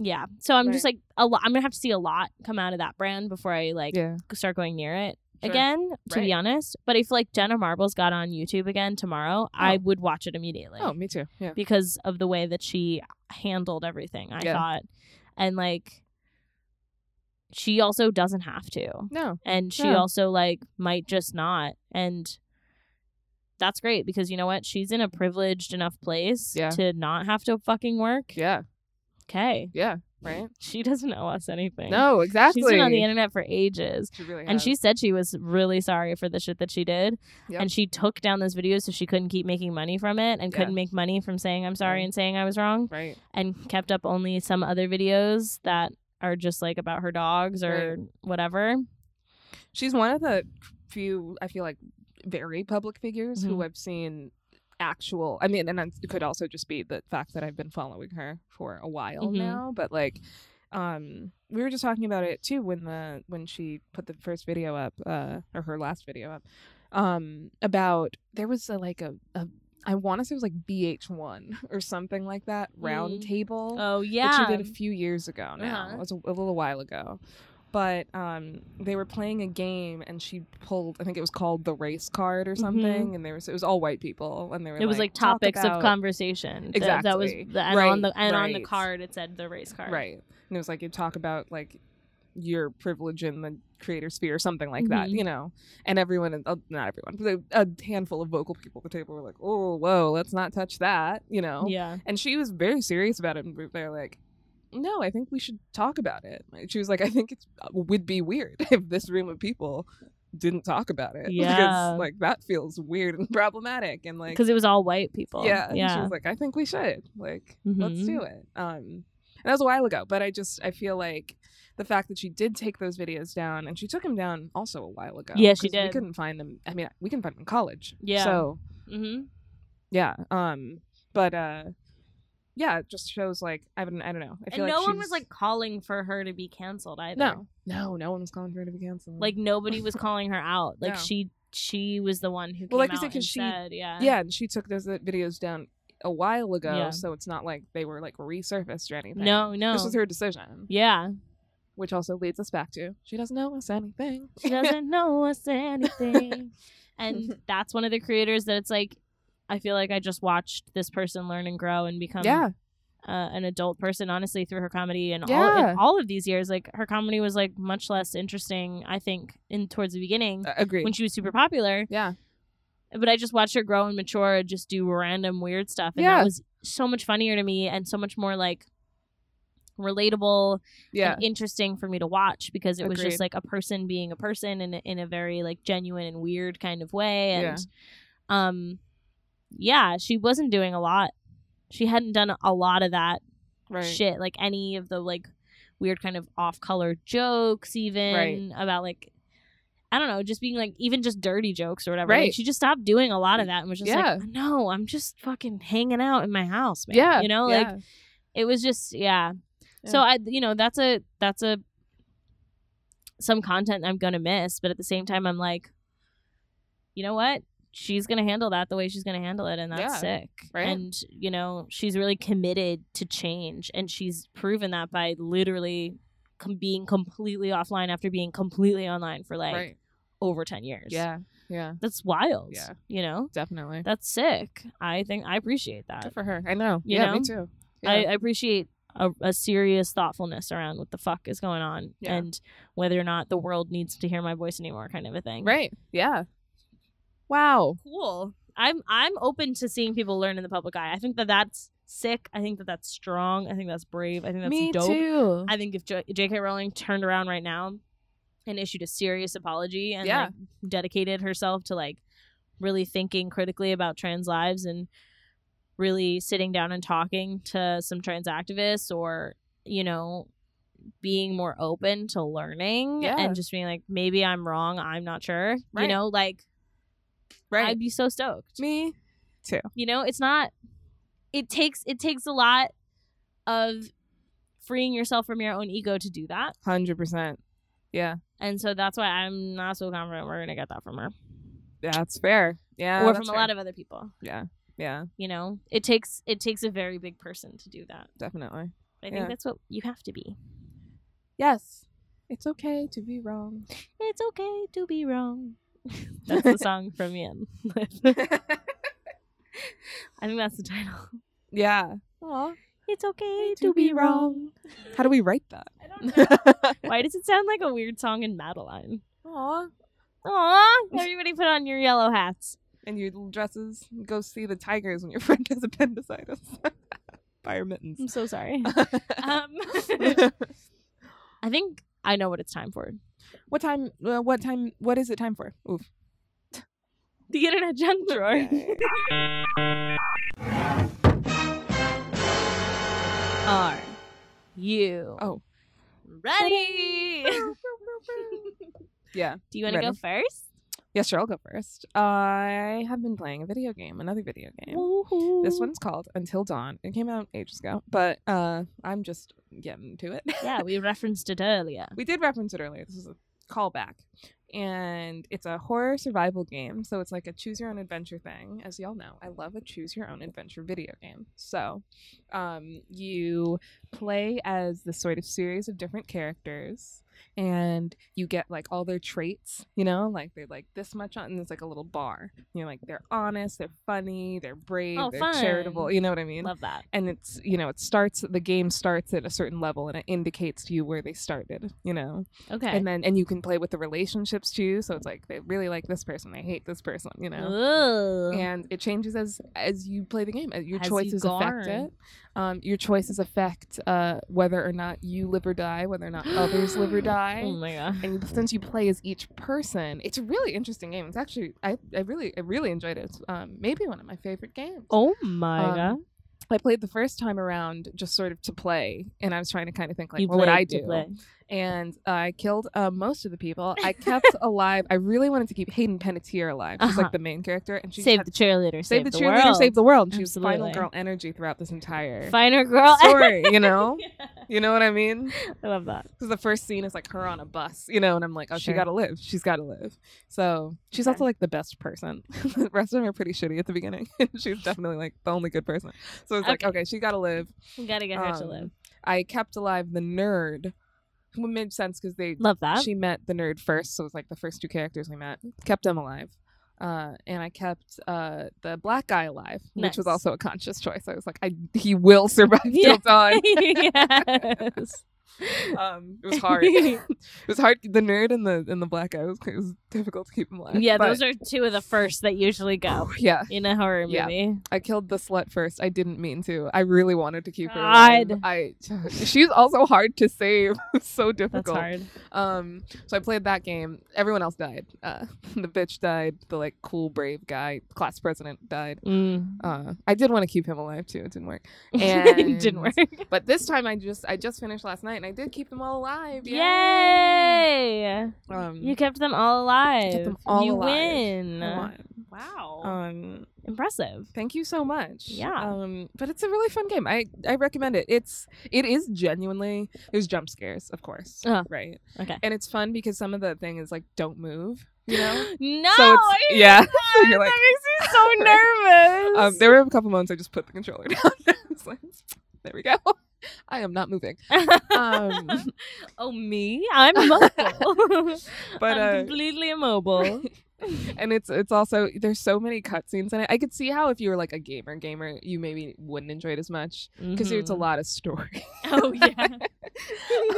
B: yeah, so I'm just like a lot. I'm gonna have to see a lot come out of that brand before I like
A: yeah.
B: start going near it
A: Sure.
B: again. To be
A: Right.
B: honest, but if like Jenna Marbles got on YouTube again tomorrow, I
A: Oh.
B: would watch it immediately
A: Oh, me too. Yeah.
B: because of the way that she handled everything, I
A: Yeah.
B: thought. And like she also doesn't have to.
A: No.
B: And she
A: Yeah.
B: also like might just not. And that's great because you know what? She's in a privileged enough place
A: Yeah.
B: to not have to fucking work.
A: Yeah.
B: Okay.
A: Yeah. Right.
B: She doesn't owe us anything.
A: No. Exactly.
B: She's been on the internet for ages.
A: She really
B: And
A: has.
B: she said she was really sorry for the shit that she did.
A: Yep.
B: And she took down those videos so she couldn't keep making money from it and
A: Yeah. Mm-hmm.
B: couldn't make money from saying I'm sorry
A: Right.
B: and saying I was wrong
A: right.
B: and kept up only some other videos that are just like about her dogs or whatever.
A: She's one of the few I feel like very public figures who
B: Mhm.
A: I've seen actual. I mean, and that's- it could also just be the fact that I've been following her for a while
B: Mhm.
A: now. But like, um, we were just talking about it too when the when she put the first video up, uh, or her last video up, um, about there was a, like a, a I want to say it was like BH1 [laughs] or something like that, round
B: Mm.
A: table.
B: Oh
A: Which
B: yeah.
A: you did a few years ago now.
B: Uh-huh.
A: It was a, a little while ago. But um, they were playing a game and she pulled, I think it was called the race card or something. And there was, it was all white people. And they were
B: Mm-hmm. it was like
A: "Talk
B: topics
A: about-"
B: of conversation. Th- that was
A: Exactly.
B: the, and on
A: Right,
B: the and on the
A: right.
B: card it said the race card.
A: Right. And it was like, you talk about like your privilege in the creator sphere or something like that,
B: Mhm.
A: you know? And everyone, uh, not everyone, but a handful of vocal people at the table were like, oh, whoa, let's not touch that, you know?
B: Yeah.
A: And she was very serious about it. And they're like, no, I think we should talk about it. And She was like, I think it would be weird [laughs] if this room of people didn't talk about it. [laughs]
B: Yeah.
A: Because, like, that feels weird and [laughs] problematic. And, like,
B: Because it was all white people.
A: yeah. And she
B: Yeah.
A: was like, I think we should. Like, let's
B: Mhm.
A: do it. Um, and that was a while ago. But I just, I feel like the fact that she did take those videos down and she took them down also a while ago.
B: Yeah, she
A: 'cause We
B: did.
A: couldn't find them. I mean, we couldn't find them in college.
B: Yeah.
A: So,
B: mm-hmm.
A: yeah um but uh yeah it just shows like i don't i don't know i
B: And
A: feel like
B: no one was
A: she's-
B: like calling for her to be canceled either.
A: no no no one was calling for her to be canceled
B: Like nobody was calling her out. Like
A: No.
B: she she was the one who came
A: Well, like you
B: out
A: said, 'cause
B: and
A: she-
B: said, yeah.
A: yeah and she took those uh, videos down a while ago
B: Yeah.
A: so it's not like they were like resurfaced or anything
B: No, no.
A: this was her decision
B: Yeah.
A: which also leads us back to she doesn't know us anything
B: She doesn't know us anything.
A: [laughs]
B: And that's one of the creators that it's like, I feel like I just watched this person learn and grow and become
A: yeah
B: uh, an adult person, honestly, through her comedy and all
A: Yeah.
B: in all of these years. Like her comedy was like much less interesting, I think, in towards the beginning
A: uh, agree
B: when she was super popular.
A: yeah
B: But I just watched her grow and mature and just do random weird stuff. And
A: Yeah.
B: that was so much funnier to me and so much more like relatable
A: yeah
B: and interesting for me to watch because it was
A: Agreed.
B: just like a person being a person in a, in a very like genuine and weird kind of way and
A: Yeah.
B: um yeah she wasn't doing a lot she hadn't done a lot of that
A: right
B: shit like any of the like weird kind of off color jokes even about like I don't know, just being like even just dirty jokes or whatever. Like,
A: Right.
B: she just stopped doing a lot of that and was just
A: Yeah.
B: like, "No, I'm just fucking hanging out in my house, man."
A: yeah
B: you know, like
A: yeah.
B: it was just yeah.
A: Yeah.
B: So I you know that's a that's a some content I'm gonna miss, but at the same time I'm like, you know what? She's gonna handle that the way she's gonna handle it, and that's
A: Yeah,
B: sick.
A: right.
B: And you know she's really committed to change, and she's proven that by literally com- being completely offline after being completely online for like
A: right
B: over ten years.
A: yeah yeah
B: that's wild.
A: Yeah.
B: you know
A: definitely
B: that's sick. I think I appreciate that.
A: good for her i know
B: You
A: yeah
B: know?
A: me too yeah.
B: I, I appreciate a, a serious thoughtfulness around what the fuck is going on
A: Yeah.
B: and whether or not the world needs to hear my voice anymore, kind of a thing.
A: right yeah wow
B: Cool. I'm I'm open to seeing people learn in the public eye. I think that that's sick. I think that that's strong. I think that's brave. I think that's
A: me
B: dope.
A: too
B: I think if J- J.K. Rowling turned around right now and issued a serious apology and
A: Yeah.
B: like, dedicated herself to like really thinking critically about trans lives and really sitting down and talking to some trans activists or you know being more open to learning
A: Yeah.
B: and just being like maybe I'm wrong, I'm not sure. You
A: Right.
B: know, like
A: right
B: I'd be so stoked
A: me
B: you know it's not it takes it takes a lot of freeing yourself from your own ego to do that
A: Hundred percent. Yeah,
B: and so that's why i'm not so confident we're gonna get that from her
A: that's fair. Yeah,
B: or
A: Oh, that's
B: from a
A: fair.
B: lot of other people
A: yeah,
B: you know it takes it takes a very big person to do that
A: definitely.
B: i
A: Yeah.
B: think that's what you have to be
A: Yes, it's okay to be wrong.
B: it's okay to be wrong that's the song from ian [laughs] i think that's the title
A: yeah. Aw.
B: it's okay to, be wrong
A: How do we write that?
B: i don't know why does it sound like a weird song in madeline
A: Aw.
B: Aw, everybody put on your yellow hats.
A: And your little dresses. Go see the tigers when your [laughs] friend has appendicitis. [laughs] Fire mittens. [laughs]
B: I'm so sorry. Um, I think I know what it's time for.
A: what time? Uh, what time? What is it time for? Oof.
B: [laughs] The internet junk drawer. [laughs] Are you
A: Oh. [laughs]
B: ready?
A: Yeah.
B: Do you want to go
A: Ready.
B: first?
A: Yeah, sure. I'll go first. I have been playing a video game, another video game. This
B: Woohoo.
A: one's called Until Dawn. It came out ages ago, but uh, I'm just getting to it. [laughs]
B: Yeah, we referenced it earlier.
A: we did reference it earlier. This is a callback. and it's a horror survival game. So it's like a choose your own adventure thing. As y'all know, I love a choose your own adventure video game. So um, you play as this sort of series of different characters and you get like all their traits, you know, like they're like this much on, and it's like a little bar. You know, like they're honest, they're funny, they're brave,
B: Oh,
A: they're
B: fun.
A: charitable. You know what I mean?
B: Love that.
A: and it's you know it starts the game starts at a certain level and it indicates to you where they started you know
B: Okay.
A: and then and you can play with the relationships too so it's like they really like this person they hate this person you know
B: Ooh.
A: and it changes as as you play the game Uh, your
B: As you
A: choices affect
B: garn.
A: it um, your choices affect uh, whether or not you live or die whether or not others live
B: [gasps]
A: or die
B: Oh my god.
A: and since you play as each person it's a really interesting game it's actually i, I really i really enjoyed it it's um, maybe one of my favorite games
B: Oh my
A: Um,
B: god.
A: I played the first time around just sort of to play, and I was trying to kind of think like,
B: You
A: what would
B: played
A: I
B: to
A: do?
B: play.
A: And I killed uh, most of the people.
B: [laughs]
A: I kept alive. I really wanted to keep Hayden Panettiere alive. She's
B: Uh-huh.
A: like the main character, and she
B: Save
A: had-
B: the cheerleader.
A: save the, cheerleader,
B: world.
A: save the world. And she was final
B: Absolutely.
A: girl energy throughout this entire
B: finer [laughs]
A: [laughs]
B: girl.
A: story. You know, you know what I mean?
B: I [laughs] love that.
A: Because the first scene is like her on a bus, you know, and I'm like, oh,
B: Sure.
A: she got to live. She's got to live. So she's
B: Okay.
A: also like the best person. [laughs] the rest of them are pretty shitty at the beginning. [laughs] she's definitely like the only good person. So it's like, okay, she got to live.
B: We gotta get her to
A: Um,
B: live.
A: I kept alive the nerd, who made sense because they
B: Love that. [laughs]
A: she met the nerd first, so it was like the first two characters we met. Kept them alive, uh, and I kept uh, the black guy alive, which was
B: Nice.
A: also a conscious choice. I was like, I he will survive
B: Yeah. [laughs]
A: till dawn. [laughs]
B: yes.
A: Um, it
B: [laughs]
A: was hard. it was hard. The nerd and the and the black guy was, it was difficult to keep him alive.
B: Yeah,
A: Uh, But,
B: those are two of the first that usually go
A: yeah.
B: in a horror
A: Yeah.
B: movie.
A: I killed the slut first. I didn't mean to. I really wanted to keep her alive.
B: God.
A: I [laughs] she's also hard to save. [laughs] It's so
B: That's
A: difficult.
B: hard.
A: Um, so I played that game. Everyone else died. Uh, [laughs] the bitch died. The like cool brave guy, class president died.
B: [laughs] Mm.
A: Uh, I did want to keep him alive too. It didn't
B: [laughs]
A: work. And-
B: didn't work.
A: But this time I just I just finished last night and I did keep them all alive. Yay!
B: Yay!
A: Um,
B: You kept them all alive.
A: kept them all
B: you
A: alive.
B: win.
A: come on.
B: Wow.
A: Um,
B: Impressive.
A: thank you so much.
B: Yeah.
A: Um, but it's a really fun game. I I recommend it. It's it is genuinely there's jump scares, of course.
B: Uh-huh.
A: Right.
B: Okay.
A: And it's fun because some of the thing is like don't move. You know.
B: No.
A: So it's-
B: I-
A: yeah. [laughs] So
B: that
A: you're like-
B: makes me so
A: [laughs]
B: nervous.
A: Um, there were a couple moments I just put the controller [laughs] down. I was like, there we go. I am not moving.
B: [laughs]
A: Um,
B: oh me? I'm immobile.
A: [laughs] But,
B: I'm
A: uh,
B: completely
A: [laughs]
B: immobile.
A: and it's it's also there's so many cutscenes in it. I could see how if you were like a gamer gamer, you maybe wouldn't enjoy it as much because it's a
B: Mhm.
A: lot of story. [laughs]
B: Oh yeah.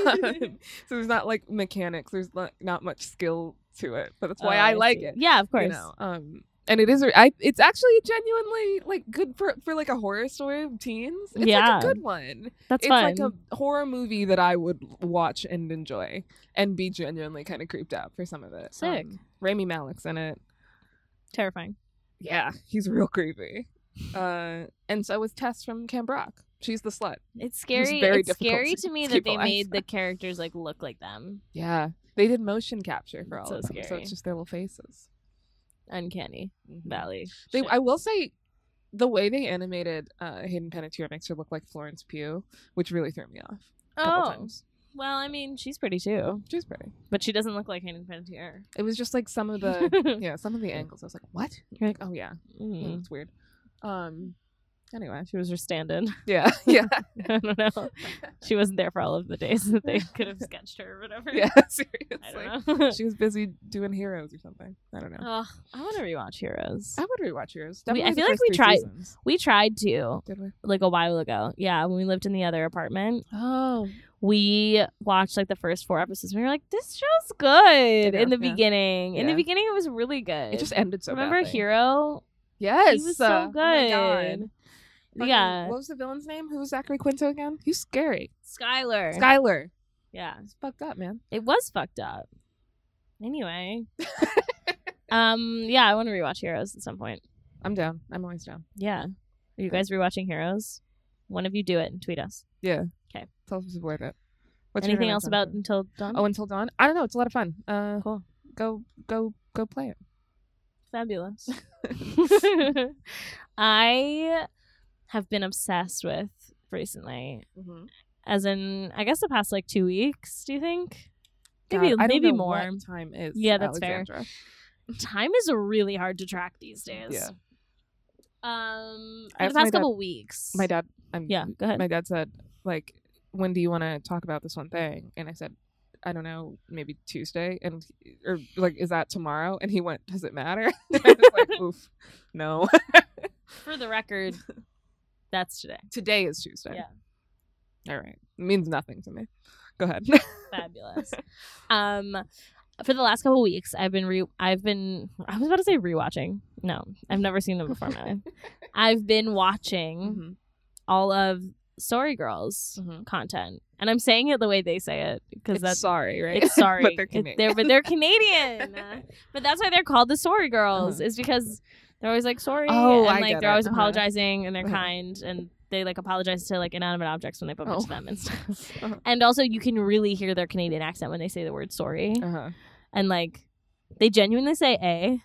A: Um, so there's not like mechanics. There's not, not much skill to it, but that's why
B: Oh,
A: I, like
B: see.
A: it.
B: Yeah, of course.
A: You know. Um, and it is. a- I, it's actually genuinely like good for for like a horror story of teens. It's
B: Yeah.
A: like a good one.
B: That's
A: it's
B: fun.
A: like a horror movie that I would watch and enjoy and be genuinely kind of creeped out for some of it.
B: Sick.
A: Um, Rami Malek's in it.
B: Terrifying.
A: Yeah, he's real creepy. Uh, and so was Tess from Camp Rock. She's the slut.
B: It's scary.
A: very
B: it's
A: difficult
B: scary
A: to
B: to me that
A: keep
B: they
A: alive. [laughs]
B: made the characters like look like them.
A: Yeah, they did motion capture for all
B: So
A: of them, so
B: scary.
A: it's just their little faces.
B: Uncanny Valley.
A: Mm-hmm. They,
B: shit.
A: I will say, the way they animated uh, Hayden Panettiere makes her look like Florence Pugh, which really threw me off. A couple
B: oh.
A: times.
B: Well, I mean, she's pretty too,
A: She's pretty.
B: but she doesn't look like Hayden Panettiere.
A: It was just
B: [laughs]
A: like some of the yeah some of the angles. I was like, what? You're like, oh yeah,
B: Mm.
A: it's weird. Um. Anyway.
B: She was her
A: [laughs]
B: stand-in. [laughs]
A: Yeah. Yeah.
B: I don't know. She wasn't there for all of the days that
A: [laughs]
B: they could have sketched her or whatever.
A: Yeah. Seriously.
B: I don't know.
A: She was busy doing Heroes or something. I don't know.
B: [laughs] Ugh, I want to rewatch Heroes.
A: I would rewatch Heroes.
B: We- I
A: Definitely the
B: feel like
A: first
B: we
A: three
B: tried-
A: seasons.
B: We tried to
A: Did we?
B: like a while ago. Yeah, when we lived in the other apartment,
A: Oh.
B: we watched like the first four episodes. And we were like, "This show's good."
A: know,
B: In the
A: yeah.
B: beginning, in the
A: Yeah.
B: beginning, it was really good.
A: It just ended so
B: remember
A: badly.
B: Hero.
A: Yes.
B: He was so
A: uh,
B: good.
A: Oh my God. Fucking-
B: Yeah,
A: What was the villain's name? Who was Zachary Quinto again? He's scary.
B: Skylar.
A: Skyler.
B: yeah,
A: It's fucked up, man.
B: it was fucked up. Anyway,
A: [laughs]
B: um, yeah, I want to rewatch Heroes at some point.
A: I'm down. I'm always down.
B: Yeah, are you guys rewatching Heroes? One of you do it and tweet us.
A: Tell us if it's worth it. What's your
B: Anything
A: favorite
B: else
A: song
B: about
A: from-
B: Until Dawn?
A: Oh, Until Dawn? I don't know. It's a lot of fun. Uh,
B: Cool.
A: Go, go, go play it. [laughs]
B: Fabulous. I have been obsessed with Mm-hmm. recently, as in, I guess the past like two weeks, do you think? Maybe-
A: God, I don't
B: maybe
A: know
B: more.
A: what time is
B: Yeah, that's fair.
A: Alexandra.
B: [laughs] Time is really hard to track these days.
A: Yeah.
B: Um,
A: I
B: for the
A: asked my
B: past
A: dad-
B: couple weeks.
A: My dad. I'm,
B: Yeah, go ahead.
A: My dad said, like, when do you want to talk about this one thing? And I said, I don't know, maybe Tuesday, and he- or like, is that tomorrow? And he went, Does it matter? [laughs] I was
B: [laughs]
A: like, Oof, no. [laughs]
B: for the record, that's today.
A: Today is Tuesday. All right, means nothing to me. Go ahead. [laughs]
B: Fabulous. um, for the last couple weeks, I've been re I've been I was about to say rewatching. No, I've never seen them before. in my life. I've been watching
A: Mhm,
B: all of Story Girls
A: mhm.
B: content, and I'm saying it the way they say it because
A: It's
B: that's
A: sorry, right?
B: it's sorry,
A: but they're
B: It-
A: Canadian.
B: but
A: [laughs]
B: they're Canadian. but that's why they're called the Sorry Girls is because they're always like sorry,
A: Uh-huh. Oh,
B: and
A: I
B: like
A: get
B: they're
A: it.
B: always
A: Uh-huh.
B: apologizing and they're
A: Uh-huh.
B: kind and they like apologize to like inanimate objects when they bump
A: Oh.
B: into them and stuff.
A: [laughs] Uh-huh.
B: And also, you can really hear their Canadian accent when they say the word sorry,
A: [laughs] uh-huh.
B: and like they genuinely say "a."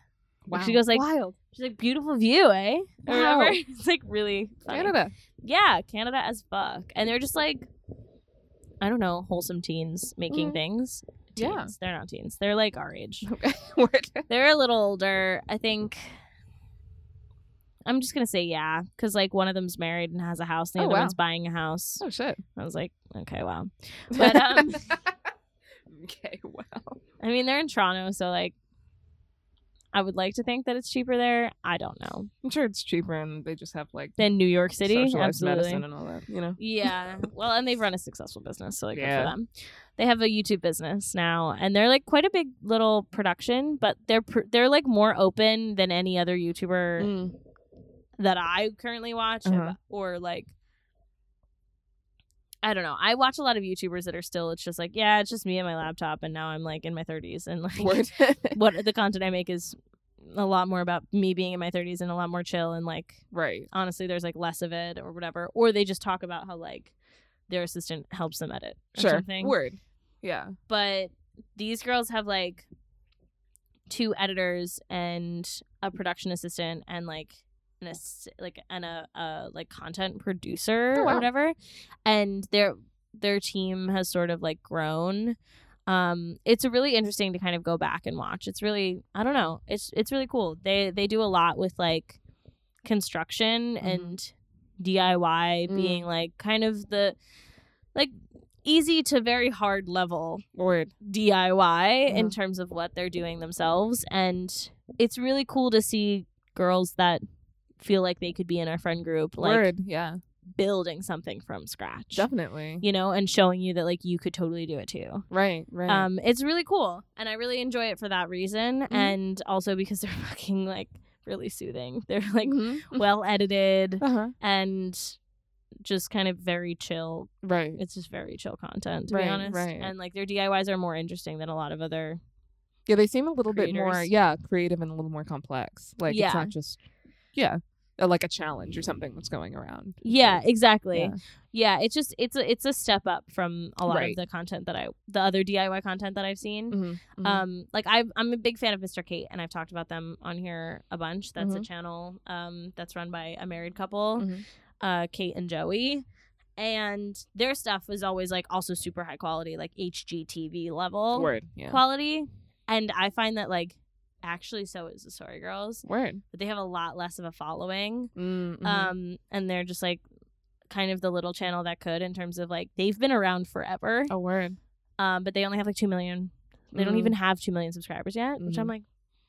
A: Wow.
B: She goes like,
A: wild
B: She's like, "Beautiful view, eh?" Or
A: Wow.
B: whatever. [laughs] It's like really funny.
A: Canada. [laughs]
B: Yeah, Canada as fuck. And they're just like, I don't know, wholesome teens making
A: Mhm.
B: things. Teens.
A: Yeah.
B: They're not teens. They're like our age.
A: Okay, word.
B: They're a little older. I think. I'm just going to say yeah, because like one of them's married and has a house, and the
A: Oh,
B: other
A: wow.
B: one's buying a house.
A: Oh shit.
B: I was like, okay, wow. But, um,
A: [laughs] okay, wow.
B: I mean, they're in Toronto, so like, I would like to think that it's cheaper there. I don't know.
A: I'm sure it's cheaper, and they just have like
B: Than New York City?
A: socialized
B: Absolutely.
A: medicine and all that. You know.
B: Yeah. Well, and they've run a successful business, so like good
A: Yeah.
B: for them. They have a YouTube business now, and they're like quite a big little production, but they're pr- they're like more open than any other YouTuber
A: Mm.
B: that I currently watch,
A: Uh-huh.
B: or like. I don't know. I watch a lot of YouTubers that are still. It's just like, yeah, it's just me and my laptop, and now I'm like in my 30s, and
A: [laughs]
B: like
A: Word.
B: [laughs] what the content I make is a lot more about me being in my 30s and a lot more chill and like
A: right.
B: honestly there's like less of it or whatever or they just talk about how like their assistant helps them edit or
A: Sure.
B: something
A: Word. Yeah.
B: but these girls have like two editors and a production assistant and like an ass- like and a, a like content producer
A: Oh,
B: or
A: wow.
B: whatever and their their team has sort of like grown um it's really interesting to kind of go back and watch it's really i don't know it's it's really cool they they do a lot with like construction
A: Mhm.
B: and diy
A: Mm.
B: being like kind of the like easy to very hard level
A: Word.
B: DIY in
A: Mhm.
B: terms of what they're doing themselves. And it's really cool to see girls that feel like they could be in our friend group, like
A: Word. Yeah.
B: building something from scratch,
A: Definitely.
B: you know, and showing you that like you could totally do it too.
A: Right. Right.
B: Um, it's really cool. And I really enjoy it for that reason.
A: Mhm.
B: And also because they're [laughs] fucking like really soothing. They're like
A: Mhm.
B: well edited
A: Uh-huh.
B: and just kind of very chill
A: Right.
B: it's just very chill content to
A: Right,
B: be honest
A: right.
B: and like their diys are more interesting than a lot of other
A: Yeah, they seem a little bit more
B: creators.
A: yeah, creative and a little more complex. Like
B: Yeah.
A: it's not just yeah, uh, like a challenge or something that's going around.
B: yeah exactly yeah,
A: Yeah.
B: it's just it's a it's a step up from a lot of
A: Right.
B: the content that i the other diy content that i've seen
A: Mhm, mhm.
B: um like i i'm a big fan of mr kate and i've talked about them on here a bunch that's a
A: Mhm.
B: channel um that's run by a married couple
A: Mhm.
B: uh kate and joey and their stuff was always like also super high quality like hgtv level
A: Word. Yeah.
B: quality. And I find that like actually so is the Sorry Girls,
A: Word.
B: but they have a lot less of a following.
A: Mm, mhm.
B: Um and they're just like kind of the little channel that could in terms of like they've been around forever.
A: a Oh, word.
B: Um but they only have like 2 million. They don't
A: Mhm.
B: even have 2 million subscribers yet, which I'm like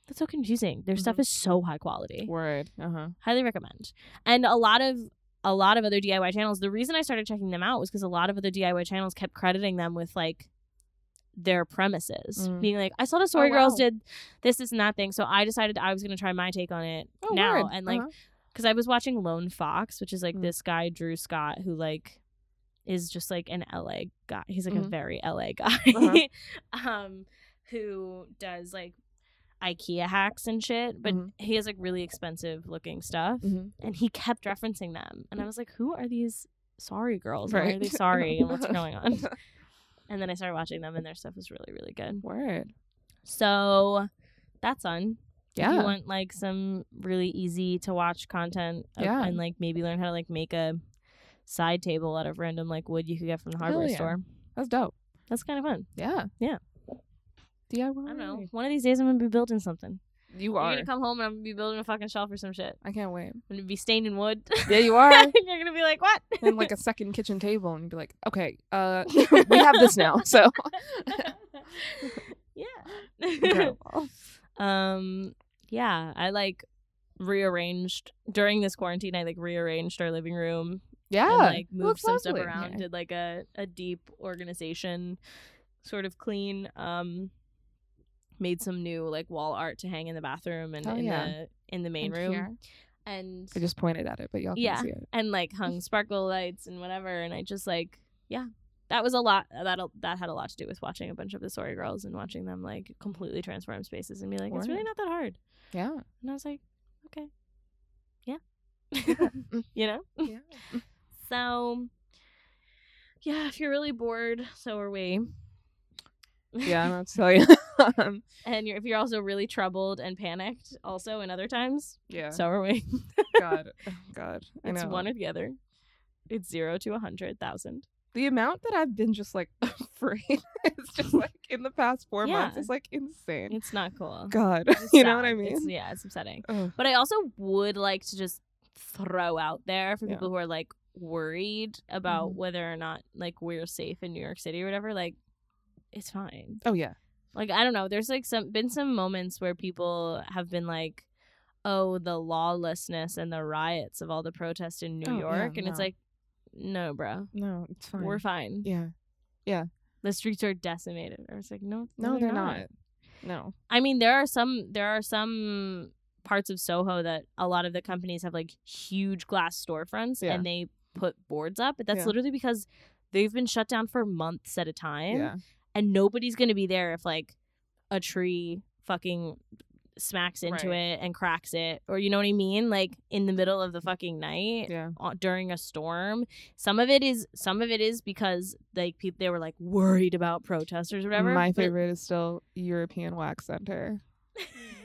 B: that's so confusing. Their stuff
A: Mhm.
B: is so high quality.
A: Word. Uh-huh.
B: Highly recommend. And a lot of a lot of other DIY channels, the reason I started checking them out was because a lot of other DIY channels kept crediting them with like their premises,
A: Mm.
B: being like, I saw the Story
A: Oh,
B: Girls
A: wow.
B: did this, this, and that thing. So I decided I was going to try my take on it
A: Oh,
B: now.
A: word.
B: And like,
A: Uh-huh.
B: because I was watching Lone Fox, which is like
A: Mm.
B: this guy, Drew Scott, who like is just like an LA guy. He's like a
A: Mhm.
B: very LA guy [laughs] um, who does like IKEA hacks and shit, but
A: Mhm.
B: he has like really expensive looking stuff.
A: Mhm.
B: And he kept referencing them. And I was like, who are these sorry girls? Why are
A: [laughs] Right.
B: they sorry? and what's going on?
A: [laughs]
B: And then I started watching them, and their stuff was really, really good.
A: Word.
B: So that's on. If you
A: Yeah.
B: want like some really easy to watch content of-
A: Yeah.
B: and like maybe learn how to like make a side table out of random like wood you could get from the hardware
A: yeah.
B: store.
A: That's dope.
B: That's kind of fun.
A: Yeah.
B: Yeah.
A: DIY.
B: I don't know. One of these days, I'm gonna be building something.
A: You
B: You're
A: are.
B: gonna come home and I'm gonna be building a fucking shelf or some shit.
A: I can't
B: [laughs]
A: wait.
B: I'm gonna be stained in wood. [laughs]
A: Yeah, you are.
B: and you're gonna be like,
A: [laughs]
B: what?
A: and like a second kitchen table, and you'd be like, okay,
B: [laughs]
A: uh, we have this now. So [laughs]
B: yeah.
A: incredible.
B: [laughs] um. Yeah, I like rearranged during this quarantine. I like rearranged our living room
A: yeah,
B: and like
A: it
B: moved
A: looks
B: some stuff
A: Ah, lovely.
B: around. Did like a a deep organization, sort of clean. Um, made some new like wall art to hang in the bathroom and
A: Oh,
B: in
A: yeah.
B: the in the main
A: And
B: room
A: here.
B: and
A: I just pointed at it, but y'all
B: Yeah.
A: can see it.
B: and like hung sparkle lights and whatever and i just like yeah that was a lot that that had a lot to do with watching a bunch of the sorry girls and watching them like completely transform spaces and be like it's really
A: Word.
B: not that hard
A: Yeah.
B: [laughs] and i was like okay yeah
A: Mm.
B: [laughs] you know
A: yeah.
B: so yeah if you're really bored so are we
A: Yeah, I don't know what to tell you. [laughs] um,
B: and you're, if you're also really troubled and panicked also in other times
A: yeah.
B: so are we
A: God. Oh, God. I
B: it's
A: know.
B: one or the other it's zero to a hundred thousand
A: the amount that I've been just like [laughs] afraid it's
B: [laughs]
A: just like in the past four months
B: Yeah.
A: is like insane.
B: it's not cool
A: God.
B: It's
A: [laughs] you know what
B: sad.
A: I
B: It's-
A: mean?
B: yeah, it's upsetting.
A: Ugh.
B: But I also would like to just throw out there for
A: Yeah.
B: people who are like worried about
A: Mhm.
B: whether or not like we're safe in New York City or whatever. Like, it's fine.
A: Oh yeah.
B: Like, I don't know. There's like some been some moments where people have been like, "Oh, the lawlessness and the riots of all the protests in New
A: Oh, yeah,
B: York," and it's
A: no.
B: like, no, bro,
A: No, it's fine.
B: we're fine.
A: yeah.
B: The streets are decimated. I was like, no,
A: No, they're not. No.
B: I mean, there are some there are some parts of Soho that a lot of the companies have like huge glass storefronts
A: Yeah.
B: and they put boards up, but that's
A: Yeah.
B: literally because they've been shut down for months at a time
A: Yeah.
B: and nobody's going to be there if like a tree fucking smacks into
A: Right.
B: it and cracks it or you know what I mean? Like in the middle of the fucking night
A: Yeah.
B: uh, during a storm. Some of it is some of it is because like people they were like worried about protesters or whatever.
A: My
B: but-
A: favorite is still European
B: [laughs]
A: Wax Center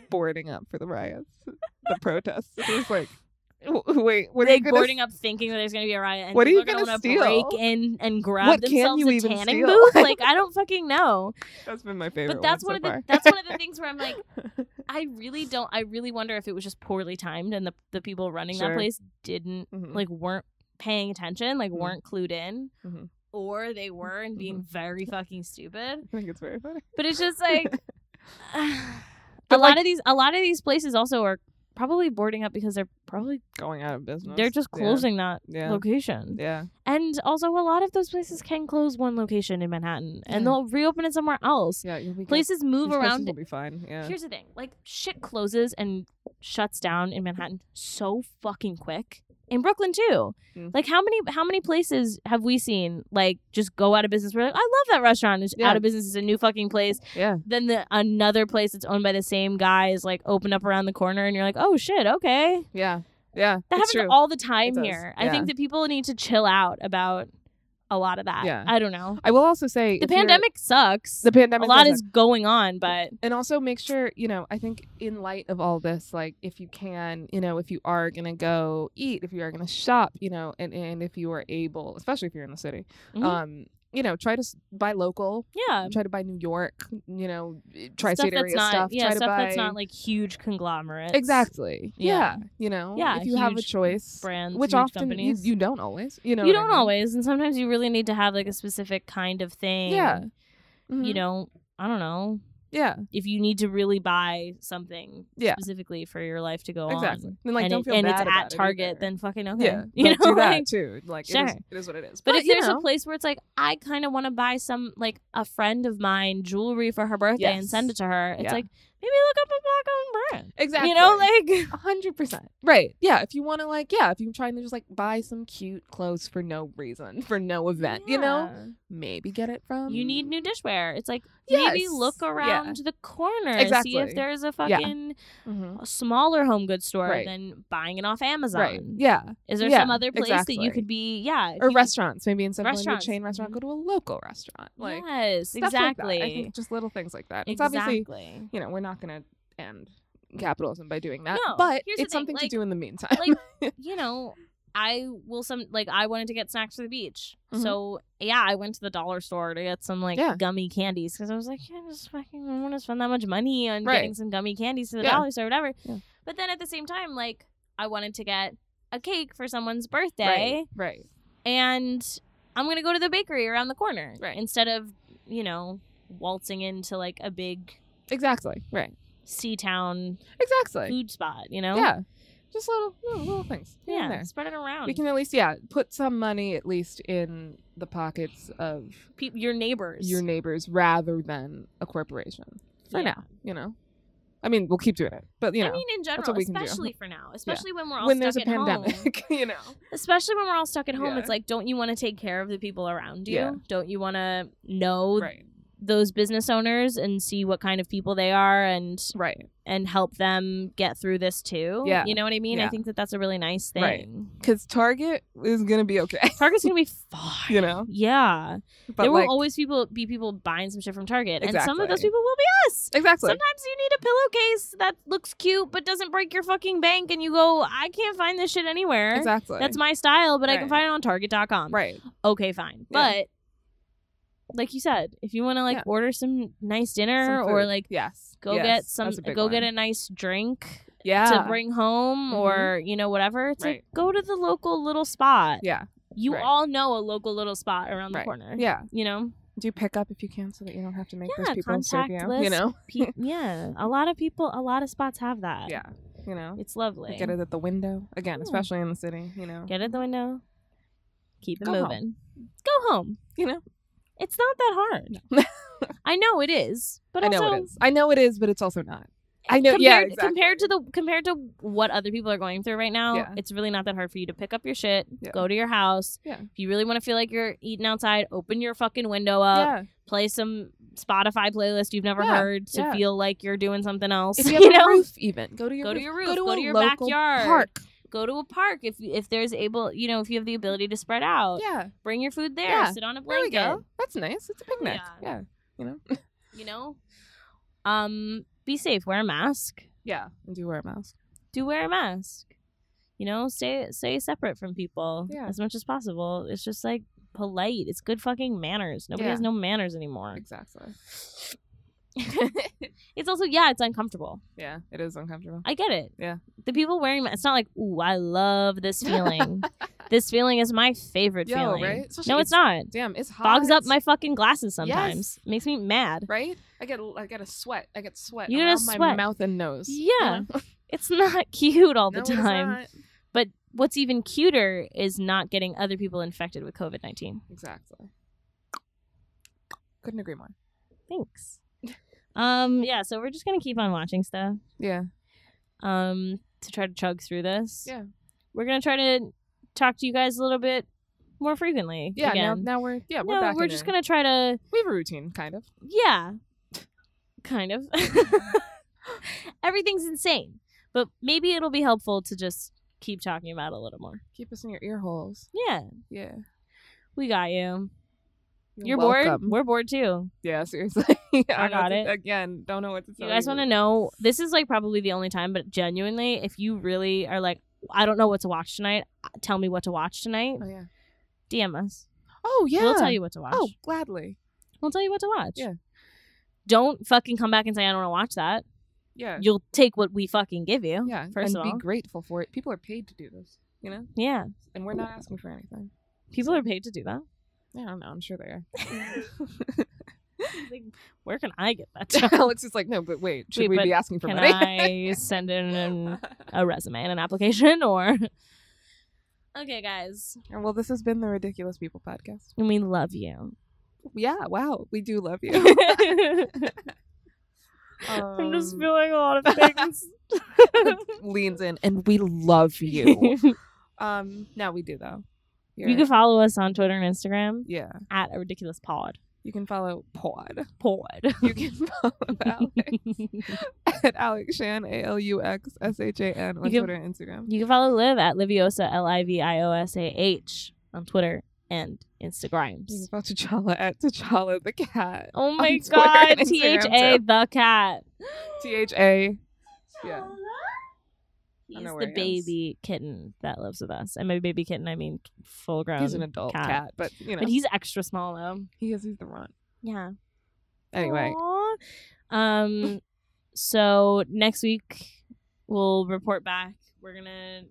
A: boarding up for the riots, the protests. It was like, [laughs] w- wait, what are
B: they
A: you gonna
B: boarding up thinking that there's gonna be a riot. And
A: What are
B: people
A: you
B: gonna,
A: gonna
B: wanna
A: steal?
B: Break in and grab
A: What can
B: themselves
A: you
B: a
A: even
B: tanning
A: steal? [laughs]
B: booth? Like I don't fucking know.
A: That's been my favorite.
B: But that's
A: one
B: one
A: so
B: of the
A: far.
B: that's one of the things where I'm
A: [laughs]
B: like, I really don't. I really wonder if it was just poorly timed and the the people running that
A: Sure.
B: place didn't
A: Mhm.
B: like weren't paying attention, like
A: Mhm.
B: weren't clued in.
A: Mhm.
B: Or they were and being
A: Mm-hmm.
B: very fucking stupid.
A: I think it's very funny.
B: But it's just like [sighs] a
A: [laughs] But,
B: lot
A: like-
B: of these a lot of these places also are probably boarding up because they're probably
A: Going out of business.
B: they're just
A: Yeah.
B: closing that
A: Yeah.
B: location.
A: Yeah.
B: And also, a lot of those places can close one location in Manhattan and
A: Yeah.
B: they'll reopen it somewhere else.
A: Yeah. You'll be good.
B: Places move
A: These places
B: around.
A: Will be fine. Yeah.
B: Here's the thing like, shit closes and shuts down in Manhattan so fucking quick. In Brooklyn too,
A: Mm.
B: like how many how many places have we seen like just go out of business? We're like, I love that restaurant. It's
A: Yeah.
B: out of business. It's a new fucking place.
A: Yeah.
B: Then the another place that's owned by the same guy is like open up around the corner, and you're like, oh shit, okay.
A: Yeah. Yeah.
B: That happens
A: it's true.
B: all the time
A: does.
B: here. I
A: Yeah.
B: think that people need to chill out about a lot of that.
A: Yeah.
B: I don't know.
A: I will also say
B: The
A: if you're-
B: pandemic sucks.
A: The
B: a
A: pandemic.
B: lot
A: does
B: is going on, but
A: and also make sure you know i think in light of all this like if you can you know if you are gonna go eat if you are gonna shop you know and, and if you are able especially if you're in the city
B: Mhm.
A: um you know try to s- buy local
B: yeah.
A: try to buy new york you know
B: Um, stuff
A: tri-state
B: that's
A: area
B: not
A: stuff
B: yeah,
A: try to
B: stuff
A: buy
B: that's not like huge conglomerates.
A: exactly
B: Yeah.
A: yeah. you know
B: Yeah,
A: if you have a
B: huge
A: choice
B: brands,
A: which
B: huge
A: often you,
B: companies.
A: you don't always you know
B: You
A: what I
B: don't
A: mean?
B: always, and sometimes you really need to have like a specific kind of thing.
A: Yeah. Mhm.
B: You know, I don't know.
A: yeah
B: If you need to really buy something
A: Yeah.
B: specifically for your life to go
A: exactly
B: on.
A: then like
B: and
A: don't
B: it-
A: feel
B: and
A: bad
B: it's
A: about
B: at
A: it
B: Target,
A: either.
B: then [laughs] fucking okay.
A: yeah
B: you
A: but
B: know,
A: do that
B: like-
A: too like it, is,
B: Sure.
A: it is what it is
B: But, if
A: you
B: there's
A: know.
B: a place where it's like, I kind of want to buy some, like a friend of mine, jewelry for her birthday and send
A: Yes.
B: it to her, it's
A: Yeah.
B: like, maybe look up a black owned brand.
A: Exactly.
B: You know, [laughs] like,
A: a hundred percent. Right. Yeah. If you want to, like, yeah, if you're trying to just like buy some cute clothes for no reason, for no event, you know, maybe get it from.
B: you need new dishware. It's like, maybe
A: Um, Yes.
B: look
A: Yeah.
B: around the corner see if
A: Exactly.
B: there's a
A: Yeah.
B: fucking Mm-hmm.
A: Mhm.
B: smaller home goods store
A: Right.
B: than buying it off Amazon.
A: Right. Yeah.
B: Is there
A: Yeah,
B: some other place that
A: exactly.
B: you could be, yeah. if
A: Or
B: you-
A: restaurants. Maybe instead of going to
B: Restaurants.
A: a chain restaurant, go to a local restaurant. Like
B: yes,
A: stuff like that.
B: exactly.
A: I think just little things like that. It's obviously
B: exactly.
A: you know we're not gonna end capitalism by doing that,
B: Mm-hmm. No,
A: but
B: here's the
A: it's
B: thing,
A: something
B: like-
A: to do in the meantime.
B: like you know I will some like I wanted to get snacks for the beach.
A: Mhm.
B: So yeah, I went to the dollar store to get some like
A: Yeah.
B: gummy candies because I was like, yeah, I just fucking don't want to spend that much money on
A: Right.
B: getting some gummy candies to the
A: Yeah.
B: dollar store, or whatever.
A: Yeah.
B: But then at the same time, like I wanted to get a cake for someone's birthday,
A: [laughs] Right.
B: and I'm gonna go to the bakery around the corner
A: Right.
B: instead of you know waltzing into like a big
A: Exactly. Right.
B: sea town
A: Exactly.
B: food spot. You know,
A: Yeah. Just little little, little things. here and
B: yeah,
A: there.
B: spread it around.
A: We can at least yeah put some money at least in the pockets of
B: Pe- your neighbors.
A: your neighbors rather than a corporation for
B: Yeah.
A: now. You know. I mean, we'll keep doing it, but you know.
B: I mean, in
A: what
B: general,
A: we can do.
B: especially for
A: [laughs]
B: now, especially when we're all
A: when
B: stuck
A: there's a
B: at home.
A: pandemic, [laughs] you know.
B: [laughs] Especially when we're all stuck at home,
A: Yeah.
B: it's like, don't you want to take care of the people around you?
A: Yeah.
B: Don't you want to know
A: Right.
B: those business owners and see what kind of people they are and
A: Right.
B: and help them get through this too?
A: Yeah.
B: you know what I mean. I
A: Yeah.
B: think that that's a really nice thing.
A: Right. Because Target is gonna be okay, [laughs]
B: Target's gonna be fine.
A: you know.
B: Yeah,
A: But
B: there
A: like,
B: will always people be people buying some shit from Target, and some of those
A: Exactly.
B: people will be us.
A: exactly.
B: Sometimes you need a pillowcase that looks cute but doesn't break your fucking bank, and you go, I can't find this shit anywhere.
A: Exactly.
B: That's my style, but I can
A: Right.
B: find it on Target.com.
A: right.
B: Okay, fine.
A: Yeah.
B: But like you said, if you want to like
A: Yeah.
B: order some nice dinner
A: Some
B: or
A: food.
B: like
A: yes,
B: go
A: Yes.
B: get some,
A: That's a big
B: go get
A: one.
B: a nice drink
A: yeah, Mm-hmm.
B: to bring home or you know whatever, it's like
A: Right.
B: go to the local little spot.
A: yeah,
B: You
A: Right.
B: all know a local little spot around the
A: Right.
B: corner.
A: yeah.
B: You
A: [laughs]
B: know,
A: Do pick up if you can, so that you don't have to make
B: Yeah,
A: those people serve you.
B: contactless.
A: You know,
B: Pe- yeah. A lot of people, a lot of spots have that.
A: yeah, you know.
B: it's lovely.
A: Get it at the window again,
B: Yeah.
A: especially in the city. You know,
B: Get out the window. Keep it
A: Go home.
B: moving. Go home.
A: You know?
B: It's not that
A: [laughs]
B: hard. I know it is, but
A: I
B: also
A: know it is. I know it is, but it's also not. I know. yeah,
B: compared,
A: exactly.
B: compared to the compared to what other people are going through right now,
A: Yeah.
B: it's really not that hard for you to pick up your shit,
A: Yeah.
B: go to your house.
A: Yeah.
B: If you really want to feel like you're eating outside, open your fucking window up,
A: yeah.
B: play some Spotify playlist you've never
A: Yeah,
B: heard to
A: yeah.
B: feel like you're doing something else. [laughs]
A: [laughs] If you have
B: you
A: a
B: know,
A: roof, even go to your
B: Go to
A: roof.
B: your roof, go
A: a
B: to your
A: local
B: backyard.
A: park.
B: go to a park if if there's able, you know, if you have the ability to spread out.
A: Yeah,
B: Bring your food there.
A: Yeah.
B: Sit on a
A: there Oh, we
B: blanket.
A: go. That's nice. It's a picnic.
B: Yeah.
A: Yeah, you know.
B: you know um be safe wear a mask
A: Yeah, and do wear a mask.
B: do wear a mask you know stay stay separate from people
A: Yeah.
B: as much as possible it's just like polite it's good fucking manners nobody
A: Yeah.
B: has no manners anymore
A: Exactly. [laughs]
B: it's also yeah it's uncomfortable
A: Yeah, it is uncomfortable.
B: i get it
A: Yeah.
B: the people wearing ma- it's not like ooh i love
A: [laughs]
B: this feeling this feeling is my favorite
A: Yo,
B: feeling
A: right? Especially
B: no it's,
A: it's
B: not
A: Damn, it's hot.
B: bogs up my fucking glasses sometimes makes me mad
A: right. I get I get a sweat. I get sweat
B: You get a
A: around my
B: sweat.
A: mouth and nose.
B: yeah it's not [laughs] cute all the time But what's even cuter is not getting other people infected with COVID 19.
A: Exactly. Couldn't agree more. [laughs]
B: Thanks. Um, yeah, so we're just going to keep on watching stuff
A: Yeah.
B: um, to try to chug through this.
A: Yeah.
B: We're going to try to talk to you guys a little bit more frequently.
A: Yeah. Now,
B: Again.
A: now we're yeah we're
B: no,
A: back.
B: we're
A: in
B: just
A: it.
B: going to try to,
A: we have a routine kind of.
B: yeah, kind of. [laughs] Everything's insane, but maybe it'll be helpful to just keep talking about it a little more.
A: Keep us in your ear holes.
B: Yeah,
A: Yeah.
B: we got you. You're, bored?
A: welcome.
B: We're bored too.
A: Yeah. Seriously.
B: [laughs]
A: I, don't know
B: got
A: what to-
B: it.
A: Again, don't know what to
B: You
A: tell
B: guys want to know? This is like probably the only time, but genuinely, if you really are like, I don't know what to watch tonight, uh, tell me what to watch tonight.
A: Oh yeah.
B: DM us.
A: Oh yeah.
B: We'll tell you what to watch.
A: Oh, gladly.
B: We'll tell you what to watch.
A: Yeah.
B: Don't fucking come back and say I don't want to watch that.
A: Yeah.
B: You'll take what we fucking give you.
A: yeah.
B: first
A: and
B: of
A: be
B: all.
A: grateful for it. People are paid to do this, you know,
B: Yeah.
A: and we're not asking for anything.
B: People are paid to do that.
A: I don't know. I'm sure they are. [laughs]
B: [laughs] Like, where can I get [laughs] that? job?
A: Alex is like, no, but wait, should
B: Wait,
A: we
B: but
A: be asking for
B: can
A: money?
B: I send [laughs] in an, a resume and an application [laughs] or? okay, guys,
A: And [laughs] well, this has been the Ridiculous People podcast.
B: and we love you.
A: Yeah, wow, we do love you.
B: [laughs]
A: [laughs]
B: I'm just
A: [laughs] Um,
B: feeling a lot of [laughs] things.
A: leans in, and we love
B: [laughs]
A: you. um, no, we do though. You're-
B: You can follow us on Twitter and Instagram
A: yeah,
B: at a ridiculous pod.
A: you can follow Pod.
B: Pod. [laughs]
A: You can [laughs] follow Alex
B: you
A: at Alex Shan A L U X S H A N on
B: You can-
A: Twitter and Instagram.
B: can follow Liv at Liviosa L I V I O S A H on Twitter and
A: You can
B: Instagrams.
A: follow T'Challa at T'Challa the cat.
B: Oh
A: Mm-hmm. On
B: my
A: Twitter
B: god,
A: and Instagram,
B: T H A
A: too.
B: the cat.
A: T H A. Yeah. don't
B: He's
A: know
B: the
A: where he is.
B: baby kitten that lives with us. And by baby kitten, I mean full grown.
A: He's an adult
B: cat.
A: cat, but you know,
B: But he's extra small though.
A: he is he's the runt.
B: Yeah.
A: Anyway,
B: Aw. Um so next week we'll report back. We're gonna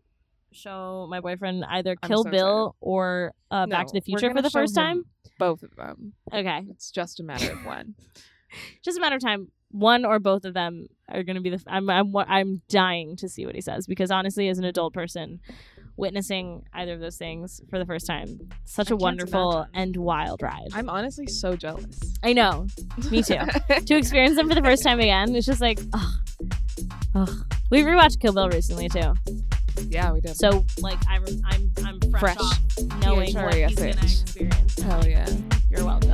B: show my boyfriend either
A: I'm
B: Kill
A: so
B: Bill or uh, Back to
A: No,
B: the
A: we're
B: Future for
A: gonna
B: the
A: show
B: first time.
A: him. both of them.
B: Okay.
A: It's just a matter of
B: [laughs]
A: when.
B: Just a matter of time. One or both of them are gonna be the f- I'm I'm wa- I'm dying to see what he says because honestly as an adult person witnessing either of those things for the first time such
A: I
B: a
A: can't
B: wonderful
A: imagine.
B: and wild ride.
A: I'm honestly so jealous.
B: I know. [laughs] Me too. to experience them for the first time again, it's just like, ugh, ugh. We rewatched Kill Bill recently too,
A: [laughs] yeah, we did.
B: so like I'm I'm I'm fresh,
A: Fresh.
B: off knowing
A: Yeah,
B: what
A: sure,
B: he's
A: yes,
B: gonna
A: it-
B: experience.
A: Hell yeah.
B: You're welcome.